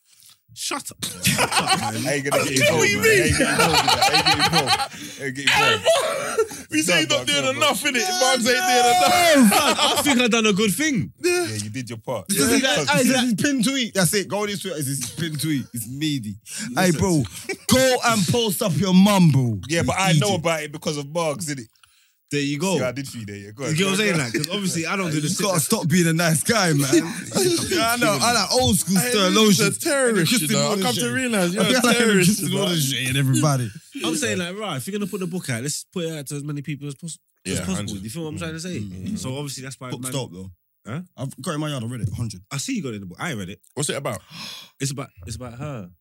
Shut up. Shut up, man. I ain't gonna get what involved. you man. I ain't getting involved with that. I ain't getting involved. We say he's No, not bro, doing no, bro. enough, innit? Mum's ain't doing enough. I think I've done a good thing. Yeah, you did your part. This is like, hey, this is pin tweet. That's it. Go on this Twitter. It's his pin tweet. It's meaty. Hey, bro, go and post up your mum, bro. Yeah, but You I know idiot. about it because of Marks, didn't it? There you go. Oh. I did feed it. Yeah, go on, You get go what I'm on, saying? go on. Like, because obviously I don't do You the just shit. gotta that- stop being a nice guy, man. yeah, I know. I like old school stuff. Low shit. Christian "Oh, Walden shit. realize I feel like Christian Walden shit and everybody. I'm saying like, right, if you're gonna put the book out, let's put it out to as many people as, pos- as Yeah, possible. 100. Do you feel what I'm trying to say? So obviously that's why Mm, Book man, stop though. Huh? I've got it in my yard. I read it. Hundred. I see you got it in the book. I ain't read it. What's it about? It's about it's about her.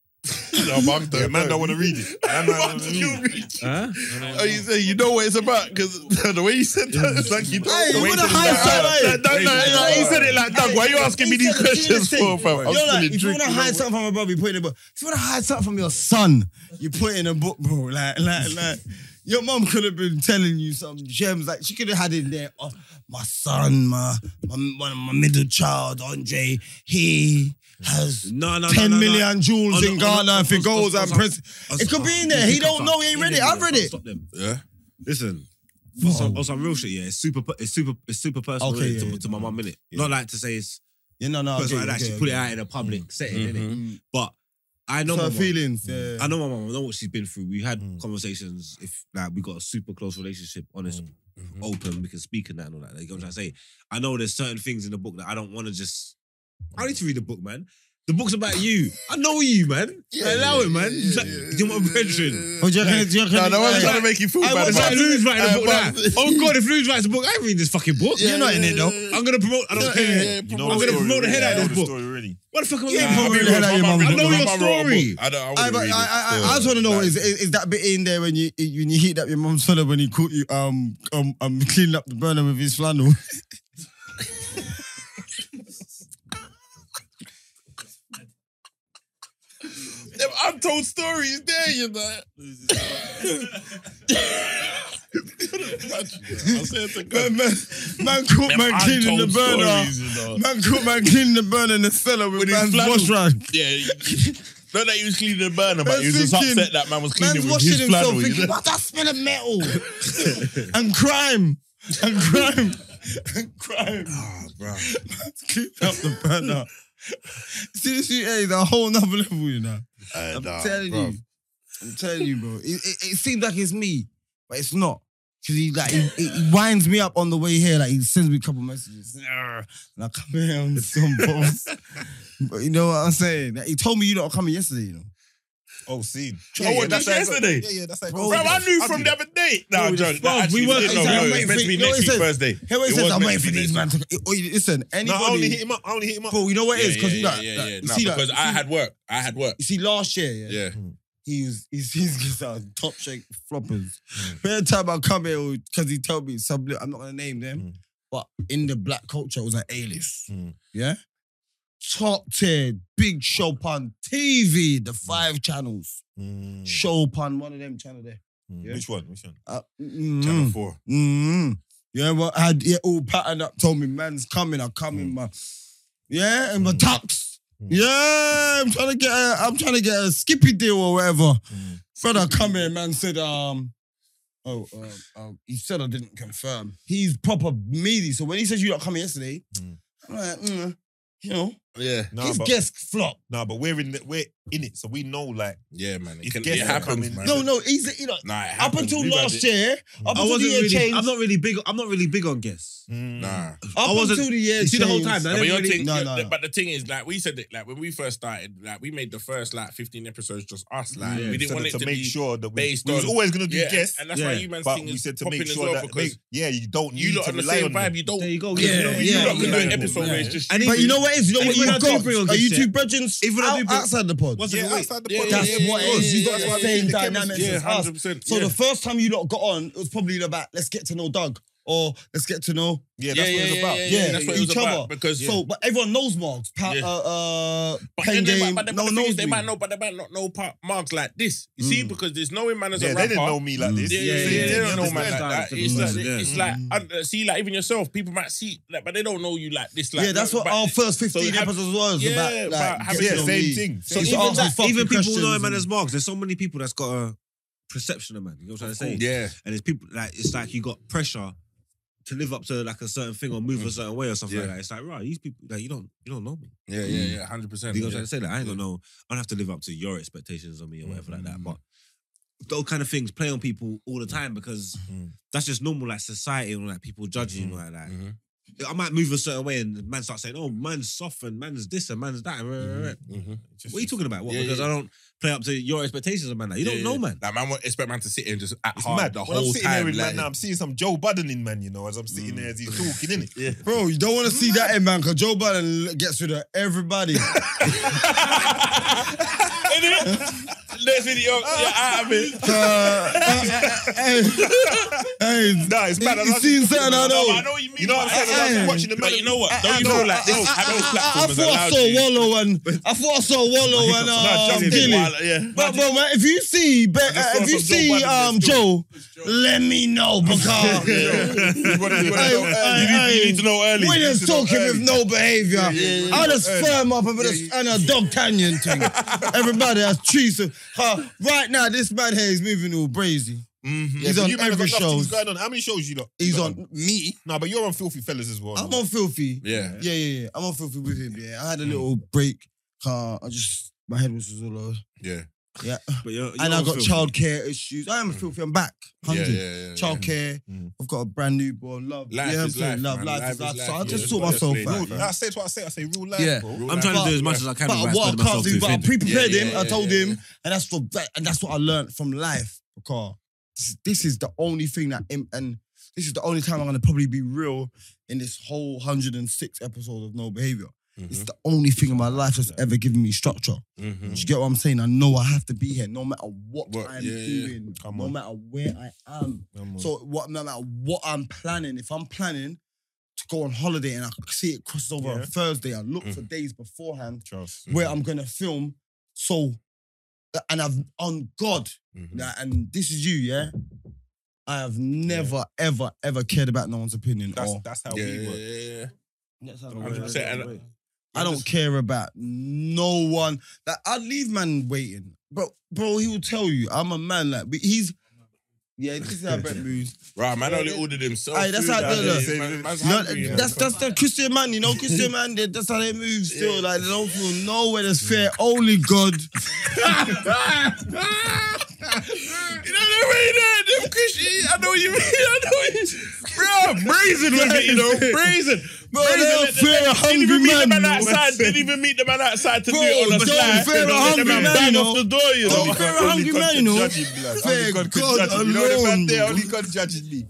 No, mum Yeah, man, don't want to read it. Man, don't want to read it. Oh, Huh? you say you know what it's about because the way you said that, it's like you don't. Hey, the you way wanna said it, hide like, something, like, hey? like, like, like, he said it like, Doug, why are you asking me these questions for, fam? I'm You know, still like, in if you drink. want to hide something from a brother, you put it in a book. If you want to hide something from your son, you put it in a book, bro. Like, like, like. Your mom could have been telling you some gems. Like, she could have had in there, oh, my son, my, my, my, my middle child, Andre, he has No, no, no, 10 no, no. million jewels On- in on- Ghana on- if he on- goes on- and on- press. I was- It could I- be in there. He hiccups don't are- know. He ain't read it. hiccups I've read are- it. Stop them. Yeah. Listen. For some, on some real shit, yeah. It's super, it's super, it's super personal Okay, innit, to, yeah, yeah, to my mum, innit? Not like to say it's Yeah, no, no. personal, I'd actually put it out in a public Mm. setting, Mm-hmm. innit? But I know Her my mum. feelings. Yeah. I know my mum. I know what she's been through. We had conversations. If like we got a super close relationship, honest open, we can speak and that and all that. You know what I'm trying to say? I know there's certain things in the book that I don't want to just. I need to read the book, man. The book's about you. I know you, man. Allow it, man. Like, you're my brethren. Oh, do you reckon- do you reckon- No, no one's trying like, to make you feel bad. It's about like it. Lou's writing a book but- now. Oh God, if Lou's writes a book, I ain't reading this fucking book. Yeah, You're not in yeah, it, though. yeah, yeah. I'm gonna promote. I don't Yeah, care. yeah, yeah, You know I'm the gonna story promote the already. head out of You know this the book. story already. What the fuck am I You ain't reading? promoting the head out of your mum. I know your I wrote a story. book. I don't. I, I wouldn't but I, read it. I, I, I just want to know is, is is that bit in there when you when you hit up your mum's fella when he caught you um um um cleaning up the burner with his flannel? I've told stories there, you know. I said to God. man, man caught man I cleaning the told burner. stories, you know. Man caught man cleaning the burner in the cellar with, With his man's flannel. wash rag. Yeah. Not that he was cleaning the burner, Man's but he was just thinking- upset that man was cleaning Man's with his washing himself flannel. you thinking, know? what that smell of metal? and crime. And crime. and crime. Ah, bro. Cleaning up the burner. Seriously, hey, the whole nother level, you know. I'm uh, telling you. I'm telling you, bro. It, it, it seems like it's me, but it's not. Cause he like he, he- he winds me up on the way here. Like he sends me a couple messages, "Arr," and I come here on some balls. but you know what I'm saying? Like, he told me you not coming yesterday. You know, Oh, seen. Oh, what, that's how it got- yesterday? Yeah, yeah, that's how it Bro, Bro, I got- knew from the other day. No, I'm joking. No, actually, we were- didn't know. exactly, No, I'm It's meant to be waiting for- you next know week, what Thursday. He always It says was I'm meant waiting to for be these next man. To, oh, you- listen, No, anybody, I only hit him up. I only hit him up. bro. You know what it is? Because yeah, yeah, yeah, yeah. you No, see that? because you I see- had work. I had work. You see, last year, yeah, Yeah. he was he's he's just uh, top shape floppers. Mm. Every time I come here, because he told me some, I'm not gonna name them, but in the black culture, it was an A-list. Mm. Yeah, top tier, big show on TV, the five channels, show on one of them channel there. Yeah. Mm, Which one? Which one? Uh, Hmm. mm, Channel four. Mm. Yeah, well, I had it all patterned up. Told me, man's coming. I'm coming, Mm. man. Yeah, and my tux. Yeah, I'm trying to get. A, I'm trying to get a Skippy deal or whatever. Mm. Fella come here, man. Said, um, oh, um, um, he said I didn't confirm. He's proper meaty. So when he says you're not coming yesterday, I'm like, mm, you know, Yeah. No, his but, guest flop. no, but we're in the, we're in it, so we know like Yeah, man. It, It's can, it guessing happens, coming. man. No, no, he's you know. Nah, it Up happens. until We've had last it. year, Mm. up I until the wasn't year really. changed. I'm not really big. I'm not really big on guests. mm. Nah. up I wasn't- until the year You see the whole changed. time. I No, but, didn't your really- thing, No, your- no, the- no. but the thing is, like we said, it like when we first started, like we made the first like 15 episodes just us. Like Yeah. we didn't so want that it to, to, make be sure that we, based we was on- always gonna do yeah, guests, and that's why Yeah. you man's but thing we is said to popping make as sure well that because make, yeah, you don't need you lot to on the rely same on them. vibe. You don't. There you go. Yeah, Yeah, you yeah, lot can do an yeah. episode where it's just And But even- you know what it is? You know and what even you've I do got? bring on Are you guests, two yeah. brethrens Even when I do out, bring- outside the pod? What's Yeah, the wait? outside the Yeah, podcast. yeah, That's yeah, what yeah, it is. yeah, You got yeah, the yeah. same The dynamics chemistry, as yeah, us. 100%, So yeah. the first time you lot got on, it was probably about let's get to know Doug or let's get to know Yeah, that's what it's about. yeah, that's what it was each about other. because So, but everyone knows Marks. Pa- Yeah. uh, uh, But Pain then they Game, might, but the, no but the one thing is, knows they me. might know, but they might not know part marks like this. You see, because there's knowing man as a Yeah, rapper. they didn't know me like this. Yeah, yeah, Yeah, yeah, yeah, they yeah, don't know man like understand. that. It's like, Understand, yeah. it's like Mm-hmm. uh, see, like even yourself, people might see, like, but they don't know you like this. Like, yeah, that's no, what but- our first so you 15 have- episodes was Yeah, about. Like, about having Yeah, get to know me. same thing. So Same even thing. ask me that, fucking even people know questions a man and- as Marks. There's so many people that's got a perception of man. You know what I'm trying to say? Yeah, And it's people like it's like you got pressure to live up to like a certain thing or move a certain way or something Mm. Yeah. like that. It's like right, these people like you don't you don't know me. yeah, yeah, Mm. yeah, hundred percent. You know what I'm trying to say? Like, I ain't gonna know. I don't have to live up to your expectations on me or whatever like Mm-hmm. that. But those kind of things play on people all Mm. the time because that's just normal, like society and like people judging you like that. Mhm. I might move a certain way and the man starts saying, "Oh, man's soft and man's this and man's that." Mm-hmm. Mm-hmm. What are you talking about? What? Yeah, because yeah. I don't play up to your expectations of man. Like, you don't know, man. Like man, won't expect man to sit here and just act It's hard mad. the When whole I'm sitting time. there in like- man now, I'm seeing some Joe Budden in man, you know, as I'm sitting there as he's talking, innit? Yeah. Bro, you don't want to see Mm. that in man because Joe Biden gets rid of everybody. Next video, Ah. yeah, out of it. Uh, hey, hey, Nah, it's mad. You- I you like- seen something I know. No, I know what you mean. You know what I'm saying? I Hey. was watching the man. But you know what? I- Don't I you know like ah, those, those I, I platforms thought I allowed saw you? Wallow and I thought I saw Wallow and uh, Justin Gilly. Wilder, Yeah. But, but man, if you see, but, uh, saw if you some Joe see Biden um, next Joe, let me know because You wanna- you wanna Hey, know- hey, you need- hey. You need to know early. we're You need just to know talking early. with no behavior. yeah, I'll just firm up and, put a- and a dog canyon thing. Everybody has trees. of- huh, right now, this man here is moving all brazy. He's Mm-hmm. Yeah, on you man, every there's enough show. things going on. How many shows you lot? He's lot on me. No, but you're on Filthy Fellas as well. I'm no? on filthy. Yeah. Mm. Yeah, yeah, yeah. I'm on filthy with him. Yeah, I had a little break. Uh, I just my head was just all over. Yeah. Yeah. But you're, and you're I got filthy. childcare issues. I am filthy. I'm back. Mm. Yeah, Hundred. yeah, yeah. Childcare. Mm. I've got a brand new born. Love. Life yeah, is I'm saying life, love. man. Life, Life is is life. life, So I yeah. just sort But it's myself laid out. back, Real- I say what I say. I say real life, Yeah. bro. I'm trying to do as much as I can. But what I can't do, but I pre-prepared Yeah, him. yeah, I yeah, told yeah, him, and that's what that, and that's what I learned from life. Because this, is- this is the only thing that, im- and this is the only time I'm gonna probably be real in this whole 106 episode of No Behavior. Mm-hmm. It's the only thing in my life that's ever given me structure. Do you get what I'm saying? I know I have to be here, no matter what Mm-hmm. What- I'm yeah, yeah. doing, Come no on. matter where I am. So what, no matter what I'm planning, if I'm planning to go on holiday and I see it crosses over on Yeah. Thursday, I look for Mhm. days beforehand Trust. where Mm-hmm. I'm gonna film. So, and I've on God, Mm-hmm. now, and this is you, yeah. I have never, ever, ever cared about no one's opinion. That's or that's how Yeah, we yeah, work. yeah, yeah. Hundred percent, and- I don't care about no one. Like I'd leave man waiting, but bro, he will tell you I'm a man. Like but he's. Yeah, this is how Brett moves. Right, man only ordered himself. Aye, that's food how- that no, day. no. Man- man's You know, hungry, yeah. that's that's the Christian man, you know. Christian man, they- that's how they move. Still, Yeah. Mm. like they don't feel nowhere. That's fair. Only God. You know the way that them Christian, I know what you mean. I know what you Bro, brazen with it, you know, brazen. Bro, Brazen, they're fair, let- let- Didn't even hungry meet the man, man you know. outside. Didn't even meet the man outside to do Bro, it on the but they're slide. fair, you know, let the hungry man man, you bang know. off the door, you Don't know. be fair, hungry man, oh. oh. you know. Fair Only God could God judge it. You know the alone. man there, only God judges me.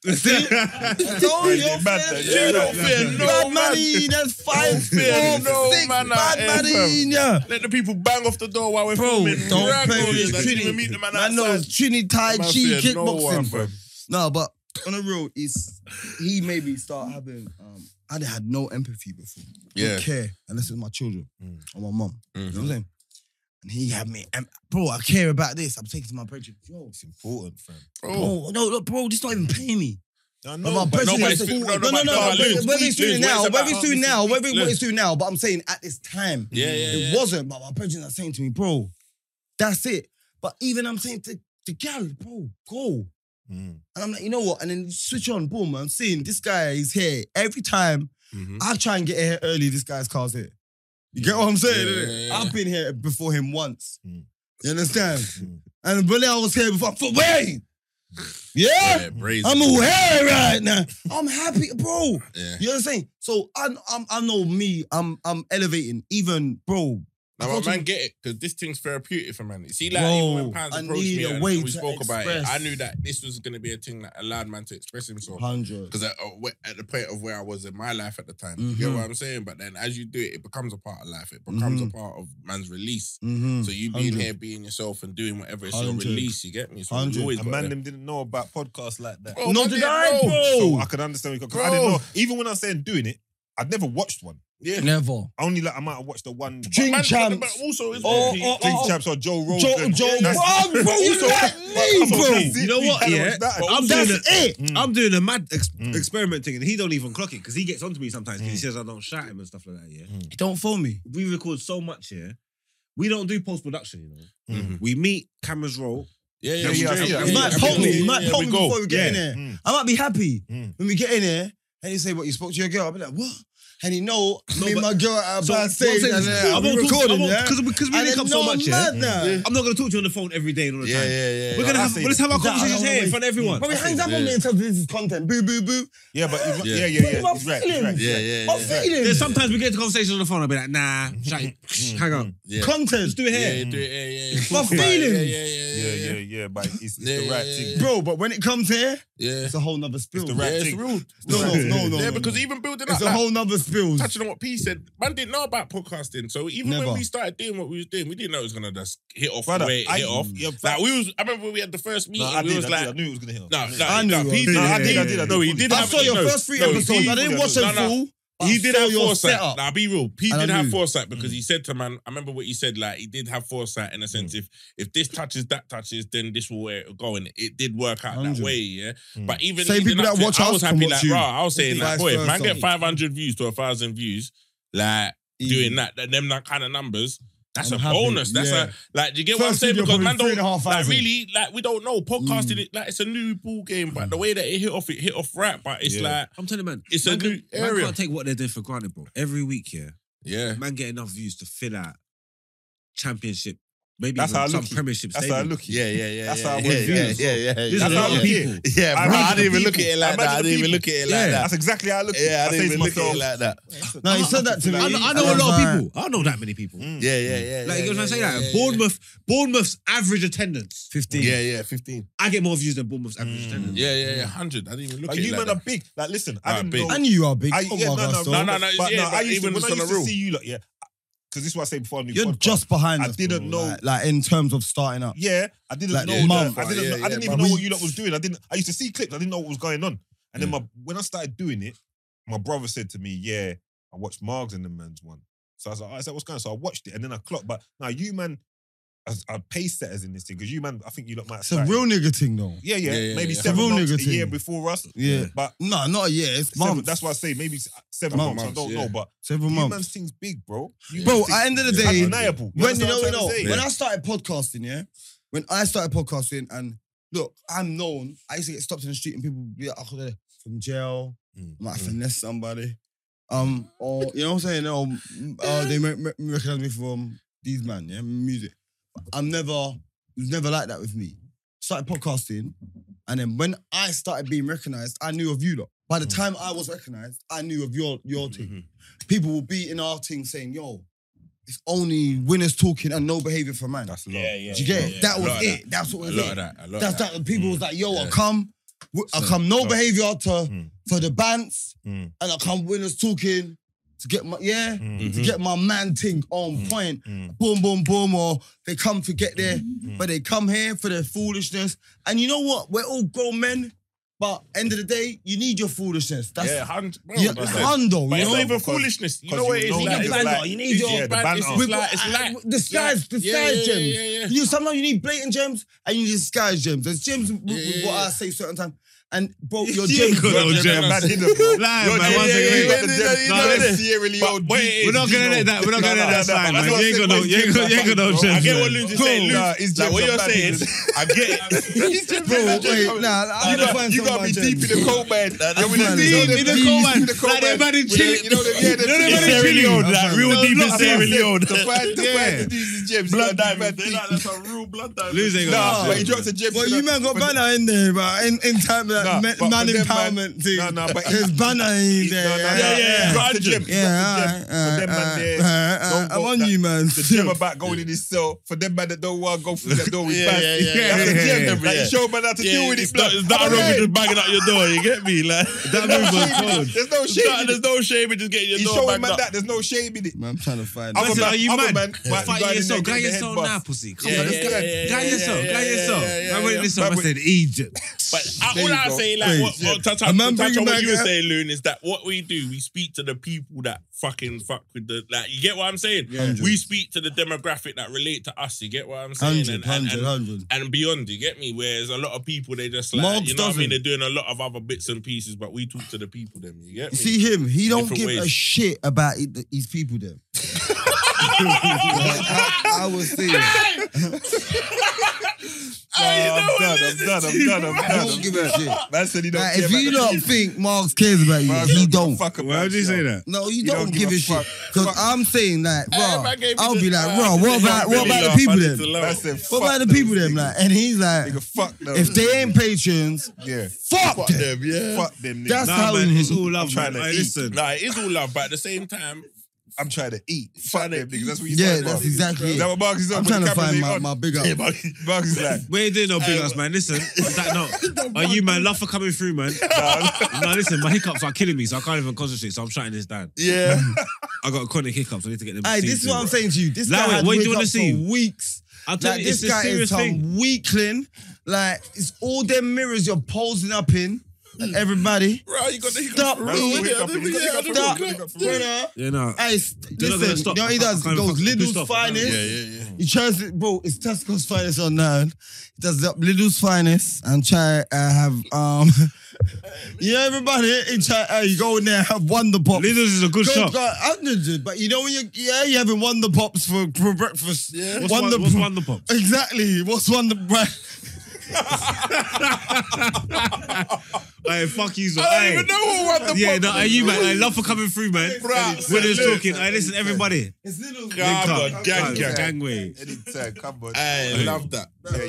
Don't you Bad man, fair. yeah. You don't fear no Bad man. money, that's five, Fear four, no six, man out here, bad money, fam. yeah. Let the people bang off the door while we're Bro, filming. don't Ragged, play you with know, this Didn't even Trini. meet the man Man knows outside. Trini Tai Man Chi feared no one, kickboxing. fam. No, but on the real, it's he made me start having. Um, I done had no empathy before. Yeah. Don't care unless it's my children or my mum. You know what Mhm. I'm saying? And he had me, em- bro. I care about this. I'm taking to my brethren. Yo, Important, fam. Oh, bro, no, look, bro, this not even paying me. No, But no, my but brethren nobody's is- doing- no, no, no, no, nobody- no. no, Whether lose, it's doing lose, now, lose, whether it's lose, doing lose, now, whether lose. what it's doing now. But I'm saying at this time, Yeah, yeah, it yeah. wasn't. But my brethren are saying to me, bro, that's it. But even I'm saying to the gal, bro, go. Mm. And I'm like, you know what? And then switch on, boom. I'm seeing this guy is here every time. I try and get here early. This guy's car's here. You get what I'm saying? Mm-hmm. Yeah, innit? yeah, yeah. I've been here before him once. Mm. You understand? Mm-hmm. Mm. And when I was here before, for wait, Ah! yeah, brazen. I'm aware right now. I'm happy, bro. Yeah. You know what I'm saying? So I, I'm, I know me. I'm, I'm elevating. Even bro, I Now, thought but man, you- get it because this thing's therapeutic for man. You See, like Bro, even when Pans I approached need me a and, way and we to spoke about it, express. I knew that this was going to be a thing that allowed man to express himself. hundred. Because at, at the point of where I was in my life at the time, you get Mhm. what I'm saying. But then, as you do it, it becomes a part of life. It becomes a part of man's release. Mm-hmm. So you being Hundred. here, being yourself, and doing whatever it's Hundred. your release. You get me? So Hundred. you always a got man them. them didn't know about podcasts like that. Bro, Not man, did I, bro. bro. So I can understand because I didn't Bro. know. Even when I was saying doing it, I'd never watched one. Yeah. Never. I only like I might have watched the one. But King man, Champs. But also, it's Oh, really- oh, Drink oh, Champs or Joe Rogan. Joe, Joe, That's- bro, bro, you Also- like me, Also, bro. that's it. You know We what, kinda yeah? was that. I'm doing That's it. it. I'm doing a mad ex- Mm. experiment thing, and he don't even clock it because he gets onto me sometimes 'cause he Mm. says I don't shout him and stuff like that. Yeah, Don't phone me. we record so much here. We don't do post production, you know. Mm-hmm. Mm. Mhm. We meet, cameras roll. Yeah, yeah, Yeah, we yeah, drink. yeah, You might yeah, poke yeah, me. You yeah, might yeah, poke we me go. before we get Yeah. in there. Mm. I might be happy Mm. when we get in there and you say, "What you spoke to your girl?" I'll be like, "What?" And you know, No, me and but- my girl at a So, bad what I'm stage, saying and is, uh, I I'll won't talk- be I recording, won't- yeah. 'cause we- 'cause we And link then up so no, much, yeah? mad, nah. Yeah. I'm not gonna talk to you on the phone every day and all the Yeah, time. yeah, yeah. We're gonna I have say let's have our that. That I conversations don't here in waste- front of everyone. But I he say hangs that. up on me and tells me this is content. Boo, boo, boo. Yeah, but even- Yeah. yeah, yeah, yeah. What am he's I right, he's right. Yeah, yeah, I'm yeah. feeling There's sometimes we get into conversations on the phone. I'll be like, nah, shut it. hang on. Yeah. content. Do it here. Yeah, do it, yeah, yeah, yeah. My Talk about it, feelings. Yeah, yeah, Yeah, yeah, yeah, yeah, yeah. But it's, it's Yeah, the yeah, right yeah, thing. yeah. Bro, but when it comes here, yeah. it's a whole nother spill. the Yeah, right it's thing. real. No, no, no, no. yeah, no, because no. even building up, it's a like, whole nother spill. touching on what P said, man didn't know about podcasting. So even Never. when we started doing what we was doing, we didn't know it was gonna just hit off Brother, the way it I- hit off. yeah, like we was, I remember when we had the first No, meeting. I we did. was I did, like, I knew it was gonna hit. off. no, no, I knew no, it was. P- no, Yeah, I yeah, did, I yeah, did, yeah. I did. No, he I did. I have- saw your no, first three no, he- episodes. I didn't watch them No, no. full. but I He did saw have your foresight. setup. Nah, be real. He And I did have knew. foresight because he said to man, I remember what he said. Like he did have foresight in a sense. If if this touches that touches, then this will where it'll go. And it did work out that Hundred. way. Yeah. Mm. But even Same leading people up that to it, watch I us was can happy. watch Like you. bro, I was saying Vice like, boy, if man versa. get five hundred views to a thousand views, like doing that, that them that kind of numbers. That's I'm a happy, bonus. That's yeah. a like. Do you get what I'm First saying? video Because probably man three and don't a half like thousand. really like we don't know podcasting. It, like it's a new ball game, but the way that it hit off, it hit off right. But it's Yeah. like I'm telling you, man, It's man a can- new Man area. can't take what they're doing for granted, bro. Every week, yeah, yeah, man get enough views to fill out championship, maybe That's even how I some look. premiership That's how I stadium. look. Yeah, yeah, yeah. That's yeah, how I yeah, win yeah, views. yeah, yeah, yeah. There's a That's how lot of I look. people. Yeah, I bro, imagine I didn't the even look at it people. I like that. imagine I the didn't even people. look at it Yeah, like that. That's exactly how I look. Yeah, I say didn't to even look at myself, it like that. No, he said that to me. I know, I know a was lot like- of people. I don't know that many people. "Hmm, Yeah, yeah, yeah. Like yeah, you know what yeah, I'm saying? yeah, Like yeah, Bournemouth, Bournemouth's average attendance. Fifteen. Yeah, yeah, 15. I get more views than Bournemouth's average attendance. Yeah, yeah, yeah. Hundred. I didn't even look Like, at you it. men Like are that. big. Like, listen, Ah, I didn't big. know. And you are big. I, oh yeah, my no, God, no, so- no, no, no, But yeah, no, I but used to, even when I just on used a to rule. see you, lot, yeah, because this is what I say before I knew You're podcast. just behind I us, bro, didn't know- Like, like, in terms of starting up. Yeah, I didn't Like, know. yeah, that. mum, I didn't. yeah, know- I didn't yeah, even but know we- what you lot was doing. I didn't. I used to see clips. I didn't know what was going on. And then my when I started doing it, my brother said to me, "Yeah, I watched Margs and the man's one." So I was like, "Oh," "I said, what's going?" on? So I watched it, and then I clocked. But now you man, as are pace setters in this thing because you man, I think you lot might. have It's a started- real nigga thing, though. Yeah, yeah, Yeah, yeah, maybe yeah. It's a seven real months, nigga a year thing. before us. Yeah. But No, not a year. It's seven, months. that's why I say maybe s- seven Months, months. I don't yeah. know, but Several you months. man's thing's big, bro. You Bro, man's at the end of the thing's day, undeniable. when you understand know, what you I'm know, trying to say? when I started podcasting, yeah, when I started podcasting, and look, I'm known. I used to get stopped in the street, and people would be like, "Oh, they're from jail, Mm, I might finesse somebody, um, or you know what I'm saying? Or mm, uh, they re- re- recognize me from these man, yeah, music. I'm never, it was never like that with me. Started podcasting, and then when I started being recognized, I knew of you lot. By the time I was recognized, I knew of your your team. People will be in our team saying, "Yo." It's only winners talking and no behavior for man. That's Yeah, yeah. Do you get it? yeah. that A was lot of it. That's what A was lot of it. that. A lot of That's that. that. People was like, yo, I Yeah. Hmm. come. w- I come no behavior to Mm. for the bands, Mm. and I come winners talking to get my yeah Hmm. to get my man thing on point. Mm. Boom, boom, boom. Or they come to get there, but they come here for their foolishness. And you know what? We're all grown men, but end of the day, you need your foolishness. That's Yeah, yeah, hundred. bro, yeah, but it's it's hundo. but You it's not know? even because- foolishness. You because know what it is? know It's that like- it's banter, like- you need yeah, your the ban- banter. it's- like- like- the skies, the Yeah, skies yeah, gems. yeah, yeah, yeah. You sometimes you need blatant gems and you need disguised gems. There's gems with, with yeah, what yeah. I say certain time, and bro, your You gems. good old You're Mm-hmm. James. a bad hitter, bro. Lie, You're man, a- one second, wait, yeah, yeah, yeah, wait, yeah, no, yeah, no, yeah, listen. Sierra Leone But deep, We're not deep gonna let that. We're not gonna No, let no, that no, slide, but man. that's You what ain't I'm got no, saying, you ain't James, got, you ain't got no bro. chance. I get man. what Luke's Cool. saying, Luke. Nah, it's Like James what you're are bad saying. hitters. I get. Bro, wait, nah, I'm You gonna got- find some You of gotta be my deep in gems. the cold, man. You're fine, in the it's deep all in the In the cold, cold, man. man. the cold, Like they're man. mad in With the- Chile. You know, the- yeah, the- You know they're mad in yeah. Chile. like real deep in That's what Sierra I'm saying. Leone. To find to find Yeah. the these Blood gems, you gotta be diamond. mad They're deep. like, That's a real blood diamond. Lose ain't Nah, got no but he chance. drops a gem. Well, for you the- man got for the- banner in there, bro. In in time that Nah, man, but man for them, empowerment man- thing. Nah, nah, but There's banner in there. No, no, no. yeah, He's yeah. got the gym. He's got the Yeah, uh, gym. alright, For them man alright, there, alright, alright. don't uh, I'm go- on that- you, man. The gym about going in his cell. For them man that don't want to go through that door with Yeah, bands. yeah, yeah, That's yeah, a gym. yeah, Like, yeah. show man how to deal with it's it. not, blood. it's not I'm wrong like, with just banging out your door. You get me? Like That move was cold. There's no there's shame not- in it. there's no shame in just getting your He's door showing banged man up. that. There's no shame in it. Man, I'm trying to find. Other Man said, man- are you other mad? man might be Fight going in there yourself. getting Guy their head yourself bust. now, pussy. Yeah, Come on, yeah, let's yeah, yeah, go. Guy yeah, yourself. yeah, Guy yeah, yourself. yeah, yeah, I went yeah. this up. I But- said Egypt. But I, all you I go. say, Wait, like, what, yeah. what, touch, A touch, man bring on back what you were a- saying, Loon, is that what we do? We speak to the people that fucking fuck with the, like, you get what I'm saying? Hundred. We speak to the demographic that relate to us. You get what I'm saying? Hundred, and, and, hundred, and- hundred. and beyond, you get me? Whereas a lot of people, they just like, Marx you know what I mean? doesn't. They're doing a lot of other bits and pieces, but we talk to the people, then, you get me? See him. He don't Different give a ways. shit about it, his people there. I, I was saying, I Nah, I'm done. I'm done. I'm done. I'm done. don't give a shit. Man said he don't Like, care if about you the don't people. think Marx cares about you, Man, he give a don't. fuck about Why would you say that? No, you, don't, give, a, shit. fuck. Because Fuck. I'm saying like, bro, man gave me I'll the- be uh, like, bro, I what about didn't really what about the laugh, I people didn't then? laugh. Man said, What fuck about the those people then? niggas. Like, and he's like, Nigga, fuck them. if they ain't patrons, Yeah. fuck, them. yeah. Fuck them, nigga. That's Nah, how man, he- it's all love, trying man. to Hey, eat. Listen, Nah, it is all love, but at the same time, I'm trying to eat. Fuck them, niggas. That's what you Yeah, said, that's bro. exactly Is that it. what Mark is I'm on? trying With to the cameras find he my, on? my big up. Mark is like, we ain't doing no big ups, man. Listen, on that note, are you man? Love for coming through, man. No, listen, my hiccups are killing me, so I can't even concentrate. So I'm shutting this down. yeah. I got chronic hiccups. I need to get them. Hey, seen this is to, what I'm bro. saying to you. This Larry, guy had what do you wig wanna up see? for weeks. I'll tell Like you, it's this a guy is serious thing. some weakling. Like it's all them mirrors you're posing up in. And everybody, bro, you got the Stop hiccups. Bro, me. yeah, I didn't really- I didn't stop. really- Winner. Yeah, no. Hey, st- They're not gonna listen. stop. I can't- You know what he does? I He can't goes even fucking Lidl's stop. finest. Yeah, yeah, He tries it, bro. It's Tesco's finest on nine. He does up Lidl's finest and try uh, have um. yeah, everybody. He try. Uh, you go in there have Wonder Pop. Lidl's is a good Go- shop. go- I'm not doing- but you know when you yeah you having Wonder Pops for, for breakfast. Yeah. What's one, what's one the pop? Exactly. What's Wonder Pop? Hey, fuck you, so. I don't Hey. even know who won the Yeah, pop- no, hey, you, man. Hey, love for coming through, man. Bruh, When he was salute. talking, hey, listen, everybody. It's little. God, gang, gang. Gangway. Anytime, come on. I love that. Yeah,